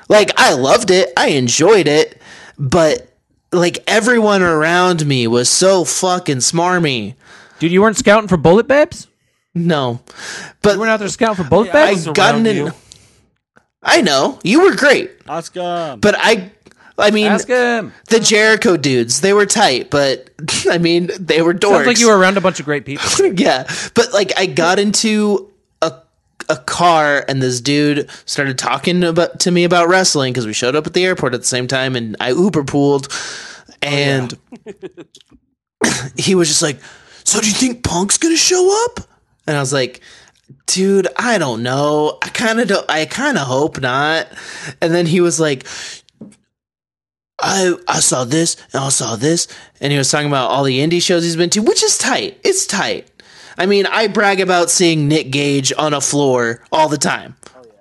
A: Like I loved it, I enjoyed it, but like everyone around me was so fucking smarmy.
B: Dude, you weren't scouting for bullet babes.
A: No,
B: You
A: but
B: weren't out there scouting for bullet
E: Yeah,
B: babes.
A: I
E: was
A: got
E: around
A: an.
E: you.
A: I know you were great,
F: oscar
A: but I, I mean,
B: Ask him.
A: the Jericho dudes, they were tight, but I mean, they were dorks.
B: Sounds like you were around a bunch of great people.
A: yeah, but like I got into a a car and this dude started talking about to me about wrestling because we showed up at the airport at the same time and I Uber pooled and he was just like, "So do you think Punk's gonna show up?" And I was like. Dude, I don't know. I kind of don't. I kind of hope not. And then he was like, I I saw this and I saw this, and he was talking about all the indie shows he's been to, which is tight. It's tight. I mean, I brag about seeing Nick Gage on a floor all the time,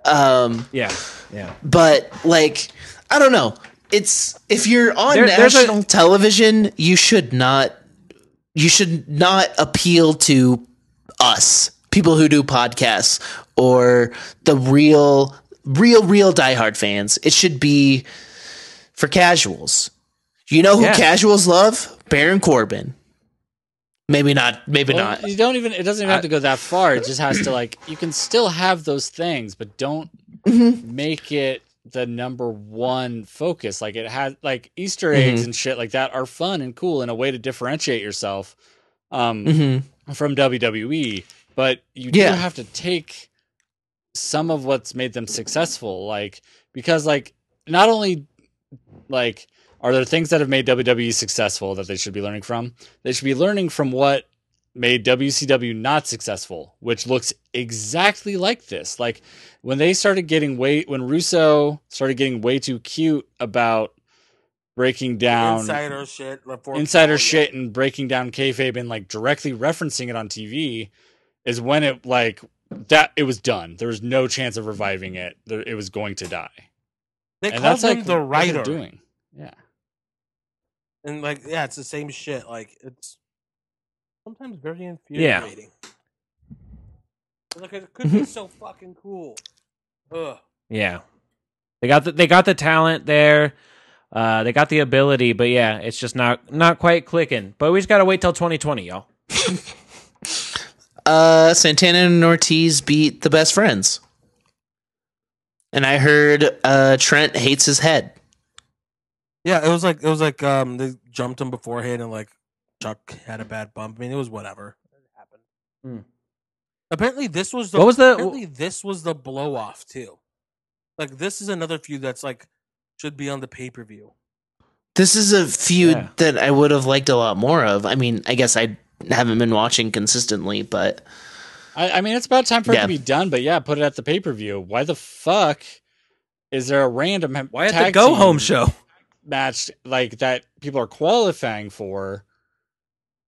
A: um,
B: Yeah. Yeah.
A: but like, I don't know. It's if you're on
B: There- there's a-
A: national television, you should not you should not appeal to us, people who do podcasts or the real real real diehard fans. It should be for casuals. You know who
B: Yeah.
A: casuals love? Baron Corbin. Maybe not. Maybe not.
F: you don't even it doesn't even have to go that far it just has to like you can still have those things but don't make it the number one focus like it has like easter
A: Mm-hmm.
F: eggs and shit like that are fun and cool and a way to differentiate yourself um
A: Mhm.
F: from WWE, but you
A: Yeah.
F: do have to take some of what's made them successful, like because like not only like are there things that have made WWE successful that they should be learning from? They should be learning from what made WCW not successful, which looks exactly like this. Like when they started getting way when Russo started getting way too cute about breaking down
E: insider shit. before people,
F: insider
E: yeah.
F: shit and breaking down kayfabe and like directly referencing it on TV is when it like that it was done. There was no chance of reviving it. There, it was going to die.
E: They
F: and
E: called
F: that's
E: him
F: like
E: the
F: what they're
E: writer,
F: doing. Yeah.
E: and like yeah, it's the same shit. Like it's sometimes very
B: Yeah.
E: infuriating. Like it could be so fucking cool. Ugh.
B: Yeah, they got the, they got the talent there. Uh, they got the ability, but yeah, it's just not not quite clicking. But we just gotta wait till 2020, y'all.
A: Uh, Santana and Ortiz beat the best friends. And I heard uh, Trent hates his head.
E: Yeah, it was like it was like um they jumped him beforehand and like Chuck had a bad bump. I mean, it was whatever. It happened.
B: Hmm.
E: Apparently, this was the
B: What was the-
E: apparently this was the blow off too. Like this is another feud that's like should be on the pay per view.
A: This is a feud
B: Yeah.
A: that I would have liked a lot more of. I mean, I guess I haven't been watching consistently, but
F: I, I mean, it's about time for it
A: Yeah.
F: to be done, but yeah, put it at the pay per view. Why the fuck is there a random ha-
G: Why at the
F: tag
G: go
F: team
G: home show?
F: match like that people are qualifying for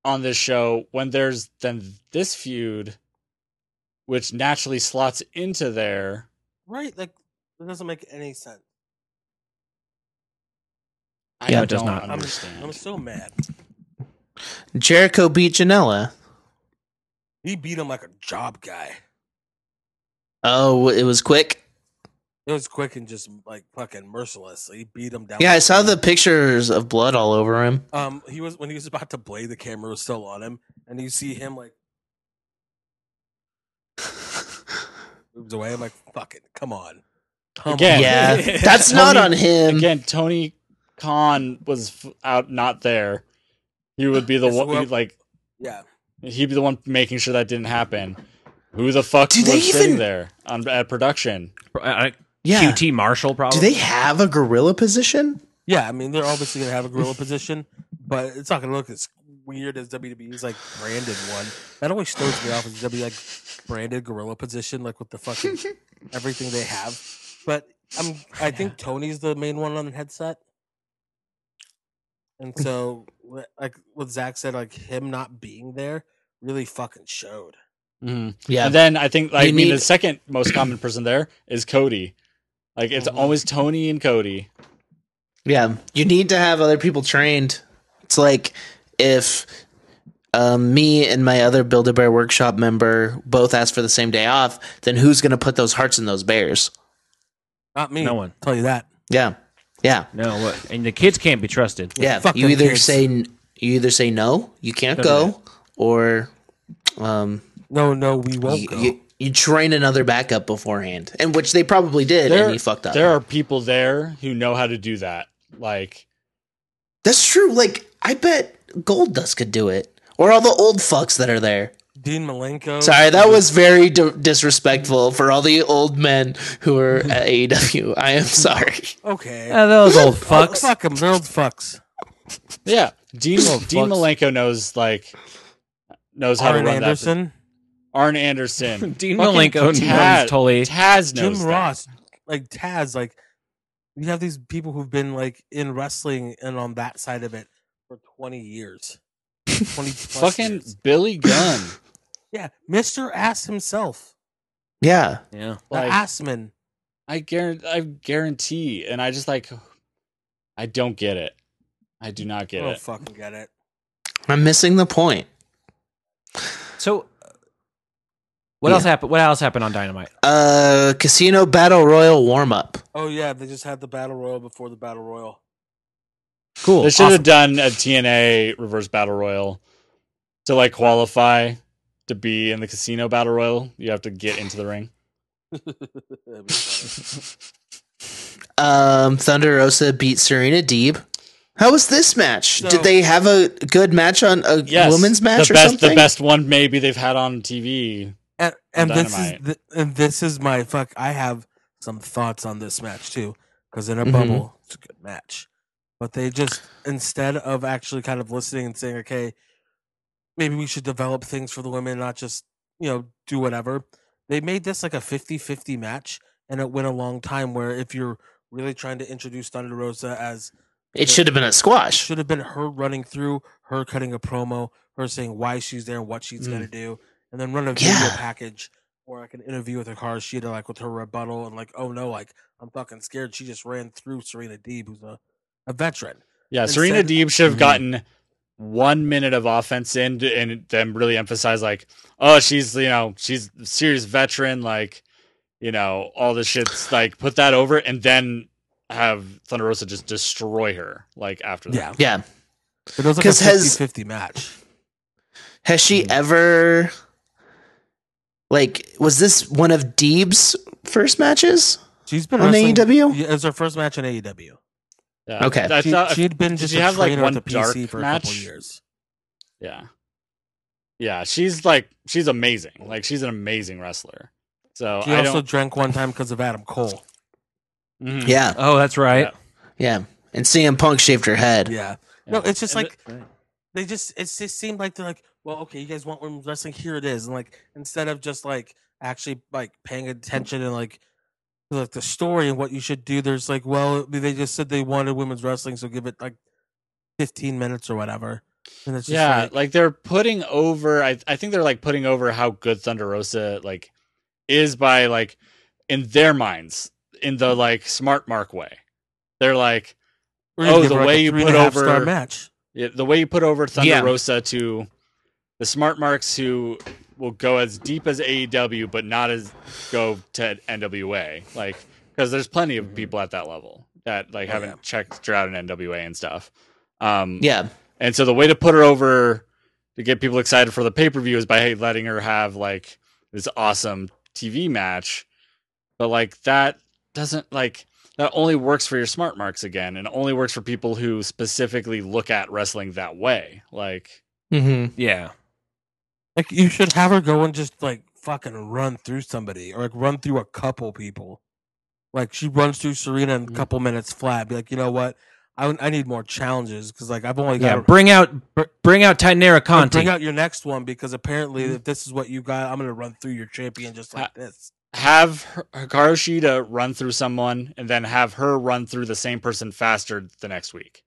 F: on this show when there's then this feud, which naturally slots into there?
E: Right? Like it doesn't make any sense.
F: I
A: Yeah,
B: it does
F: don't
B: not.
E: I'm
F: understand.
E: I'm so mad.
A: Jericho beat Janela.
E: He beat him like a job guy.
A: Oh, it was quick.
E: It was quick and just like fucking merciless. He beat him down.
A: Yeah,
E: with
A: I saw
E: blood.
A: the pictures of blood all over him.
E: Um, he was when he was about to blade, the camera was still on him, and you see him like moves away. I'm like, "Fucking, come on, come
F: Again.
A: Yeah, that's
F: Tony-
A: not on him.
F: Again, Tony Khan was f- out, not there. He would be the
E: Yes,
F: one,
E: well-
F: like
E: yeah."
F: he'd be the one making sure that didn't happen. Who the fuck
A: Do
F: was
A: they even-
F: sitting there on at production?
B: Uh,
A: Yeah.
B: QT Marshall probably.
A: Do they have a gorilla position?
E: Yeah, I mean, they're obviously gonna have a gorilla position, but it's not gonna look as weird as WWE's like branded one. That always throws me off. Is WWE E, like branded gorilla position, like with the fucking everything they have? But I'm, I think Tony's the main one on the headset, and so li- like what Zach said, like him not being there really fucking showed.
F: Mm-hmm.
A: Yeah,
F: And then I think I
A: You
F: mean
A: need-
F: the second most common person there is Cody. Like it's
E: Mhm.
A: Mm-hmm.
F: always Tony and Cody.
A: Yeah, you need to have other people trained. It's like if um, me and my other Build a Bear Workshop member both ask for the same day off, then who's going to put those hearts in those bears?
E: Not me.
B: No one.
E: Tell you that.
A: Yeah, yeah,
B: No, what? And the kids can't be trusted.
A: yeah.
E: fuck
A: you
E: them
A: either
E: kids.
A: say n- you either say no, you can't
B: Don't
A: go, or um,
E: No, no, we won't
A: you,
E: go.
A: you, you train another backup beforehand, and which they probably did,
F: There,
A: and he fucked up.
F: there are people there who know how to do that. Like
A: That's true. Like I bet Gold Dust could do it, or all the old fucks that are there.
E: Dean Malenko.
A: Sorry, that was very d- disrespectful for all the old men who are at AEW. I am sorry.
E: okay.
B: Uh, those old
E: Oh,
B: fucks.
E: fuck them, they're old fucks.
F: yeah, Dean Dean
B: fucks.
F: Malenko knows like knows how
E: Arn
F: to run that.
E: Anderson,
F: Arn Anderson.
B: Dean
F: Fucking
B: Malenko
F: Taz-
B: knows totally.
F: Taz knows
E: Jim
F: that.
E: Ross, like Taz, like you have these people who've been like in wrestling and on that side of it for twenty years. Twenty plus
F: Fucking
E: years.
F: Billy Gunn.
E: yeah, Mister Ass himself,
A: Yeah.
B: Yeah.
E: the
F: Like-
E: Assman.
F: I guarantee. I guarantee, and I just like. I don't get it. I do not
E: I
F: get
E: don't
F: it.
E: fucking get it.
A: I'm missing the point.
B: So, uh, what
A: Yeah.
B: else happened? What else happened on Dynamite?
A: Uh Casino Battle Royal warm up.
E: Oh yeah, they just had the battle royal before the battle royal.
B: Cool.
F: They should have done a TNA reverse battle royal to like qualify to be in the casino battle royal. You have to get into the ring.
E: That'd be funny.
A: Um Thunder Rosa beat Serena Deeb. How was this match?
E: So-
A: Did they have a good match on a
F: Yes,
A: women's match or
F: the best,
A: something?
F: the best one maybe they've had on TV.
E: and and this is
F: Dynamite.
E: th- and this is my fuck. I have some thoughts on this match too, because in a
A: Mhm.
E: bubble, it's a good match. But they just instead of actually kind of listening and saying, okay, maybe we should develop things for the women, not just you know do whatever. They made this like a 50-50 match, and it went a long time. Where if you're really trying to introduce Thunder Rosa as
A: It should have been a squash.
E: should have been her running through, her cutting a promo, her saying why she's there and what she's gonna do, and then run a video
A: Yeah.
E: package or like an interview with her car. She had like with her rebuttal and like, oh no, like I'm fucking scared. She just ran through Serena Deeb, who's a, a veteran.
F: Yeah,
E: and
F: Serena
E: said-
F: Deeb should have
G: Mhm.
F: gotten one minute of offense in to- and then really emphasize like, oh, she's you know she's a serious veteran, like you know all this shit's like put that over and then have Thunder Rosa just destroy her like after
E: Yeah,
F: that.
A: Yeah.
E: it was like a 50
A: 'Cause has-
E: 50 match.
A: Has she
F: Mm-hmm.
A: ever like was this one of Deeb's first matches?
E: She's been
A: On E
E: wrestling-
A: AEW?
E: Yeah, it was her first match in AEW.
F: Yeah.
A: Okay.
F: I
E: She,
F: thought-
E: she'd been
F: did
E: just
F: she
E: a
F: have, like,
E: trainer
F: one
E: at the
F: dark
E: PC for a couple
F: match?
E: years.
F: yeah, yeah. She's like she's amazing. Like she's an amazing wrestler. So
E: She
F: Oh, I
E: also
F: don't.
E: drank one time because of Adam Cole.
F: Mhm.
A: Yeah.
B: Oh, that's right.
A: Yeah. And CM Punk shaved her head.
E: Yeah. No,
F: Yeah.
E: it's just
F: And
E: like they just it just seemed like they're like, well, okay, you guys want women's wrestling, here it is, and like instead of just like actually like paying attention and like to, like the story and what you should do, there's like, well, they just said they wanted women's wrestling, so give it like 15 minutes or whatever, and it's just
F: yeah
E: like,
F: like, they're putting over I, I think they're like putting over how good thunder rosa like is by like in their minds in the like smart mark way they're like
E: we're gonna
F: oh,
E: give
F: the
E: her, like,
F: way
E: a
F: you
E: three and
F: put
E: a half star
F: over-
E: match.
F: yeah, the way you put over thunder
A: Yeah.
F: rosa to the smart marks who will go as deep as aew but not as go to nwa like because there's plenty of people at that level that like
E: Mm-hmm. Oh,
F: haven't
E: yeah.
F: checked her out in nwa and stuff um
A: Yeah.
F: and so the way to put her over to get people excited for the pay per view is by hey, letting her have like this awesome TV match. But like that doesn't like that only works for your smart marks again, and only works for people who specifically look at wrestling that way. Like
A: Mm-hmm.
B: Yeah.
E: Like you should have her go and just like fucking run through somebody or like run through a couple people. Like she runs through Serena in a
F: Mhm.
E: couple minutes flat. Be like, you know what? I, I need more challenges because like I've only got
B: Yeah. Bring out bring out Titanera
E: Like,
B: Conti.
E: Bring out your next one because apparently, if this is what you got, I'm gonna run through your champion just like this.
F: have Hi- Hikaru Shida run through someone, and then have her run through the same person faster the next week.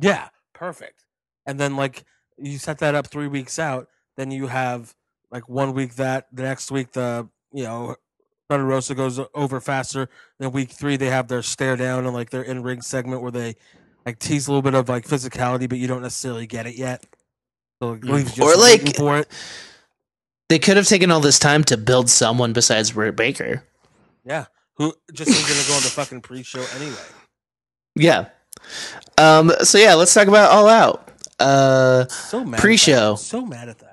E: Yeah, perfect. And then like you set that up three weeks out, then you have like one week that the next week the you know Thunder Rosa goes o- over faster. Then week three they have their stare down and like their in ring segment where they like tease a little bit of like physicality, but you don't necessarily get it yet. So like,
F: Mm.
E: leaves you
A: Or,
E: just waiting
A: like,
E: for it.
A: They could have taken all this time to build someone besides Britt Baker.
E: Who just is gonna go on the fucking pre-show anyway.
A: Yeah. Um, so yeah, let's talk about All Out. Uh,
E: So mad. at that.
A: Pre-show.
E: So mad at that.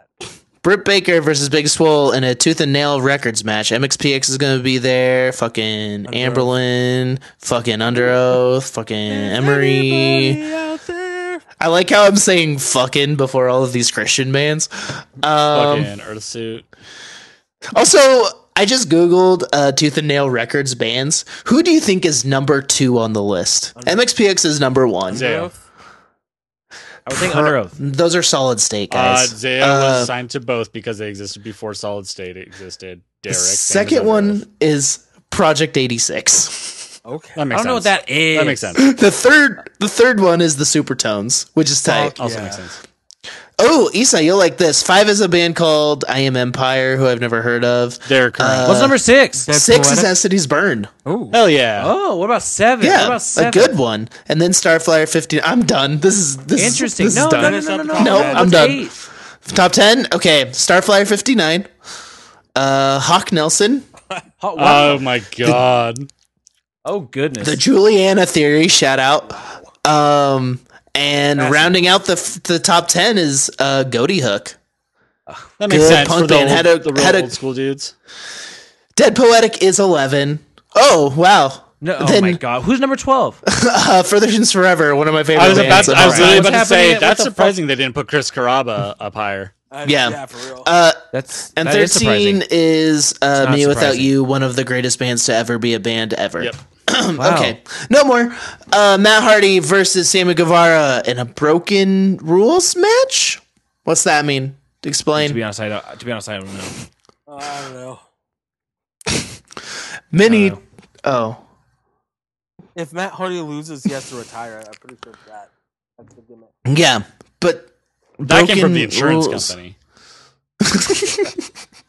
A: Britt Baker versus Big Swole in a tooth and nail records match. MXPX is going to be there. Fucking
E: Under
A: Amberlyn. Fucking Under Oath. Fucking Emery.
E: Anybody out there?
A: I like how I'm saying fucking before all of these Christian bands. Um,
F: Fucking Earth Suit.
A: also, I just Googled uh, Tooth and Nail Records bands. Who do you think is number two on the list? MXPX is number one.
F: Zale.
B: I would think under oath.
A: Those are solid state
F: Uh,
A: guys.
F: Zale
A: Uh,
F: was signed to both because they existed before Solid State existed.
A: the
F: Derek. same as
A: second
F: everyone else.
A: one is Project 86.
E: Okay.
F: That
B: I
F: makes
B: don't know what
F: sense.
B: that is.
F: That makes sense.
A: The third, the third one is the Supertones, which is
B: oh.
A: tight.
F: Also
E: Yeah.
F: makes sense.
A: Oh, Isa, you'll like this. Five is a band called I Am Empire, who I've never heard of.
F: They're current.
A: Uh,
B: What's number six?
E: Dead
A: Six is
E: Poetic?
A: As Cities Burn.
E: Oh,
F: Hell yeah.
B: Oh, what about seven? what
A: Yeah,
B: about
A: a
B: seven?
A: good one. And then Starflyer 15. I'm done. This is this is-
B: Interesting.
A: this Is,
B: no, no,
A: done.
B: no, no, no, no,
A: No, I'm
B: What's
A: done.
B: eight?
A: Top 10? Okay. Starflyer 59. Uh, Hawk Nelson.
B: Oh, wow.
F: Oh my god.
B: oh goodness.
A: The Juliana Theory. Shout out. Um, and rounding out the f- the top 10 is uh, Goaty Hook.
F: that makes
A: good
F: sense.
A: punk
F: for the,
A: band.
F: old,
A: Had a-
F: the real
A: had a-
F: old school dudes.
A: Dead Poetic is 11. Oh, wow.
B: no, oh
A: then-
B: my god. Who's number twelve?
A: Uh, Further Things Forever, one of my favorite
F: I was about.
A: bands.
F: To,
A: of
F: I
A: all
F: was
A: time.
F: literally
B: What's
F: about to
B: happening?
F: say
B: What
F: that's
B: the fuck?
F: surprising they didn't put Chris Caraba up higher.
E: I-
A: yeah.
E: for real.
A: Uh,
B: That's
A: and
B: that is
A: 13
B: surprising.
A: is uh,
B: not
A: Me Without
B: surprising.
A: You, one of the greatest bands to ever be a band ever.
F: Yep.
B: Wow.
A: Okay, no more. Uh, Matt Hardy versus Sammy Guevara in a broken rules match. What's that mean?
B: To be
A: Explain.
B: honest, I don't, to be honest, I don't know.
E: Uh, I don't know.
A: Many. Oh,
E: if Matt Hardy loses, he has to retire. I'm pretty sure it's that. That's the gimmick.
A: Oh. Yeah, but
F: That came from
A: broken
F: the insurance
A: rules.
F: company.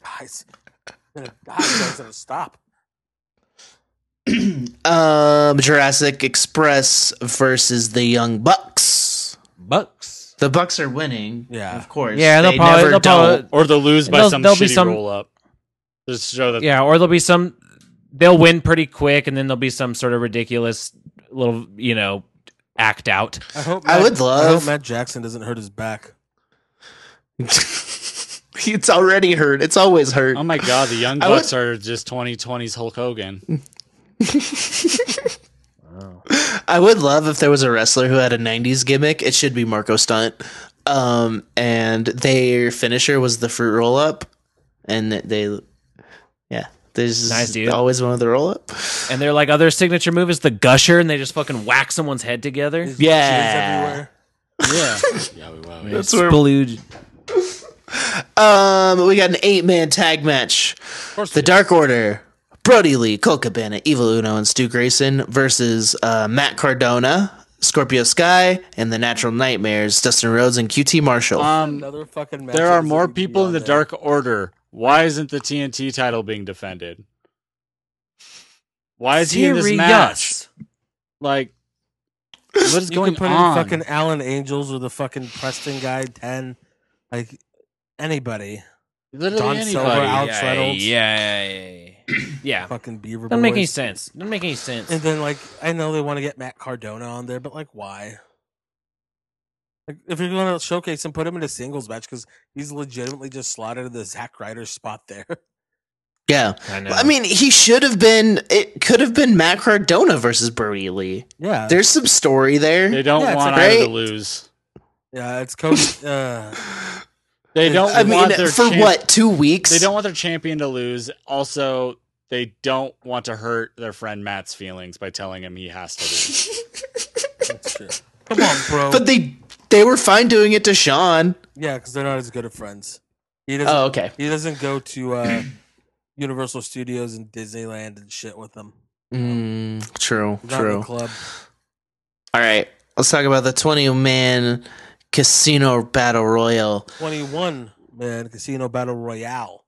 E: Guys, I'm gonna die. Guys, gonna stop.
A: Um, Jurassic Express versus the Young Bucks.
B: Bucks.
A: The Bucks are winning.
E: Yeah.
A: of course.
B: Yeah, they'll
A: they
B: probably-
A: never
B: they'll probably-
A: don't.
F: Or they'll lose by
B: There'll-
F: some
B: there'll be
F: shitty
B: some-
F: roll up. Just show that
B: Yeah, or there'll be some. They'll win pretty quick, and then there'll be some sort of ridiculous little, you know, act out.
E: I hope.
A: I would
E: I hope
A: love.
E: Matt Jackson doesn't hurt his back.
A: it's already hurt. It's always hurt.
F: Oh my god, the Young
A: I would-
F: Bucks are just 2020's Hulk Hogan.
A: I would love if there was a wrestler who had a '90s gimmick. It should be Marco Stunt. Um, and their finisher was the fruit roll up, and they, yeah, there's
B: Nice, dude.
A: always one with the roll up.
B: And they're like, other signature move is the gusher, and they just fucking whack someone's head together.
E: His
A: Yeah.
E: shoes everywhere.
F: Yeah. yeah, we will.
A: That's where
B: Splooge.
A: um we got an eight man tag match. The Dark Order, Brody Lee, Cole Cabana, Evil Uno, and Stu Grayson versus uh, Matt Cardona, Scorpio Sky, and the Natural Nightmares, Dustin Rhodes and QT Marshall.
B: Uh,
F: Um,
E: Another fucking.
F: there
E: matchup
F: are
E: is
F: more
E: gonna be
F: people in
E: on
F: the
E: there.
F: Dark Order. Why isn't the TNT title being defended? Why is he in this match? Like, what is
E: You
F: going
E: can put
F: on?
E: in fucking Allen Angels or the fucking Preston guy ten, like anybody.
F: Literally
E: Don
F: anybody.
E: Silver, Alex
B: Yeah,
E: Reynolds,
B: yeah, yeah, yeah. yeah.
E: fucking Beaver.
B: Doesn't make
E: Boys.
B: any sense. Doesn't make any sense.
E: And then like I know they want to get Matt Cardona on there, but like why? Like if you're going to showcase him, put him in a singles match because he's legitimately just slotted to the Zack Ryder spot there.
A: yeah.
B: I know.
A: I mean, he should have been. It could have been Matt Cardona versus Brody Lee.
E: Yeah,
A: There's some story
F: They
A: there.
F: don't
E: Yeah, it's
F: want
A: like-
F: either
A: Right?
F: to lose.
E: yeah, it's Cody. Uh,
F: They don't
A: I mean,
F: want their
A: for
F: champ-
A: what two weeks?
F: They don't want their champion to lose. Also, they don't want to hurt their friend Matt's feelings by telling him he has to lose.
E: that's true. Come on, bro.
A: But they they were fine doing it to Sean.
E: yeah, because they're not as good of friends. He doesn't.
A: Oh, okay.
E: He doesn't go to uh, Universal Studios and Disneyland and shit with them.
A: Mm, true.
E: He's not in the
A: True.
E: club.
A: All right, let's talk about the 20 man casino battle royal.
E: Twenty-one man casino battle royale.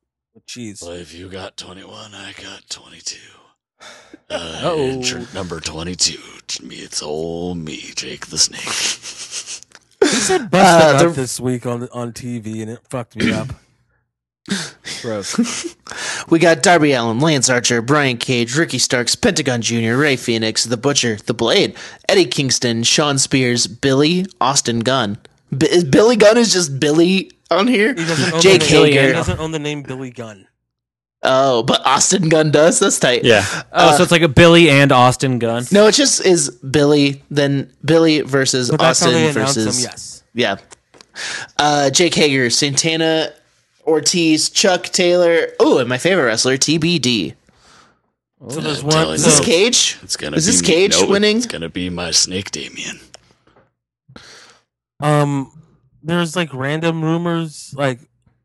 E: Jeez.
A: Uh,
F: Well, if you got 21, I got 22.
B: Uh-oh.
F: Uh, entrant number 22. Me, It's all me, Jake the Snake.
A: Uh,
E: Busted up
A: the-
E: this week on on TV and it fucked me up.
A: we got Darby Allen, Lance Archer, Brian Cage, Ricky Starks, Pentagon Jr., Ray Phoenix, The Butcher, The Blade, Eddie Kingston, Sean Spears, Billy, Austin Gunn. B- is Billy Gunn is just Billy on here.
E: He doesn't own
A: Jake
E: the name,
A: Hager.
E: He doesn't own the name Billy Gunn.
A: Oh, but Austin Gunn does. That's tight.
F: yeah.
B: oh, so it's like a Billy and Austin Gunn.
A: No, it just is Billy. Then Billy versus
E: But that's how they
A: Austin
E: announced
A: versus
E: him. Yes.
A: Yeah. Uh, Jake Hager, Santana, Ortiz, Chuck Taylor. Oh, and my favorite wrestler, TBD.
E: So there's
F: telling
E: one.
F: you.
A: Is this
E: So,
A: Cage?
F: It's gonna
A: Is this
F: be-
A: Cage
F: no,
A: winning?
F: It's going to be my snake, Damien.
E: um, there's like random rumors, like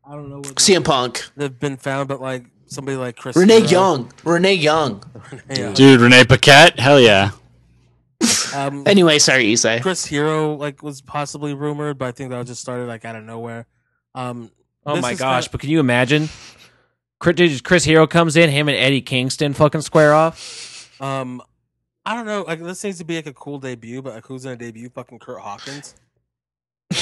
E: I don't know what
A: CM Punk,
E: they've been found, but like somebody like Chris
A: Renee
E: Hero.
A: Young, Renee Young.
E: Yeah.
F: Dude, Renee Paquette? Hell yeah.
E: Um,
A: Anyway, sorry, Isai.
E: Chris Hero like was possibly rumored, but I think that was just started like out of nowhere. Um,
B: Oh
E: this
B: my
E: is
B: gosh!
E: kinda-
B: But can you imagine? Chris, dude, Chris Hero comes in, him and Eddie Kingston fucking square off.
E: Um, I don't know. Like this needs to be like a cool debut, but like who's gonna debut? Fucking Kurt Hawkins.
B: I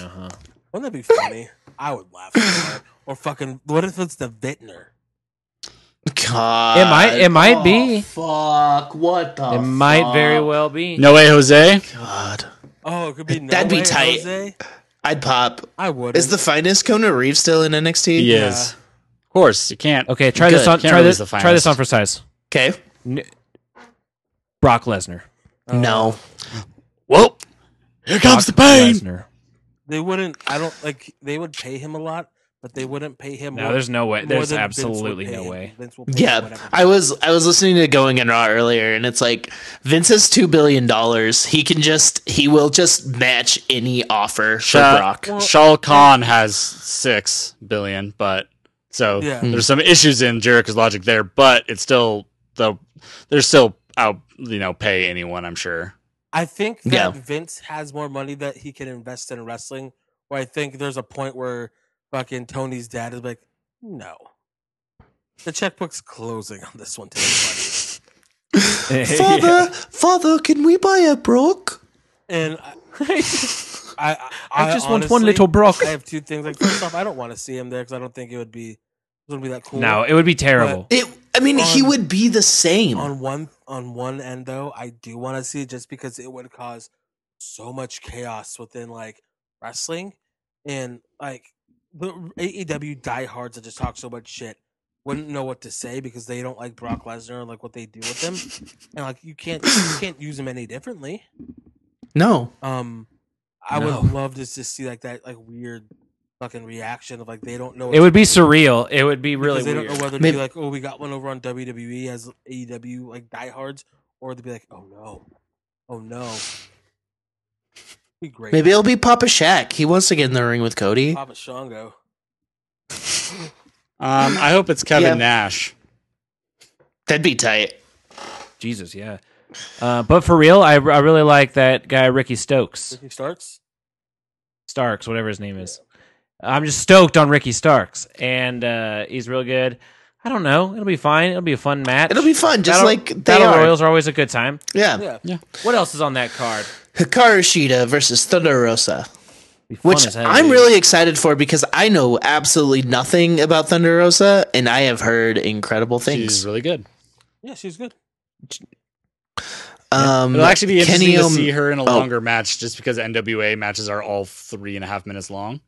B: know,
A: uh-huh.
B: huh?
E: Wouldn't that be funny? I would laugh. so hard. Or fucking. What if it's the Vintner?
A: God.
B: It might- it might be.
A: Oh, Fuck. What the?
B: It might
A: fuck?
B: very well be.
F: No way, Jose?
A: God.
E: Oh, it could be. No
A: That'd be
E: Way
A: tight.
E: Jose?
A: I'd pop.
E: I would.
A: Is the finest Kona Reeves still in NXT?
F: He is. Of course, you can't.
B: Okay, try this
A: Good.
B: on.
F: Can't
B: Try
F: release
B: this.
F: the
B: Try this
F: finest.
B: on for size.
A: Okay.
B: Brock Lesnar.
A: no.
F: Well, here
B: Brock
F: comes the pain.
B: Lesnar.
E: They wouldn't. I don't like. They would pay him a lot, but they wouldn't pay him.
B: No,
E: more-
B: there's no way.
E: more
B: There's
E: than Vince would
B: absolutely
E: pay
B: no
E: him.
B: way.
E: Vince will pay him
A: Yeah,
E: whatever.
A: I was I was listening to Going and Raw earlier, and it's like Vince has two billion dollars. He can just he will just match any offer for
F: Sha-
A: Brock.
F: Shal Khan has six billion, but so
E: Yeah.
F: Mm. there's some issues in Jericho's logic there, but it's still the there's still out you know pay anyone. I'm sure.
E: I think that
A: Yeah.
E: Vince has more money that he can invest in wrestling. Where I think there's a point where fucking Tony's dad is like, no, the checkbook's closing on this one today, buddy.
A: Father, father, can we buy a Brook?
E: and I, I,
B: I just want one little
E: brock.
B: Brock.
E: I have two things. Like first off, I don't want to see him there because I don't think it would be it would be that cool.
B: No, it would be terrible.
A: It. I mean, he
E: On-
A: would be the same.
E: on one on one end though, I do want to see it just because it would cause so much chaos within like wrestling and like the AEW diehards that just talk so much shit wouldn't know what to say because they don't like Brock Lesnar and like what they do with him, and like you can't you can't use him any differently.
A: no,
E: Um, I
B: No.
E: would love to just see like that like weird fucking reaction of like they don't know. what
B: It
E: to
B: would be
E: do
B: surreal. It would be really
E: because they
B: weird.
E: don't know whether to
A: Maybe-
E: be like, oh, we got one over on WWE as AEW like diehards, or they'd be like, oh no, oh no. Be great.
A: maybe it'll be Papa Shaq. He wants to get in the ring with Cody.
E: Papa Shango.
F: Um, I hope it's Kevin
A: Yeah.
F: Nash.
A: That'd be tight.
B: Jesus, yeah. Uh, but for real, I, I really like that guy Ricky Stokes,
E: Ricky starts.
B: Starks, whatever his name is. I'm just stoked on Ricky Starks, and uh, he's real good. I don't know. It'll be fine. It'll be a fun match.
A: It'll be fun, just
B: Battle-
A: like they
B: Battle
A: are.
B: Royals are always a good time.
A: Yeah.
E: Yeah.
B: What else is on that card?
A: Hikaru Shida versus Thunder Rosa,
B: Be fun
A: which
B: as hell,
A: I'm
B: dude.
A: really excited for because I know absolutely nothing about Thunder Rosa, and I have heard incredible
F: She's
A: things.
F: really good.
E: Yeah, she's good.
A: Um,
F: It'll actually be interesting
A: Kenny
F: to
A: Om-
F: see her in a
A: oh.
F: longer match, just because NWA matches are all three and a half minutes long.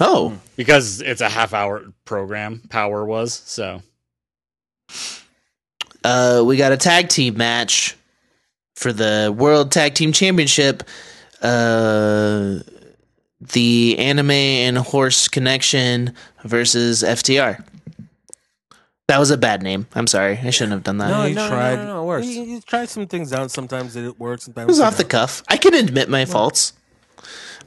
A: Oh,
F: Because it's a half hour program. Power was so.
A: uh, we got a tag team match for the World Tag Team Championship. Uh, the anime and horse connection versus FTR. That was a bad name. I'm sorry. I shouldn't have done that.
B: No,
E: You
B: no, no, no, no, it works.
E: You, you try some things out. Sometimes it works.
A: It
E: Sometimes
A: was
E: it
A: off the
E: don't.
A: cuff. I can admit my faults.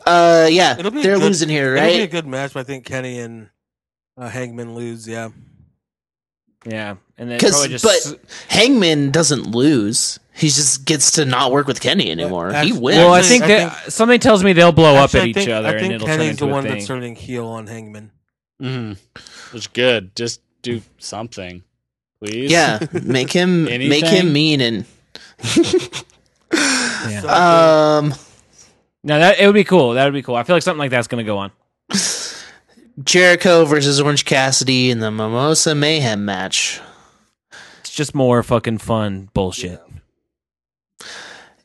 A: Uh, yeah,
E: It'll be a
A: they're
E: good-
A: losing here,
E: It'll be a
A: right?
E: good match, but I think Kenny and uh, Hangman lose. Yeah.
B: Yeah, and then
A: Because
B: probably just
A: but Hangman doesn't lose. He just gets to not work with Kenny anymore.
E: actu-
A: he wins.
B: well, I
E: Actually,
B: think
E: I
B: that
E: think-
B: something tells me they'll blow
E: Actually,
B: up at
E: I
B: each
E: think-
B: other,
E: I think
B: and it'll
E: Kenny's the
B: turn into
E: one
B: a
E: that's
B: thing.
E: turning heel on Hangman.
F: Mm. It's good. Just do something, please.
A: yeah, make him make
F: Anything?
A: him mean and
E: So,
A: um.
B: No, that it would be cool. That would be cool. I feel like something like that's going to go on.
A: Jericho versus Orange Cassidy in the Mimosa Mayhem match,
B: It's just more fucking fun bullshit.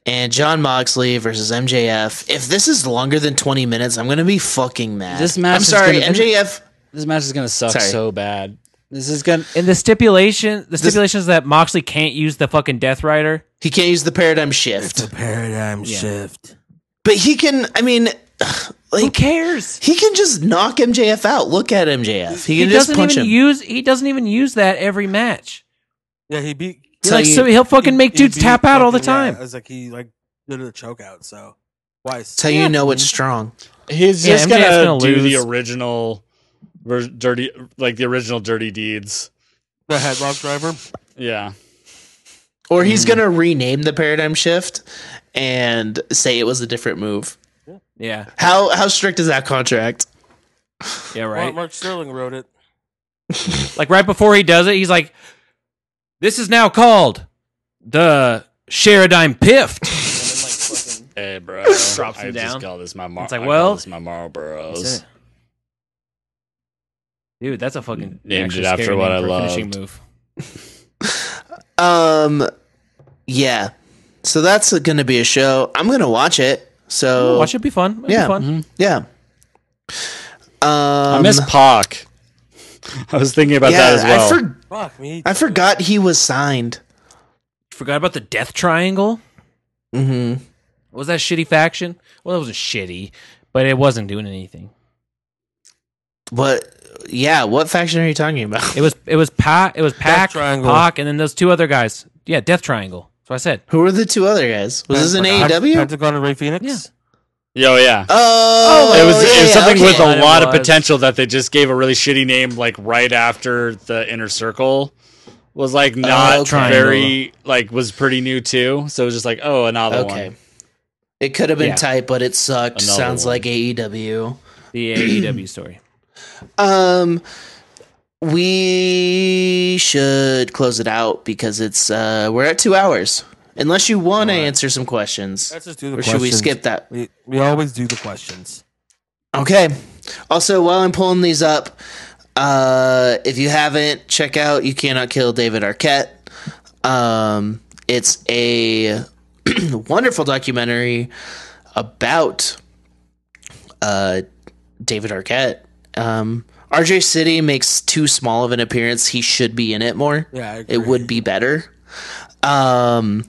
A: and John Moxley versus MJF. If this is longer than twenty minutes, I'm gonna be fucking mad.
F: This match
A: I'm
F: is
A: sorry,
F: gonna-
A: MJF.
F: This match is gonna suck
A: Sorry.
F: so bad. This is gonna.
B: And the stipulation, the stipulation is that Moxley can't use the fucking Death Rider.
A: He can't use the paradigm shift,
E: it's a paradigm shift.
A: but he can. I mean,
B: Who
A: like
B: cares?
A: He can just knock MJF out. Look at MJF. He
B: He
A: can just
B: doesn't
A: punch
B: even
A: him.
B: use. He doesn't even use that every match.
E: Yeah, he beat
A: So
B: like
A: you-
B: so, he'll fucking
E: he-
B: make
E: he
B: dudes
E: beat
B: tap out all the
E: fucking- yeah,
B: time.
E: It's like he like did a choke out, so twice.
A: That's how you know it's strong.
F: He's
B: Yeah, MJF
F: just gonna,
B: gonna
F: do the
B: lose.
F: original, ver- dirty like the original dirty deeds.
E: the headlock driver.
F: Yeah.
A: Or he's gonna rename the paradigm shift and say it was a different move.
B: Yeah,
A: How how strict is that contract?
B: yeah,
E: Well,
B: right.
E: Mark Sterling wrote it.
B: Like right before he does it, he's like, "This is now called the Sheridine Pift."
F: Hey, bro.
B: Drops
F: I
B: him
F: just
B: down.
F: call this my Mar-
B: It's like,
F: I call
B: well,
F: this my Marlboros.
B: Dude, that's a fucking
F: Named
B: actually
F: it after
B: scary
F: what
B: name
F: I
B: for a
F: loved.
B: Finishing move.
A: Um yeah. So that's gonna be a show. I'm gonna watch it. So
B: Watch it be fun. It'll be
A: Yeah. Mm-hmm.
B: fun.
A: yeah. Um,
F: I miss Pac. I was thinking about that
A: yeah,
F: as well.
A: I, for-
E: Fuck me.
A: I forgot he was signed.
B: Forgot about the Death Triangle.
A: Mm-hmm.
B: What was that shitty faction? Well, it wasn't shitty, but it wasn't doing anything.
A: What? Yeah. What faction are you talking about?
B: It was it was Pac, it was Pac,
E: Triangle.
B: Pac, and then those two other guys. Yeah, Death Triangle. That's what I said.
A: Who were the two other guys? Was this an E
E: Pent-
A: AEW?
E: Pentagon and Ray Phoenix.
B: Yeah.
F: Yo, yeah.
A: Oh,
F: it was,
A: yeah,
F: it was
A: yeah,
F: something
A: okay.
F: with
B: Kind
F: a
B: of
F: lot of
B: was.
F: potential that they just gave a really shitty name like right after the inner circle was like not
A: Oh, okay.
F: very like was pretty new too. So it was just like, oh, another
A: Okay.
F: one.
A: It could have been
B: Yeah.
A: tight, but it sucked.
F: Another
A: Sounds
F: one.
A: like E AEW.
B: The AEW story.
A: Um, we should close it out because it's uh we're at two hours. Unless you want to answer some questions,
E: Let's just do the
A: or should we
E: questions.
A: skip that?
E: We, we always do the questions.
A: Okay. Also, while I'm pulling these up, uh, if you haven't, check out "You Cannot Kill David Arquette." Um, it's a wonderful documentary about uh, David Arquette. Um, RJ City makes too small of an appearance. He should be in it more.
E: Yeah, I agree.
A: it would be better. Um,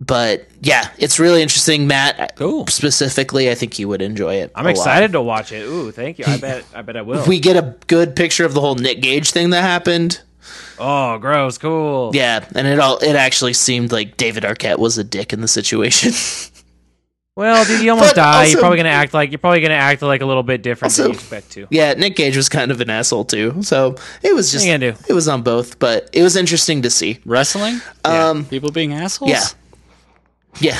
A: but yeah, it's really interesting, Matt.
B: Cool.
A: Specifically, I think you would enjoy it.
B: I'm
A: a lot.
B: excited to watch it. Ooh, thank you. I bet. I bet I will.
A: We get a good picture of the whole Nick Gage thing that happened.
B: oh, gross. Cool.
A: Yeah, and it all it actually seemed like David Arquette was a dick in the situation.
B: Well, dude, you almost
A: But
B: die.
A: also-
B: you're probably gonna act like you're probably gonna act like a little bit different
A: Also-
B: than you expect to.
A: yeah, Nick Gage was kind of an asshole too. So it was just
B: you gonna do?
A: it was on both, but it was interesting to see.
F: Wrestling?
A: Um,
F: People being assholes?
A: yeah. Yeah.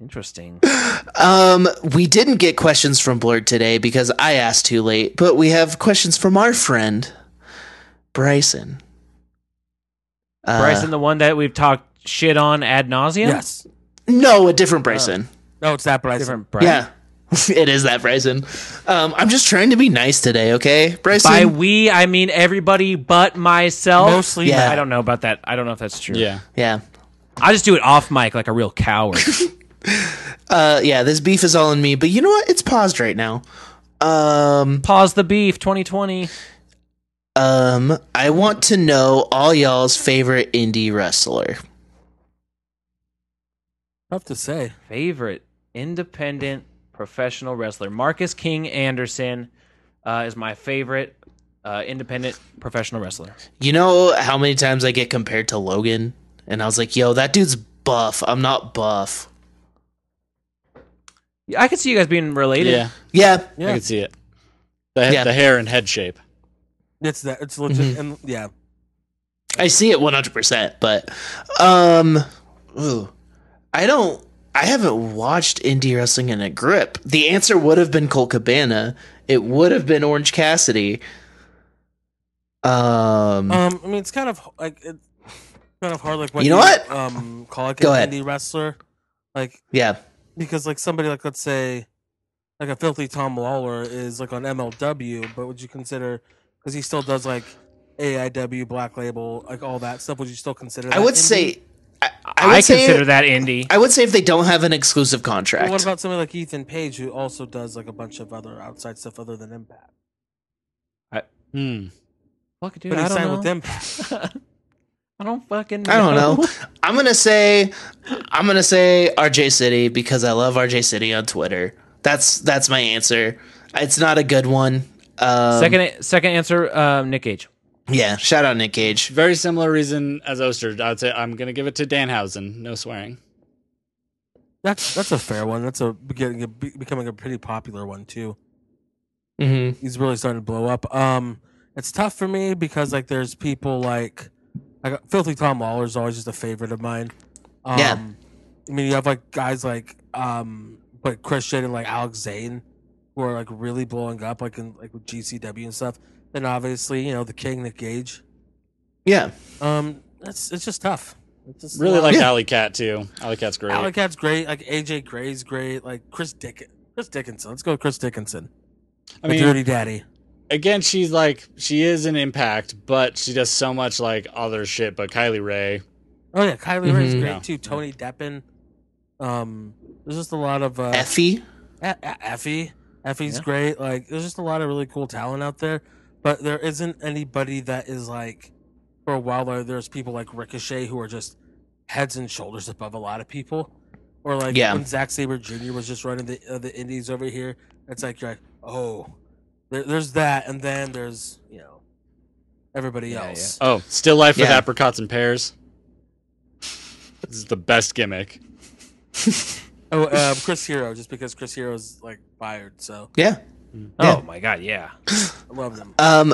B: Interesting.
A: Uh, Um, we didn't get questions from Blurred today because I asked too late, but we have questions from our friend Bryson. Uh,
B: Bryson, the one that we've talked shit on ad nauseum.
E: Yes.
A: No, a different Bryson.
B: Oh.
E: No, it's that Bryson.
B: Different Bryson.
A: Yeah. it is that Bryson. Um, I'm just trying to be nice today, okay? Bryson.
B: By we, I mean everybody but myself.
E: Mostly
A: Yeah.
B: I don't know about that. I don't know if that's true.
F: Yeah.
A: yeah.
B: I just do it off mic like a real coward.
A: Uh, yeah, this beef is all in me, but you know what? It's paused right now. Um,
B: Pause the beef 2020.
A: um, I want to know all y'all's favorite indie wrestler.
E: Tough to say.
B: Favorite independent professional wrestler. Marcus King Anderson uh, is my favorite uh, independent professional wrestler.
A: You know how many times I get compared to Logan? And I was like, yo, that dude's buff. I'm not buff.
B: Yeah, I could see you guys being related.
F: Yeah.
A: Yeah.
F: I can see it. The, he-
A: Yeah.
F: the hair and head shape.
E: It's that. It's legit.
B: Mm-hmm.
E: And yeah,
A: I see it 100%, but um ooh, I don't I haven't watched indie wrestling in a grip. The answer would have been Colt Cabana. It would have been Orange Cassidy. Um
E: Um, I mean, it's kind of h- like it's kind of hard. Like, when
A: You know what?
E: Um, call like
A: Go
E: an
A: ahead.
E: indie wrestler, like
A: yeah.
E: because like somebody like let's say like a filthy Tom Lawler is like on MLW, but would you consider because he still does like AIW, Black Label, like all that stuff? Would you still consider? That
A: I would
E: indie?
A: say I, I would
B: I,
A: say
B: consider that indie.
A: I would say if they don't have an exclusive contract.
E: Well, what about somebody like Ethan Page, who also does like a bunch of other outside stuff other than Impact?
F: Hmm.
B: Fuck, dude,
E: But
B: I
E: he
B: don't
E: signed
B: know.
E: with Impact.
B: I don't fucking.
A: I don't know. I'm going to say I'm going to say RJ City because I love RJ City on Twitter. That's that's my answer. It's not a good one. Um,
B: Second, second answer, uh, Nick Cage.
A: Yeah, shout out Nick Cage.
F: Very similar reason as Oster. I'd say I'm going to give it to Danhausen. No swearing.
E: That's that's a fair one. That's a beginning a, be- becoming a pretty popular one too.
A: Mm-hmm.
E: he's really starting to blow up. Um, it's tough for me because like there's people like, like filthy Tom Lawler is always just a favorite of mine. Um,
A: Yeah.
E: I mean you have like guys like um like Christian and like Alex Zane who are like really blowing up like in like with GCW and stuff. Then obviously you know the King Nick Gage.
A: Yeah,
E: Um, it's it's just tough. It's just
F: Really
E: a lot.
F: like Alley Cat too. Alley Cat's great.
E: Alley Cat's great. Like AJ Gray's great. Like Chris Dick Chris Dickinson. Let's go with Chris Dickinson.
F: I
E: the
F: mean,
E: Dirty Daddy.
F: again, she's like she is an impact, but she does so much like other shit. But Kylie Ray,
E: Oh yeah, Kylie Ray's
A: Mhm.
E: great
F: Yeah.
E: too. Tony Deppen. Um, there's just a lot of uh,
A: Effie.
E: E- E- Effie. Effie's great. Like, there's just a lot of really cool talent out there, but there isn't anybody that is like. For a while there, there's people like Ricochet who are just heads and shoulders above a lot of people, or like
A: Yeah.
E: when Zack Saber Jr. was just running the uh, the Indies over here. It's like you're like, oh, there, there's that, and then there's you know everybody else.
F: oh, still life with
A: Yeah.
F: apricots and pears. This is the best gimmick.
E: Oh, um, Chris Hero, just because Chris Hero's like fired, so
A: Yeah.
B: Oh my god, yeah.
E: I love them.
A: Um,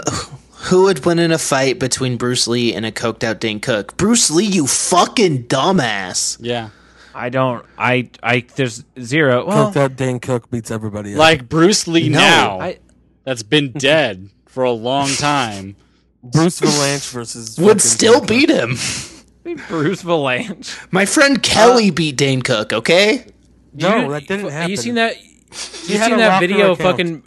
A: Who would win in a fight between Bruce Lee and a coked out Dane Cook? Bruce Lee, you fucking dumbass.
F: Yeah.
B: I don't. I. I. There's zero. Well,
E: Cooked out Dan Cook beats everybody. Else.
F: Like Bruce Lee now,
B: I,
F: that's been dead for a long time.
E: Bruce Valanche versus
A: Would
E: fucking
A: still
E: Dan Cook.
A: beat him.
B: Bruce Valanche.
A: My friend Kelly beat Dane Cook, okay?
E: No,
B: You-
E: that didn't happen.
B: You seen that? You
E: had
B: seen
E: a
B: that
E: rocker
B: video?
E: account.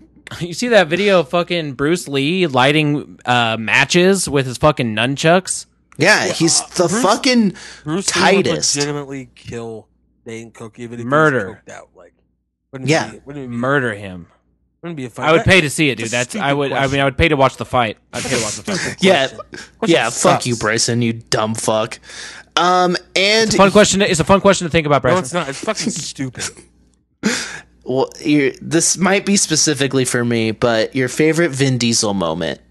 B: Fucking. you see that video? Of fucking Bruce Lee lighting uh, matches with his fucking nunchucks.
A: Yeah, he's the fucking
E: Bruce Lee would
A: tightest.
E: legitimately kill Dane Cook even if he was
B: Murder.
E: coked out. Like, wouldn't
A: Yeah.
E: be, wouldn't, be,
B: Murder him.
E: wouldn't be a fight.
B: I would
E: That-
B: pay to see it, dude.
E: that's
B: That's.
E: a
B: I would.
E: stupid
B: I mean, I would pay to watch the fight. I'd pay to watch the fight.
A: yeah, yeah. Fuck
E: sucks.
A: you, Bryson. You dumb fuck. Um, and
B: Fun question. to- It's a fun question to think about,
E: No,
B: Bryson.
E: it's not. It's fucking stupid.
A: well, your- this might be specifically for me, but your favorite Vin Diesel moment.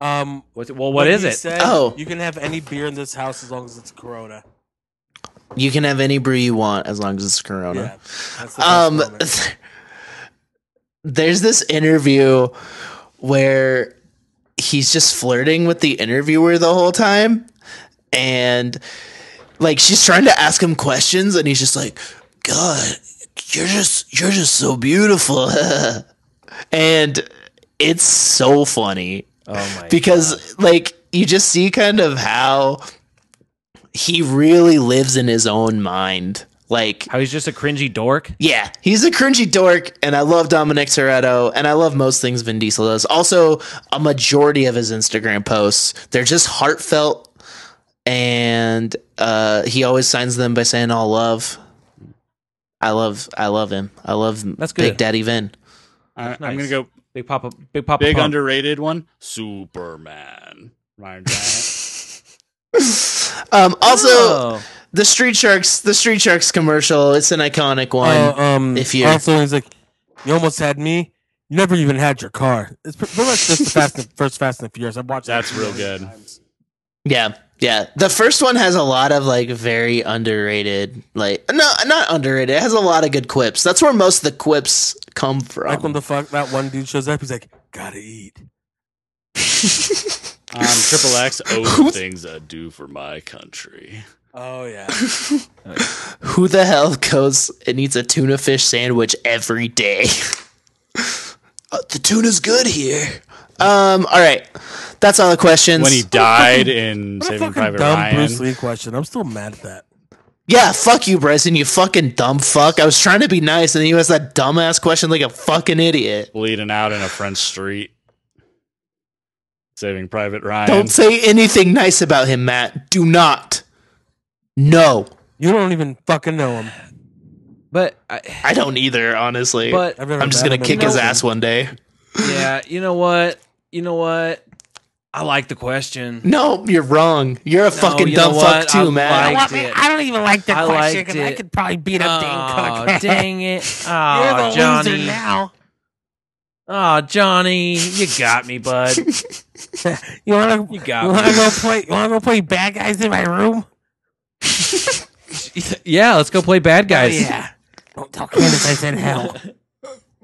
E: Um,
B: What's it- well, what is
E: he
B: it?
E: said,
A: Oh.
E: you can have any beer in this house as long as it's Corona.
A: You can have any brew you want as long as it's Corona.
E: Yeah, that's the best
A: um
E: moment.
A: there's this interview where he's just flirting with the interviewer the whole time and like she's trying to ask him questions and he's just like god you're just you're just so beautiful and it's so funny
B: Oh my.
A: because like you just see kind of how he really lives in his own mind like
B: How he's just a cringy dork.
A: yeah, he's a cringy dork, and I love Dominic Toretto, and I love most things Vin Diesel does. Also, a majority of his Instagram posts, they're just heartfelt, and uh, he always signs them by saying "all love." I love, I love him. I love
B: That's
A: Big
B: good.
A: Daddy Vin.
F: I, I'm
B: nice.
F: gonna go
B: Big pop. Big pop.
F: big
B: pump.
F: underrated one. Superman. Ryan Giant.
A: Um, also,
B: Oh.
A: the Street Sharks, the Street Sharks commercial. It's an iconic one.
B: Oh,
E: Uh, um,
A: if you-
E: also he's like, you almost had me. You never even had your car. It's pretty much just the Fast and, first Fast and Furious. I've watched. that
F: That's real
E: many
F: good.
E: times.
A: Yeah, yeah. The first one has a lot of like very underrated, like no, not underrated. It has a lot of good quips. That's where most of the quips come from.
E: Like when the fuck that one dude shows up, he's like, "Gotta eat."
F: Um, Triple X. Oh, the things I do for my country.
E: Oh yeah.
A: Who the hell goes and eats a tuna fish sandwich every day? Uh, the tuna's good here. Um. All right, that's all the questions.
F: When he died in
E: What a
F: Saving
E: fucking
F: Private
E: dumb
F: Ryan.
E: Bruce Lee question. I'm still mad at that.
A: yeah, fuck you, Bryson. You fucking dumb fuck. I was trying to be nice, and then you asked that dumbass question like a fucking idiot.
F: bleeding out in a French street. Saving Private Ryan.
A: Don't say anything nice about him, Matt. Do not. No.
E: You don't even fucking know him.
B: But I,
A: I don't either, honestly.
B: but
E: I've never
A: I'm just
E: met
A: gonna
E: him in
A: kick his
E: person.
A: ass one day.
B: yeah, you know what? You know what? I like the question.
A: No, you're wrong. You're a fucking
B: you
A: dumb
B: know
A: fuck
B: what?
A: too,
B: I
A: man.
B: liked it.
E: don't even like the
B: I liked it.
E: probably beat
B: Oh, dang it. Oh, Johnny.
E: now.
B: Oh, Johnny. You got me, bud.
E: You wanna you,
B: got
E: wanna
B: me.
E: go play? You wanna go play bad guys in my room?
B: yeah, let's go play bad guys.
E: yeah. Don't tell Candace I said hell.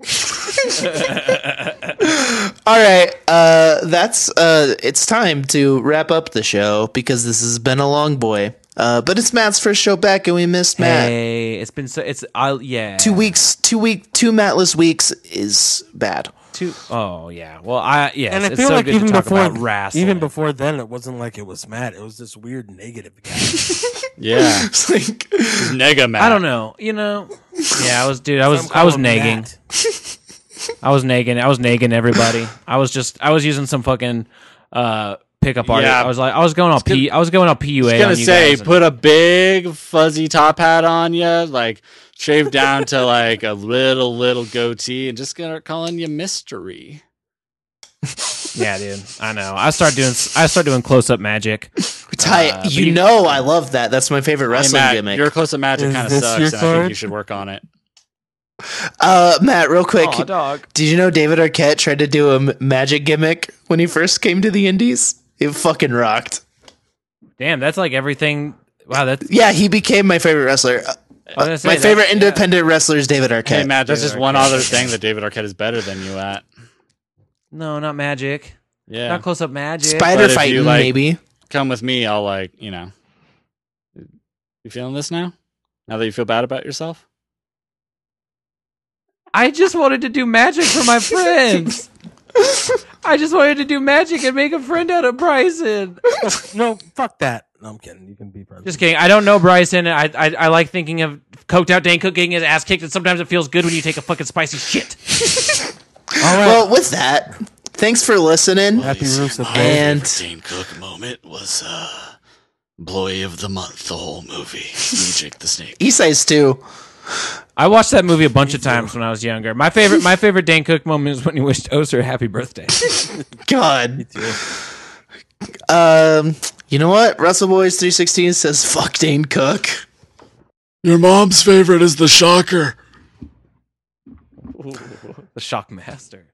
A: All right, uh, that's uh, it's time to wrap up the show because this has been a long boy. Uh, but it's Matt's first show back, and we missed Matt.
B: Hey, it's been so. It's I yeah.
A: Two weeks, two week, two Mattless weeks is bad.
B: Two. Oh yeah. Well, I yes.
E: and I
B: it's
E: feel
B: so
E: like
B: good
E: even
B: to talk
E: before
B: about wrestling.
E: even before then, it wasn't like it was Matt. It was this weird negative guy.
F: yeah.
A: It's like
F: Nega Man.
B: I don't know. You know. Yeah, I was dude. I was
E: Some
B: I
E: call
B: was
E: him
B: nagging.
E: Matt.
B: I was nagging. I was nagging everybody. I was just. I was using some fucking uh pickup artist.
F: Yeah.
B: I was like. I was going all p. I was going all pua.
F: I was gonna
B: on you
F: say,
B: guys and-
F: put a big fuzzy top hat on you, like shave down to like a little little goatee, and just gonna calling you mystery.
B: yeah, dude. I know. I start doing. I start doing close up magic.
A: Ty, you know I love that. That's my favorite
F: Hey,
A: wrestling
F: Matt,
A: gimmick.
F: your close up magic
E: Is
F: kind of
E: this your
F: sucks, and I think
E: card?
F: you should work on it.
A: Uh, Matt, real quick,
B: Aw, dog.
A: Did you know David Arquette tried to do a m- magic gimmick when he first came to the Indies? It fucking rocked.
B: Damn, that's like everything. Wow, that's
A: Yeah, he became my favorite wrestler. Uh,
B: I was gonna say
A: my
B: that-
A: favorite independent wrestler is David Arquette.
F: Hey Matt, that's just one other thing that David Arquette is better than you at.
B: No, not magic.
F: Yeah.
B: Not close up magic.
F: But
A: Spider
F: if you,
A: fighting,
F: like-
A: maybe.
F: Come with me. I'll like, you know. You feeling this now? Now that you feel bad about yourself?
B: I just wanted to do magic for my friends. I just wanted to do magic and make a friend out of Bryson.
E: No, fuck that. No, I'm kidding. You can be friends.
B: Just kidding. I don't know Bryson. I, I I like thinking of coked out Dan Cook getting his ass kicked, and sometimes it feels good when you take a fucking spicy shit.
A: Well, with that, thanks for listening.
E: happy roofs up there.
A: And
F: Dane Cook moment was uh Bloy of the month, the whole movie. Jake the Snake.
A: Isai's too.
B: I watched that movie a bunch of times when I was younger. My favorite my favorite Dan Cook moment is when he wished Oster a happy birthday.
A: God. Um, you know what? Russell Boys 316 says fuck Dane Cook.
H: Your mom's favorite is the shocker.
B: the shock master.